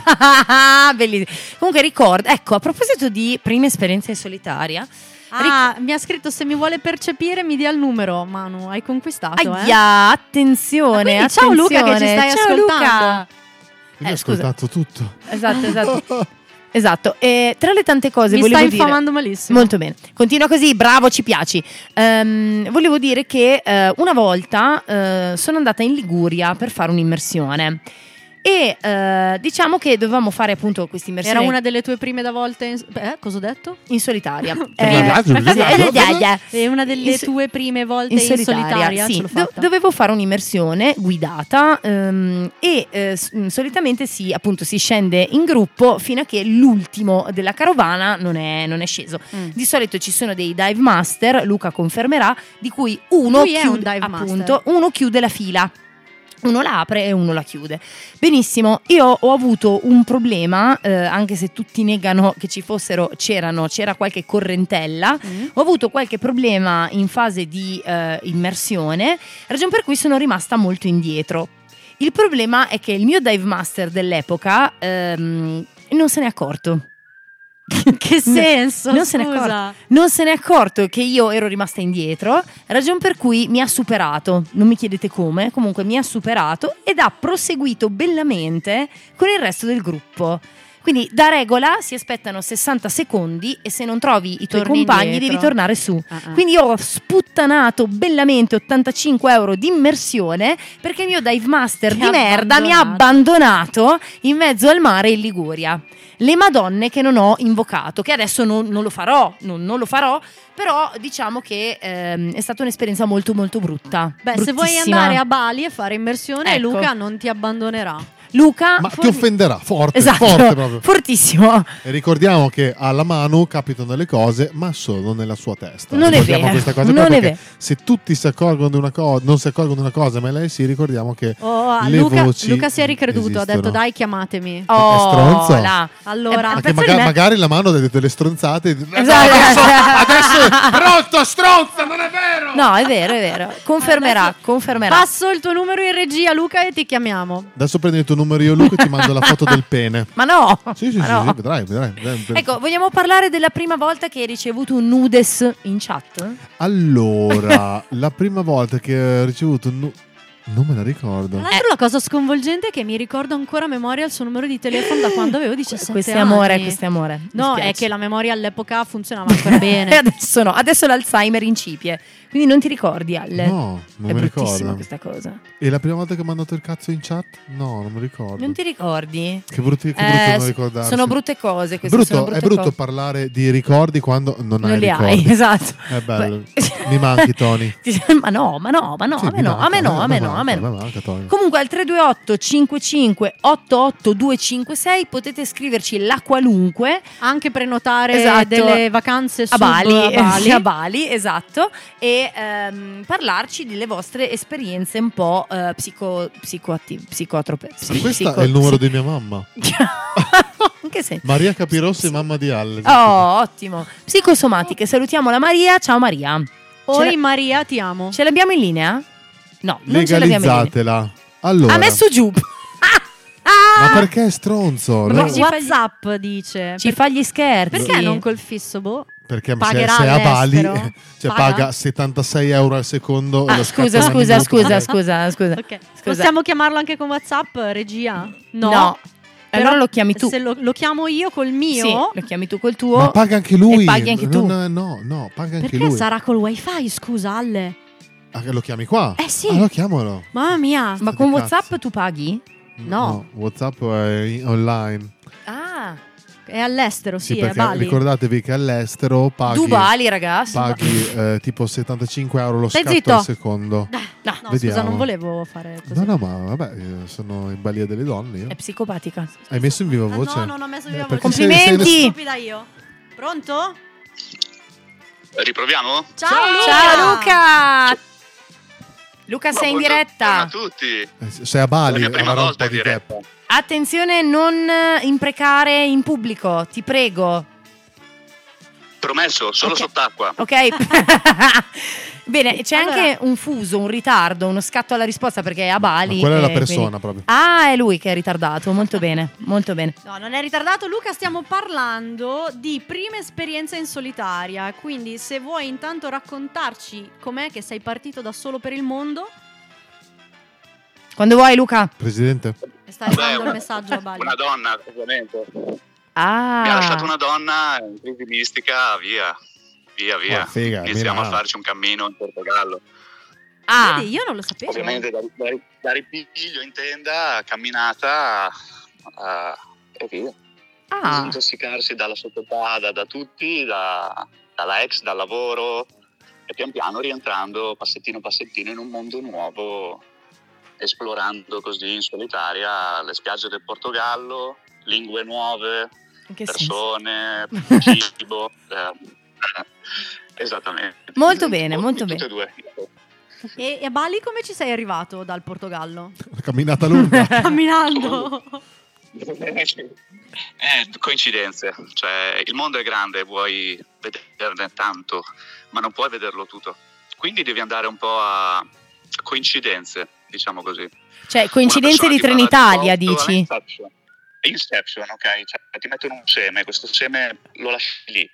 Bellissimo. Comunque ricorda, ecco, a proposito di prime esperienze in solitaria, Ah, mi ha scritto se mi vuole percepire mi dia il numero, Manu, hai conquistato, Aia, attenzione, eh? Ah, quindi ciao Luca che ci attenzione. stai Ciao, ascoltando. Io ho ascoltato tutto. Esatto, (laughs) esatto. Esatto, e tra le tante cose Mi volevo stai dire- infamando malissimo. Molto bene, continua così, bravo, ci piaci. Ehm, volevo dire che eh, una volta eh, sono andata in Liguria per fare un'immersione e eh, diciamo che dovevamo fare appunto questa immersione Era una delle tue prime da volte in... eh, cosa ho detto? (laughs) in solitaria. Eh, (laughs) È una delle In so- tue prime volte in in solitaria, solitaria, ce sì. l'ho Do- fatta. dovevo fare un'immersione guidata ehm, e eh, s- mh, solitamente si, appunto, si scende in gruppo fino a che l'ultimo della carovana non è, non è sceso. Mm. Di solito ci sono dei dive master, Luca confermerà, di cui uno, Lui è chiude, un dive appunto, uno chiude la fila. Uno la apre e uno la chiude. Benissimo, io ho avuto un problema, eh, anche se tutti negano che ci fossero, c'erano, c'era qualche correntella, ho avuto qualche problema in fase di eh, immersione, ragion per cui sono rimasta molto indietro. Il problema è che il mio dive master dell'epoca ehm, non se n'è (laughs) accorto. Che senso, Non se n'è scusa? accorto. Non se n'è accorto che io ero rimasta indietro, ragion per cui mi ha superato. Non mi chiedete come, comunque mi ha superato ed ha proseguito bellamente con il resto del gruppo. Quindi da regola si aspettano 60 secondi e se non trovi i tuoi Torni compagni indietro. devi tornare su. Ah, ah. Quindi io ho sputtanato bellamente 85 euro di immersione perché il mio dive master di ha merda mi ha abbandonato in mezzo al mare in Liguria. Le Madonne che non ho invocato, che adesso non, non lo farò, non, non lo farò, però diciamo che ehm, è stata un'esperienza molto molto brutta. Beh, se vuoi bruttissima. andare a Bali e fare immersione, Ecco. Luca non ti abbandonerà. (laughs) Luca, Ma ti offenderà, forte, Esatto, forte proprio. fortissimo. E ricordiamo che alla mano capitano le cose, ma solo nella sua testa. Non è Ricordiamo vero, questa cosa qua, non è perché vero. Se tutti si accorgono di una cosa, non si accorgono di una cosa, ma lei si ricordiamo che Oh, ah, le Luca, voci Luca si è ricreduto, ha detto esistono. dai chiamatemi. Oh, È stronzo. là. Allora, Eh, Ma che maga- magari la mano ha detto delle stronzate. eh, (laughs) Esatto. Adesso, adesso pronto, stronzo, non è vero. No, è vero, è vero. Confermerà, confermerà. passo il tuo numero in regia, Luca, e ti chiamiamo. Adesso prendi il tuo numero io Luca e ti mando la (laughs) foto del pene. Ma no! Sì, sì, Ma sì, no. sì, vedrai, vedrai. vedrai, vedrai. Ecco, vogliamo parlare della prima volta che hai ricevuto un nudes in chat? (laughs) Allora, la prima volta che ho ricevuto un nu- non me la ricordo. Ah, Tra Eh. l'altro, la cosa sconvolgente è che mi ricordo ancora a memoria il suo numero di telefono da quando avevo 17 Questo è anni. amore, questo è amore. Mi No, spiace. è che la memoria all'epoca (laughs) funzionava ancora bene. E adesso no, adesso l'Alzheimer incipie. Quindi non ti ricordi, Ale? No, non è mi bruttissima ricordo. questa cosa. E la prima volta che ho mandato il cazzo in chat? No, non mi ricordo. Non ti ricordi? Che brutti- che Eh, brutto non so- ricordarsi. Sono brutte cose queste. Brutto- sono brutte è brutto cose. parlare di ricordi quando non, Non hai li hai, ricordi. (laughs) esatto. È bello. (laughs) mi manchi, Tony. Ti- ma no, ma no, ma no, Sì, eh, a me mi no, manca, a me no, a me no, manca, a me no. me manca, Tony. Comunque al 328 55 88 256 potete scriverci la qualunque. Anche prenotare Esatto. delle vacanze a sub Bali, a Bali. sì, (laughs) a Bali, esatto, e ehm, parlarci delle vostre esperienze un po' eh, psico, psicoatti- psicotrope. Ma psi- questo psico- è il numero psi- di mia mamma. in che senso? Maria Capirossi, mamma di Alle. Oh, ottimo. Psicosomatiche, salutiamo la Maria. Ciao Maria. Oi, Maria, ti amo. Ce l'abbiamo in linea? No, non ce l'abbiamo in linea. Legalizzatela. Allora, Ha messo Ah! giù. ma perché è stronzo? Ma No, ci WhatsApp dice. Ci fa gli scherzi. Perché non col fisso? Boh. Perché se, Pagherà se è a Bali, all'estero? (laughs) cioè Paga? paga? 76 euro al secondo. e Ah, la scusa, scappano scusa, ogni scusa, volta. Eh, scusa, scusa. scusa. Possiamo chiamarlo anche con WhatsApp, regia? No. No. Però Allora lo chiami tu. Se lo, lo chiamo io col mio, Sì, lo chiami tu col tuo. Ma paga anche lui. E paghi anche tu. Non- no, no, paga anche perché lui. sarà col wifi? Scusa, Alle. Ah, lo chiami qua? Eh sì. Ah, lo chiamalo. Mamma mia. Ma con Sti WhatsApp tu paghi? No, WhatsApp è in- online. Ah, è all'estero, sì, è a perché Bali. ricordatevi che all'estero paghi. Dubali, ragazzi. Paghi eh, tipo 75 euro lo Stai scatto zitto. Eh, al secondo. No, No, Vediamo. scusa, non volevo fare così. No, no, ma vabbè, eh, sono in balia delle donne. io. È psicopatica. Hai messo in viva voce? Ah, No, non ho messo Eh, via voce. perché sei- sei- Stupida io. Pronto? Riproviamo? Ciao, Luca. Ciao Luca. Luca sei in diretta. A tutti. Sei a Bali, eh. La mia prima avrà un volta po' di gap. Attenzione non eh, imprecare in pubblico, ti prego. Promesso, solo sott'acqua. Ok? Bene, c'è anche un fuso, un ritardo, uno scatto alla risposta perché è a Bali. Ma quella è la eh, quindi- persona proprio. Ah, è lui che è ritardato, molto bene, molto bene. No, non è ritardato Luca, stiamo parlando di prima esperienza in solitaria, quindi se vuoi intanto raccontarci com'è che sei partito da solo per il mondo, Quando vuoi Luca. Presidente? sta arrivando il messaggio a Bali. Una donna, ovviamente. Ah. Mi ha lasciato una donna in crisi mistica, via. Via, via. Ma figa, Iniziamo a Milano. farci un cammino in Portogallo. Vedi, io non lo sapevo. Ovviamente da, da, da ripiglio in tenda, camminata eh, e via. Ah. Disintossicarsi dalla società, da, da tutti, da- dalla ex, dal lavoro e pian piano rientrando passettino passettino in un mondo nuovo, esplorando così in solitaria le spiagge del Portogallo, lingue nuove, In che persone, cibo. eh, esattamente. Molto bene, molto Tutte bene. e due. E, e a Bali come ci sei arrivato dal Portogallo? Camminata lunga. (laughs) Camminando. Eh, coincidenze, cioè il mondo è grande, vuoi vederne tanto, ma non puoi vederlo tutto. Quindi devi andare un po' a coincidenze, diciamo così. Cioè, coincidenze di Trenitalia, dici? Inception. Inception, ok? Cioè, ti mettono un seme, questo seme lo lasci lì.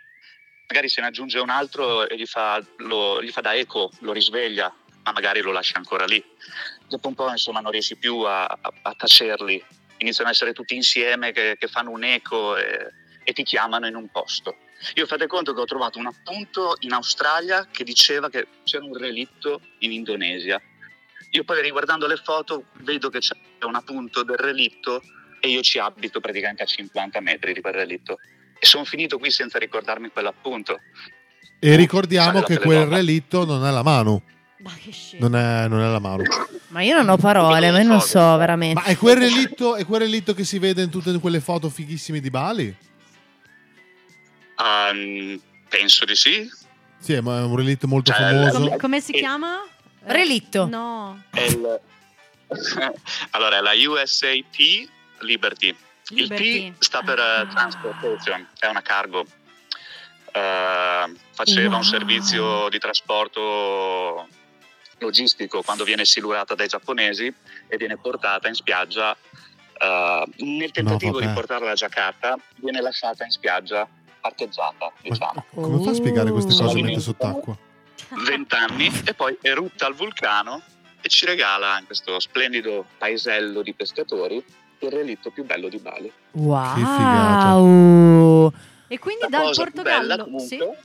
Magari se ne aggiunge un altro e gli fa, lo- gli fa da eco, lo risveglia, ma magari lo lasci ancora lì. Dopo un po', insomma, non riesci più a, a- a tacerli. Iniziano a essere tutti insieme che, che fanno un eco e, e ti chiamano in un posto. Io fate conto che ho trovato un appunto in Australia che diceva che c'era un relitto in Indonesia. Io poi riguardando le foto vedo che c'è un appunto del relitto e io ci abito praticamente a 50 metri di quel relitto. E sono finito qui senza ricordarmi quell'appunto. E ricordiamo Alla che quel telenova. relitto non è la mano. Non è, non è la mano. Ma io non ho parole, ma io non so veramente. Ma è quel, relitto, è quel relitto che si vede in tutte quelle foto fighissime di Bali? Ah, mm, penso di sì. Sì, ma è un relitto molto Cioè, famoso. Com- come si chiama? Relitto. No. È il- (laughs) allora, è la USAT Liberty. Liberty. Ah. Il T sta per eh, Transportation, è una cargo. Eh, faceva Wow. un servizio di trasporto logistico quando viene silurata dai giapponesi e viene portata in spiaggia. eh, nel tentativo di vabbè. portarla a Giacarta viene lasciata in spiaggia parcheggiata, diciamo. Come fa a spiegare queste Sono cose mentre diventato sott'acqua? 20 anni e poi erutta il vulcano e ci regala in questo splendido paesello di pescatori il relitto più bello di Bali. Wow. E quindi La dal cosa più bella, Portogallo. Sì. comunque,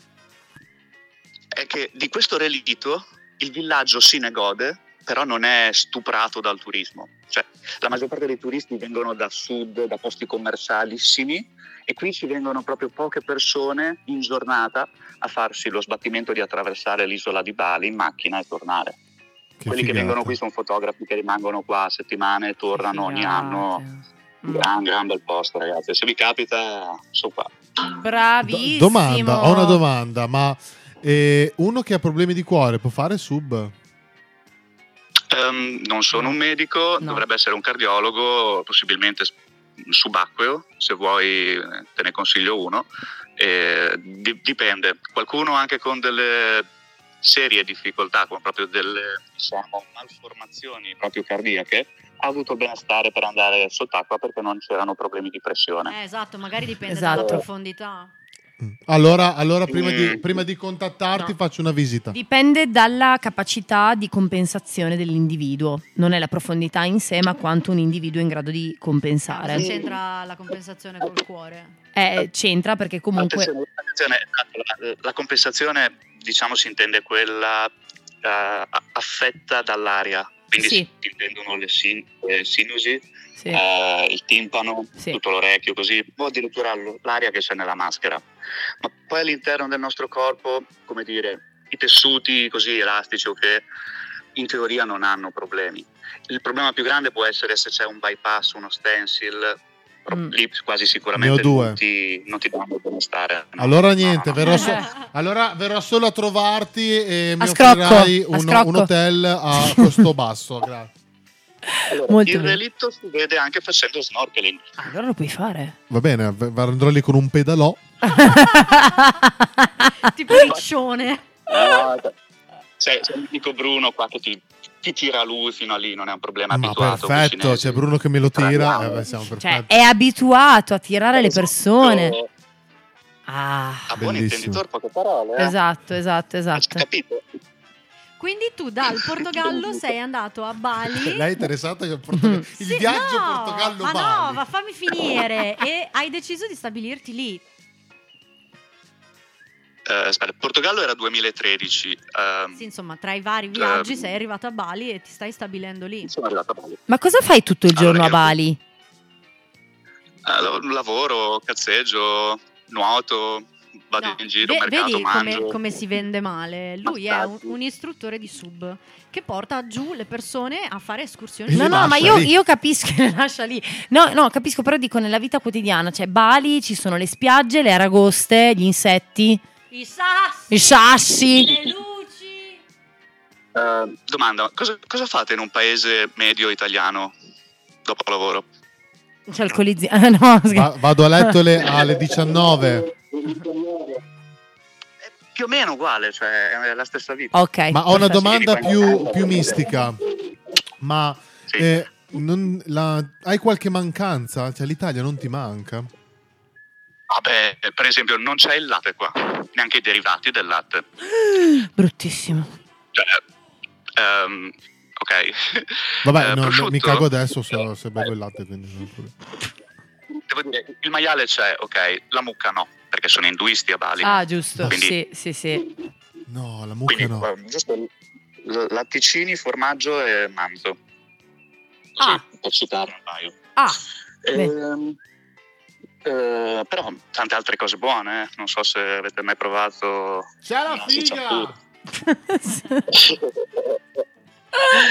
È che di questo relitto il villaggio se ne gode, però non è stuprato dal turismo. Cioè, la maggior parte dei turisti vengono da sud, da posti commercialissimi e qui ci vengono proprio poche persone in giornata a farsi lo sbattimento di attraversare l'isola di Bali in macchina e tornare. Quelli che figata. vengono qui sono fotografi che rimangono qua settimane e tornano ogni anno. Gran, gran bel posto, ragazzi. Se vi capita, sono qua. Bravissimo. Domanda, ho una domanda, ma eh, uno che ha problemi di cuore può fare sub? Ehm, non sono un medico, dovrebbe essere un cardiologo, possibilmente s- subacqueo, se vuoi eh, te ne consiglio uno. Eh, di- dipende, qualcuno anche con delle serie difficoltà, con proprio delle diciamo, malformazioni proprio cardiache, ha avuto benestare per andare sott'acqua perché non c'erano problemi di pressione. Eh, esatto, magari dipende Esatto. dalla profondità. Allora, allora prima, di, Mm. prima di contattarti faccio una visita. Dipende dalla capacità di compensazione dell'individuo, non è la profondità in sé, ma quanto un individuo è in grado di compensare. Cosa c'entra la compensazione col cuore? Eh, c'entra perché comunque Attenzione, La, la compensazione, diciamo, si intende quella eh, affetta dall'aria, quindi Sì. si intendono le, sin- le sinusi, Sì. eh, il timpano, tutto l'orecchio, così, o addirittura l- l'aria che c'è nella maschera. Ma poi all'interno del nostro corpo, come dire, i tessuti così elastici o che in teoria non hanno problemi. Il problema più grande può essere se c'è un bypass, uno stencil, pro- lì quasi sicuramente Ne ho due. non ti, non ti danno benestare. Allora niente, verrò, so- allora verrò solo a trovarti e mi offrirai scrocco, a un, scrocco. un hotel a costo basso. grazie. Allora, Molto il bene. relitto si vede anche facendo snorkeling. Ah, allora lo puoi fare. Va bene, v- andrò lì con un pedalò. (laughs) tipo riccione. No, c'è, c'è l'amico Bruno qua che ti, ti tira lui fino a lì, non è un problema Ma abituato. perfetto, c'è Bruno che me lo tira. Bravo. eh, beh, siamo Cioè, perfetti. è abituato a tirare le Esatto. persone. Eh. Ah, a buon Bellissimo. intenditor, poche parole. eh. Esatto, esatto, esatto. Capito? Quindi (laughs) tu dal Portogallo sei andato a (laughs) Bali. Lei è interessata al (laughs) Portogallo? Il viaggio No, ma no, Portogallo-Bali. ma fammi finire. e hai deciso di stabilirti lì. Eh, aspetta, Portogallo era 2013. ehm, Sì, insomma, tra i vari viaggi Ehm. sei arrivato a Bali e ti stai stabilendo lì. sono arrivato a Bali. Ma cosa fai tutto il Ah, giorno a Bali? Allora, lavoro, cazzeggio, nuoto, vado in giro, Ve- mercato, vedi mangio. come, come si vende male. Lui è un, un istruttore di sub che porta giù le persone a fare escursioni. No, no, ma io, io capisco, le (laughs) lascia lì. No, no, capisco, però dico nella vita quotidiana, cioè Bali ci sono le spiagge, le aragoste, gli insetti, I sassi, i sassi. luci. Eh, domanda, cosa, cosa fate in un paese medio italiano dopo lavoro? (laughs) Ci alcolizzi. Ah, no, Va- vado a letto le- alle 19. Più o meno uguale, cioè è la stessa vita. Ok. Ma ho una perfetto. domanda Sì, quindi- più, più mistica. Ma eh, non- la- hai qualche mancanza? Cioè, l'Italia non ti (gasps) manca? Vabbè, per esempio, non c'è il latte qua, neanche i derivati del latte. Bruttissimo. Cioè, ehm, ok, Vabbè, Eh, no, prosciutto? mi cago adesso se, se bevo il latte. Quindi non è un problema. devo dire, il maiale c'è, ok, la mucca no, perché sono induisti a Bali. Ah, giusto. Quindi Sì, sì, sì. No, la mucca no. eh, giusto l- latticini, formaggio e manzo. Ah. Può citarne un paio. Ah. Ehm, eh, però tante altre cose buone, eh. non so se avete mai provato. C'è la No, diciamo figa! (laughs) Po-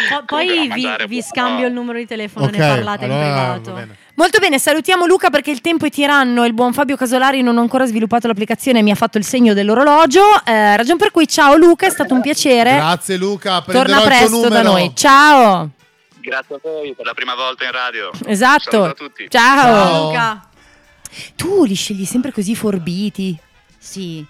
da poi vi, mangiare vi buono. scambio il numero di telefono, Ok, ne parlate allora, in va privato. Molto bene, salutiamo Luca perché il tempo è tiranno e il buon Fabio Casolari non ha ancora sviluppato l'applicazione, mi ha fatto il segno dell'orologio. Eh, ragion per cui ciao Luca, è stato un piacere. Grazie Luca, prenderò Torna il tuo presto da numero. noi. Ciao. Grazie a voi per la prima volta in radio. Esatto. Saluto a tutti. Ciao. Luca. Tu li scegli sempre così forbiti. Mm. Sì.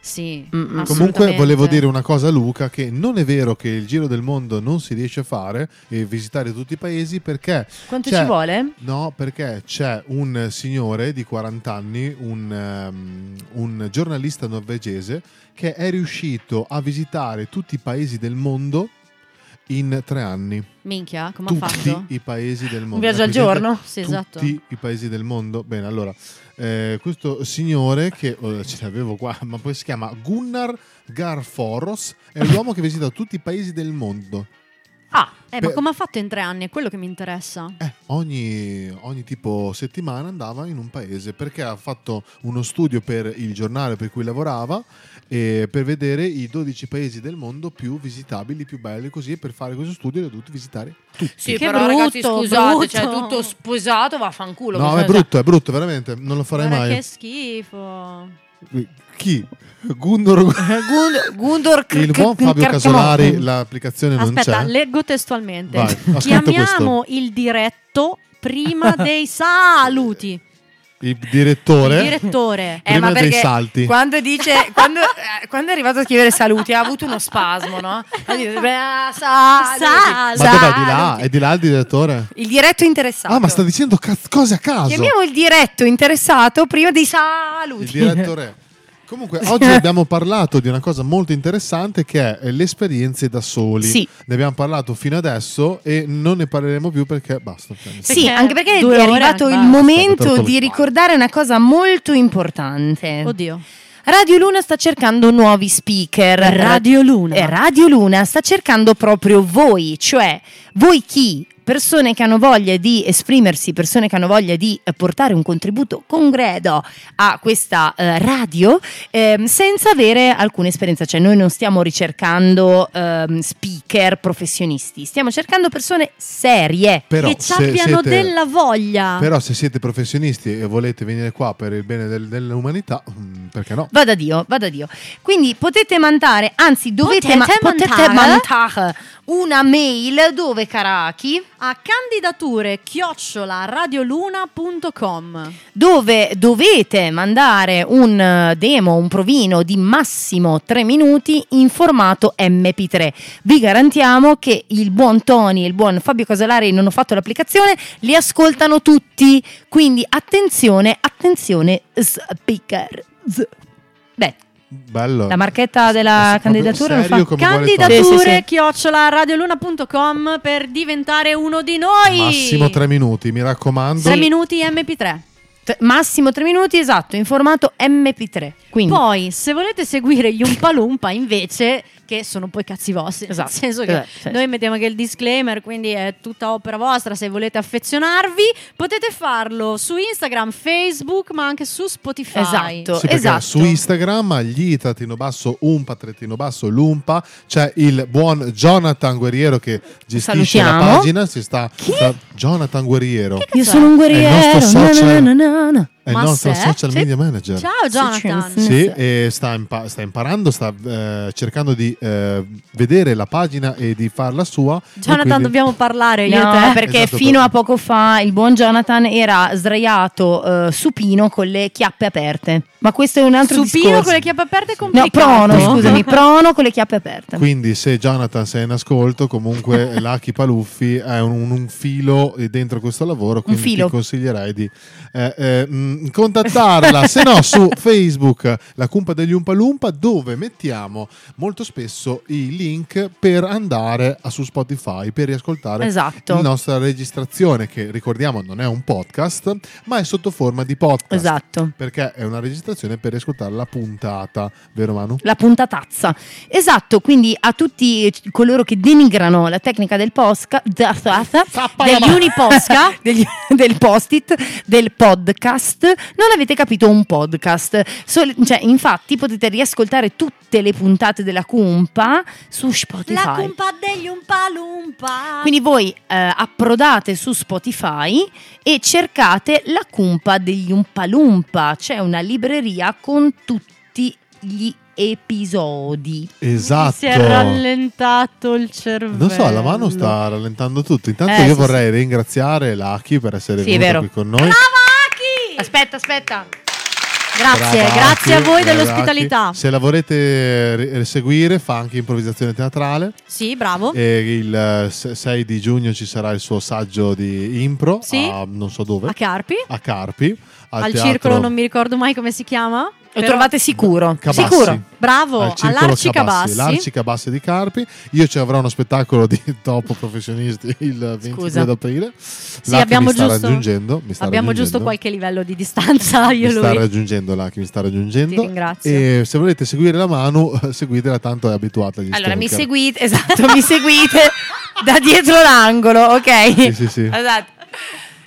Sì. Comunque assolutamente. volevo dire una cosa a Luca, che non è vero che il giro del mondo non si riesce a fare e visitare tutti i paesi perché... Quanto c'è- ci vuole? No, perché c'è un eh, signore di 40 anni, un, ehm, un giornalista norvegese, che è riuscito a visitare tutti i paesi del mondo in tre anni. Minchia, come ha tutti fatto? i paesi del mondo. È viaggio al presente giorno? Sì, esatto. Tutti i paesi del mondo. Bene, allora, eh, questo signore che eh, ce l'avevo qua, ma poi si chiama Gunnar Garforos, è un uomo che visita tutti i paesi del mondo. Ah, eh, ma per- come ha fatto in tre anni? È quello che mi interessa. Eh, Ogni, ogni tipo settimana andava in un paese perché ha fatto uno studio per il giornale per cui lavorava eh, per vedere i 12 paesi del mondo più visitabili, più belli, così e per fare questo studio li ho dovuti visitare tutti. Sì, però ragazzi, scusate, cioè tutto sposato, vaffanculo. No, cosa- è brutto, è brutto, veramente, non lo farei Guarda mai. che schifo. Chi? Gundor Gund- Eh, Gundor Il buon Fabio Casolari, l'applicazione non Aspetta, c'è. leggo testualmente. Vai, ascolto Chiamiamo il diretto (laughs) prima dei saluti. Il direttore. Il (laughs) direttore. Eh, Prima ma dei perché salti. Quando (laughs) dice quando, eh, quando è arrivato a scrivere saluti, ha avuto uno spasmo, no? Ha detto, "Beh, ah, saluti, Ma saluti". dov'è di là? È di là il direttore? Il diretto interessato. Ah, ma sta dicendo caz- cose a caso. Chiamiamo il diretto interessato prima dei saluti. (laughs) Il direttore. Comunque, oggi abbiamo parlato di una cosa molto interessante che è le esperienze da soli. Sì. Ne abbiamo parlato fino adesso e non ne parleremo più perché basta. Sì, anche perché due è ore arrivato anche il basta. momento di ricordare una cosa molto importante. Oddio. Radio Luna sta cercando nuovi speaker. Radio Luna. E Radio Luna sta cercando proprio voi, cioè voi chi? Persone che hanno voglia di esprimersi, persone che hanno voglia di eh, portare un contributo congredo a questa eh, radio ehm, senza avere alcuna esperienza. Cioè noi non stiamo ricercando ehm, speaker professionisti, stiamo cercando persone serie. Però, che ci se abbiano siete- della voglia. Però se siete professionisti e volete venire qua per il bene del- dell'umanità, mm, perché no? Vada Dio, vada Dio. Quindi potete mandare, anzi dovete Potete ma- potete mandare- mandare una mail dove Karaki A candidature chiocciola radioluna.com. dove dovete mandare un eh, demo, un provino di massimo 3 minuti in formato MP3. Vi garantiamo che il buon Tony e il buon Fabio Casolari non ho fatto l'applicazione, li ascoltano tutti. Quindi attenzione, attenzione speaker. Z- Beh, Bello. eh. la marchetta della candidatura non fa serio come vuole Tony. Candidature Sì, sì, sì. chiocciola radioluna.com per diventare uno di noi. Massimo tre minuti, mi raccomando. 3 minuti MP3. T- massimo 3 minuti, esatto, in formato MP3. Quindi Poi, se volete seguire gli Umpalumpa invece, che sono poi cazzi vostri, Esatto. nel senso che Eh, sì, noi mettiamo anche il disclaimer, quindi è tutta opera vostra, se volete affezionarvi, potete farlo su Instagram, Facebook, ma anche su Spotify. Esatto, Sì, perché su Instagram gli trattino basso umpa trattino basso lumpa c'è il buon Jonathan Guerriero che gestisce la Salutiamo. pagina si sta, sta- Jonathan Guerriero Io sono un È il guerriero. nostro na, social na, na, na, na. È il Ma nostro se- social sì. media manager. Ciao, Oh, Jonathan. Sì, e sta, impa- sta imparando, sta eh, cercando di eh, vedere la pagina e di farla sua. e Jonathan, quindi- dobbiamo parlare io No, e te. perché perché Esatto, fino proprio. a poco fa il buon Jonathan era sdraiato eh, supino con le chiappe aperte. Ma questo è un altro Supino discorso. con le chiappe aperte è No, complicato. prono, (laughs) scusami, prono con le chiappe aperte. Quindi, se Jonathan sei in ascolto, (laughs) comunque Lucky Paluffi è un, un filo dentro questo lavoro. Quindi filo. ti consiglierei di eh, eh, mh, contattarla. se no, (laughs) su Facebook la cumpa degli Umpalumpa, dove mettiamo molto spesso i link per andare a- su Spotify per riascoltare Esatto. la nostra registrazione, che ricordiamo non è un podcast, ma è sotto forma di podcast. Esatto. Perché è una registrazione per riascoltare la puntata, vero Manu? La puntatazza. Esatto, quindi a tutti eh, coloro che denigrano la tecnica del posca, da- da- da- degli ma- uniposca, degli- del post-it, del podcast, non avete capito un podcast. Sol- cioè, infatti potete riascoltare tutte le puntate della Cumpa su Spotify. La cumpa degli umpalumpa. Quindi voi eh, approdate su Spotify e cercate la cumpa degli Umpalumpa, c'è una libreria con tutti gli episodi. Esatto. Si è rallentato il cervello. Non so, la mano sta rallentando tutto. Intanto Eh, io sì, vorrei ringraziare Laki per essere Sì, è venuta vero. qui con noi. Aspetta, aspetta. Grazie, Brava grazie a Aki, voi brava dell'ospitalità. Aki. Se la volete ri- seguire, fa anche improvvisazione teatrale. Sì, bravo. E il eh, se- 6 di giugno ci sarà il suo saggio di impro Sì. a non so dove. A Carpi, A Carpi, al, al teatro- circolo non mi ricordo mai come si chiama. Lo trovate sicuro. Cabassi. Sicuro. Bravo, Al circolo all'Arci Cabassi. L'Arci Cabassi di Carpi. Io ci avrò uno spettacolo di (laughs) top professionisti il 22 Scusa. aprile. Sì, Lucky abbiamo mi sta giusto- raggiungendo. Mi sta Abbiamo raggiungendo. giusto qualche livello di distanza io Mi e sta lui. raggiungendo Lucky, mi sta raggiungendo. Ti ringrazio. E se volete seguire la Manu, eh, seguitela, tanto è abituata agli Allora mi stalker. seguite, esatto, mi (laughs) seguite da dietro l'angolo, ok? Sì, sì, sì. Esatto.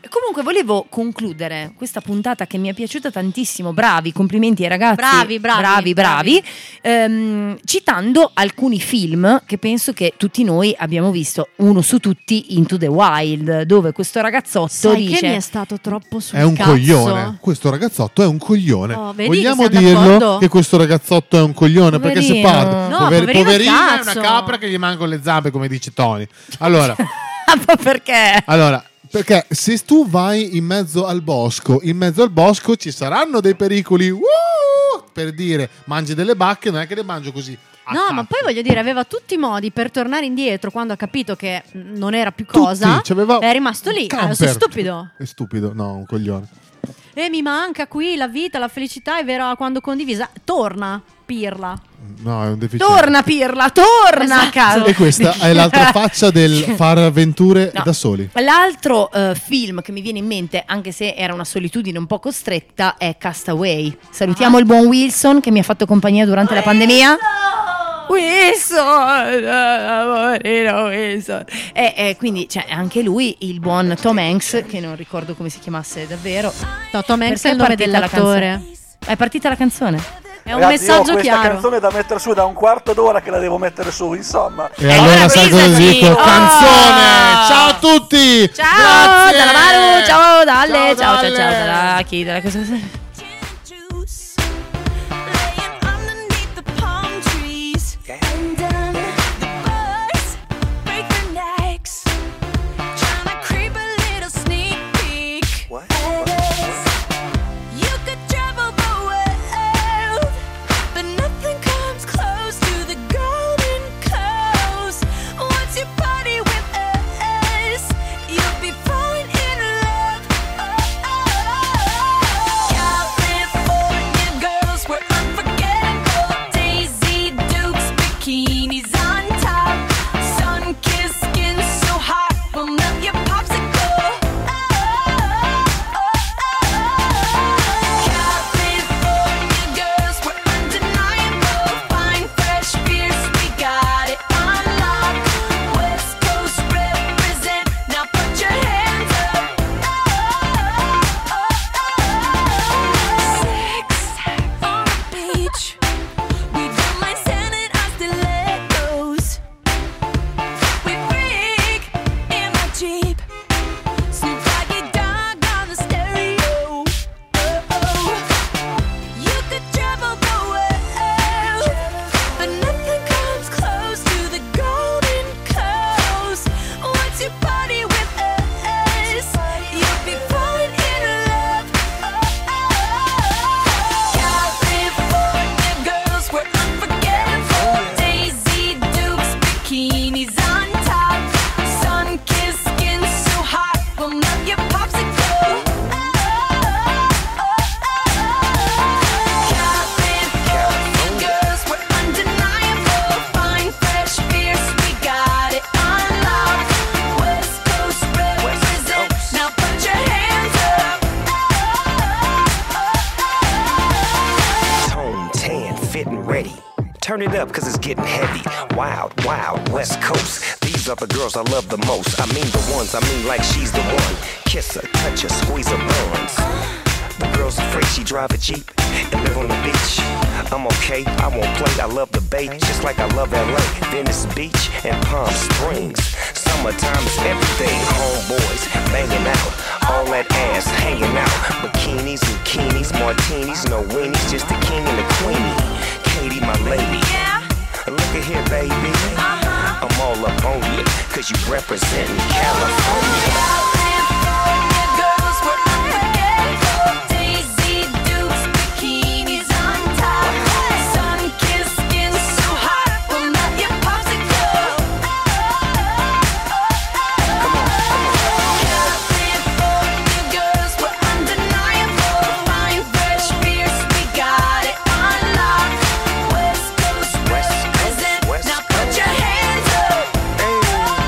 Comunque volevo concludere questa puntata che mi è piaciuta tantissimo, bravi, complimenti ai ragazzi. Bravi, bravi, bravi, bravi. Ehm, citando alcuni film che penso che tutti noi abbiamo visto, uno su tutti Into the Wild, dove questo ragazzotto Sai dice che mi è stato troppo sul È un cazzo. coglione. Questo ragazzotto è un coglione. Oh, vedi che Vogliamo siamo dirlo d'accordo? che questo ragazzotto è un coglione? Perché se Poverino. parla. No, Pover- poverino poverino è cazzo. una capra che gli mancano le zampe, come dice Tony. (laughs) Allora, Ah, Ma perché? allora, perché se tu vai in mezzo al bosco, in mezzo al bosco ci saranno dei pericoli. Uh! per dire, mangi delle bacche, non è che le mangio così. Ah, No, ma poi voglio dire, aveva tutti i modi per tornare indietro quando ha capito che non era più cosa. Tutti, c'aveva è rimasto lì. camper. Ah, sono stupido. È stupido, no, un coglione. E mi manca qui la vita, la felicità, è vero, quando condivisa. Torna, pirla. No, è un deficiente. Torna Pirla, torna Esatto. a casa. E questa è (laughs) l'altra faccia del fare avventure Eh, da soli. L'altro eh, film che mi viene in mente, anche se era una solitudine un po' costretta, è Castaway. Salutiamo il buon Wilson che mi ha fatto compagnia durante la pandemia. Wilson, amorino Wilson. E, e quindi c'è anche lui, il buon Tom Hanks, che non ricordo come si chiamasse davvero. Tom Hanks Perché è il nome partita la dell'attore. canzone? È partita la canzone. È Ragazzi, io ho questa canzone da mettere su da un quarto d'ora che la devo mettere su, insomma. E allora sai cosa dico? Canzone! Ciao a tutti! Oh! Ciao Grazie! dalla Maru, ciao Dalle, Ciao, ciao ciao ciao, Dalle. dalla chi, dalla cosa palm trees undone the birds break their necks trying to creep a little sneak peek at us. you could travel the world but nothing comes close to the golden coast once you party with us you'll be falling in love oh, oh, oh. turn it up cause it's getting heavy. Wild, wild, West Coast. These are the girls I love the most. I mean the ones, I mean like she's the one. Kiss her, touch her, squeeze her buns. The girl's afraid she drive a Jeep and live on the beach. I'm okay, I won't play, I love the bay, just like I love LA, Venice Beach, and Palm Springs. Summertime is everything, homeboys banging out, all that ass hanging out. Bikinis, bikinis, martinis, no weenies, just the king and the queenie. Katie, my lady. Look at here, baby. I'm all up on you, cause you represent California. Girls were unforgettable. Daisy Dukes, bikinis on top. Sun-kissed skin so hot, will melt your popsicle. California girls were undeniable. Wine, fresh beers, we got it on lock. West Coast represent. Now put your hands up.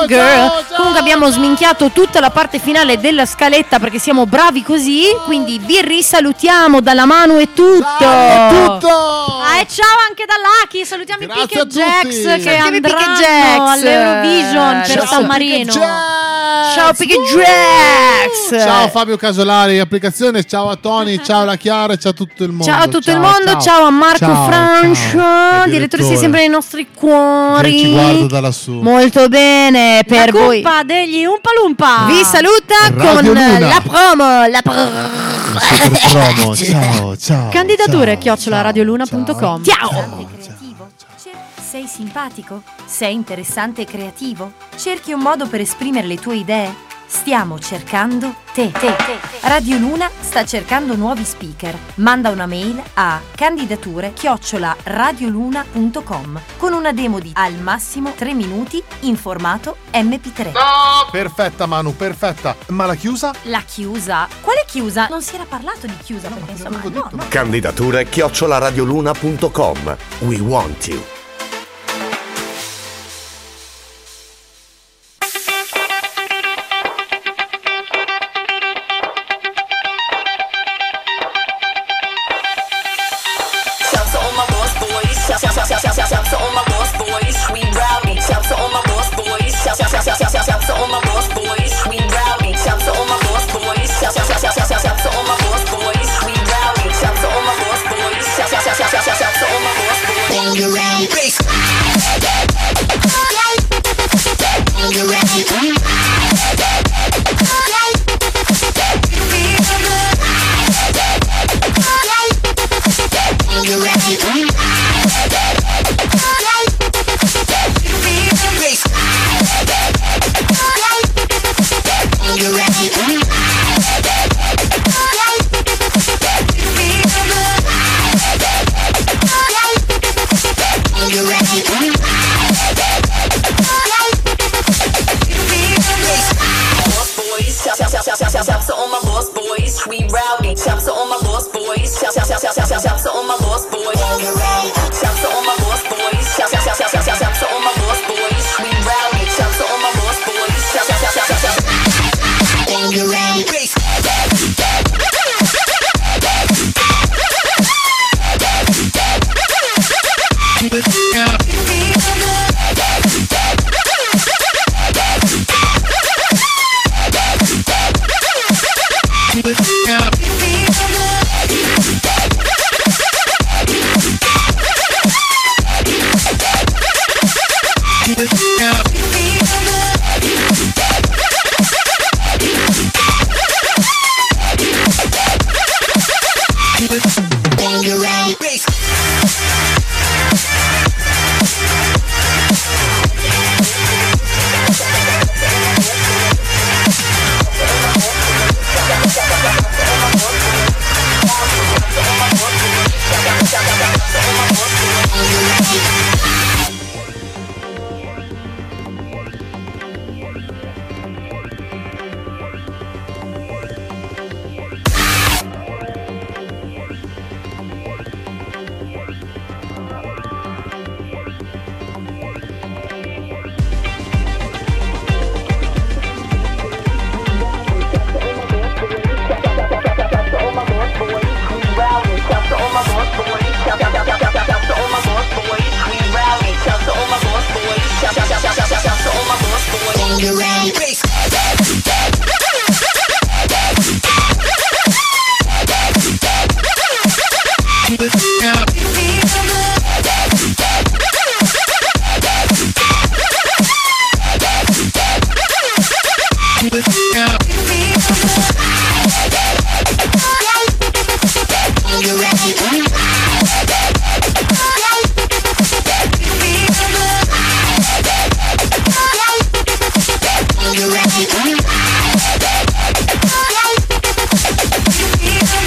Oh, girl. Comunque abbiamo sminchiato tutta la parte finale della scaletta perché siamo bravi così, quindi vi risalutiamo dalla Manu e tutto. Ah, e ciao anche da Lucky, salutiamo i Pick Grazie e a tutti. Jax che Salutiamo i Pick e andranno Jax. all'Eurovision Ciao, per Pick e San Marino. Ciao Pick e Jax. Ciao Fabio Casolari, applicazione, ciao a Tony, ciao alla Chiara, ciao a tutto il mondo. Ciao a tutto il mondo, ciao, a Marco Ciao, Francio, ciao, il direttore sei direttore. sempre nei nostri che cuori. Ci guardo da lassù. Molto bene per la voi. cuppa degli Umpalumpa. Vi saluta Radio con Luna. la promo, la promo. Super (laughs) promo, Oh, ciao, ciao. Candidature chiocciola radioluna.com. Ciao! Sei simpatico? Sei interessante e creativo? Cerchi un modo per esprimere le tue idee? Stiamo cercando te. te. Radio Luna sta cercando nuovi speaker. Manda una mail a candidature radioluna.com con una demo di al massimo 3 minuti in formato MP3. Perfetta Manu, perfetta. Ma la chiusa? La chiusa? Quale chiusa? Non si era parlato di chiusa, perché insomma, no, no. Candidature chiocciolaradioluna.com. We want you. Shouts to all my boss boys. Shouts shout, shout, shout, shout, shout, to all my boss boys. We rowdy. Shouts to all my boss boys. Shouts shout, shout, shout, shout, shout to all my boss boys. We rowdy. Shouts to all my boss boys. Shouts shout, shout, shout, shout, shout to all my boss boys. We rowdy. Shouts to all my boss boys. Shouts shout, shout, shout, shout, shout to all my boss boys. Bangarang.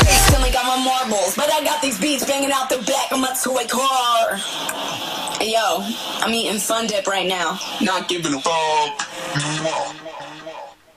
house, but I got these beats banging out the back of my toy car. Yo, I'm eating Fun Dip right now. Not giving a fuck.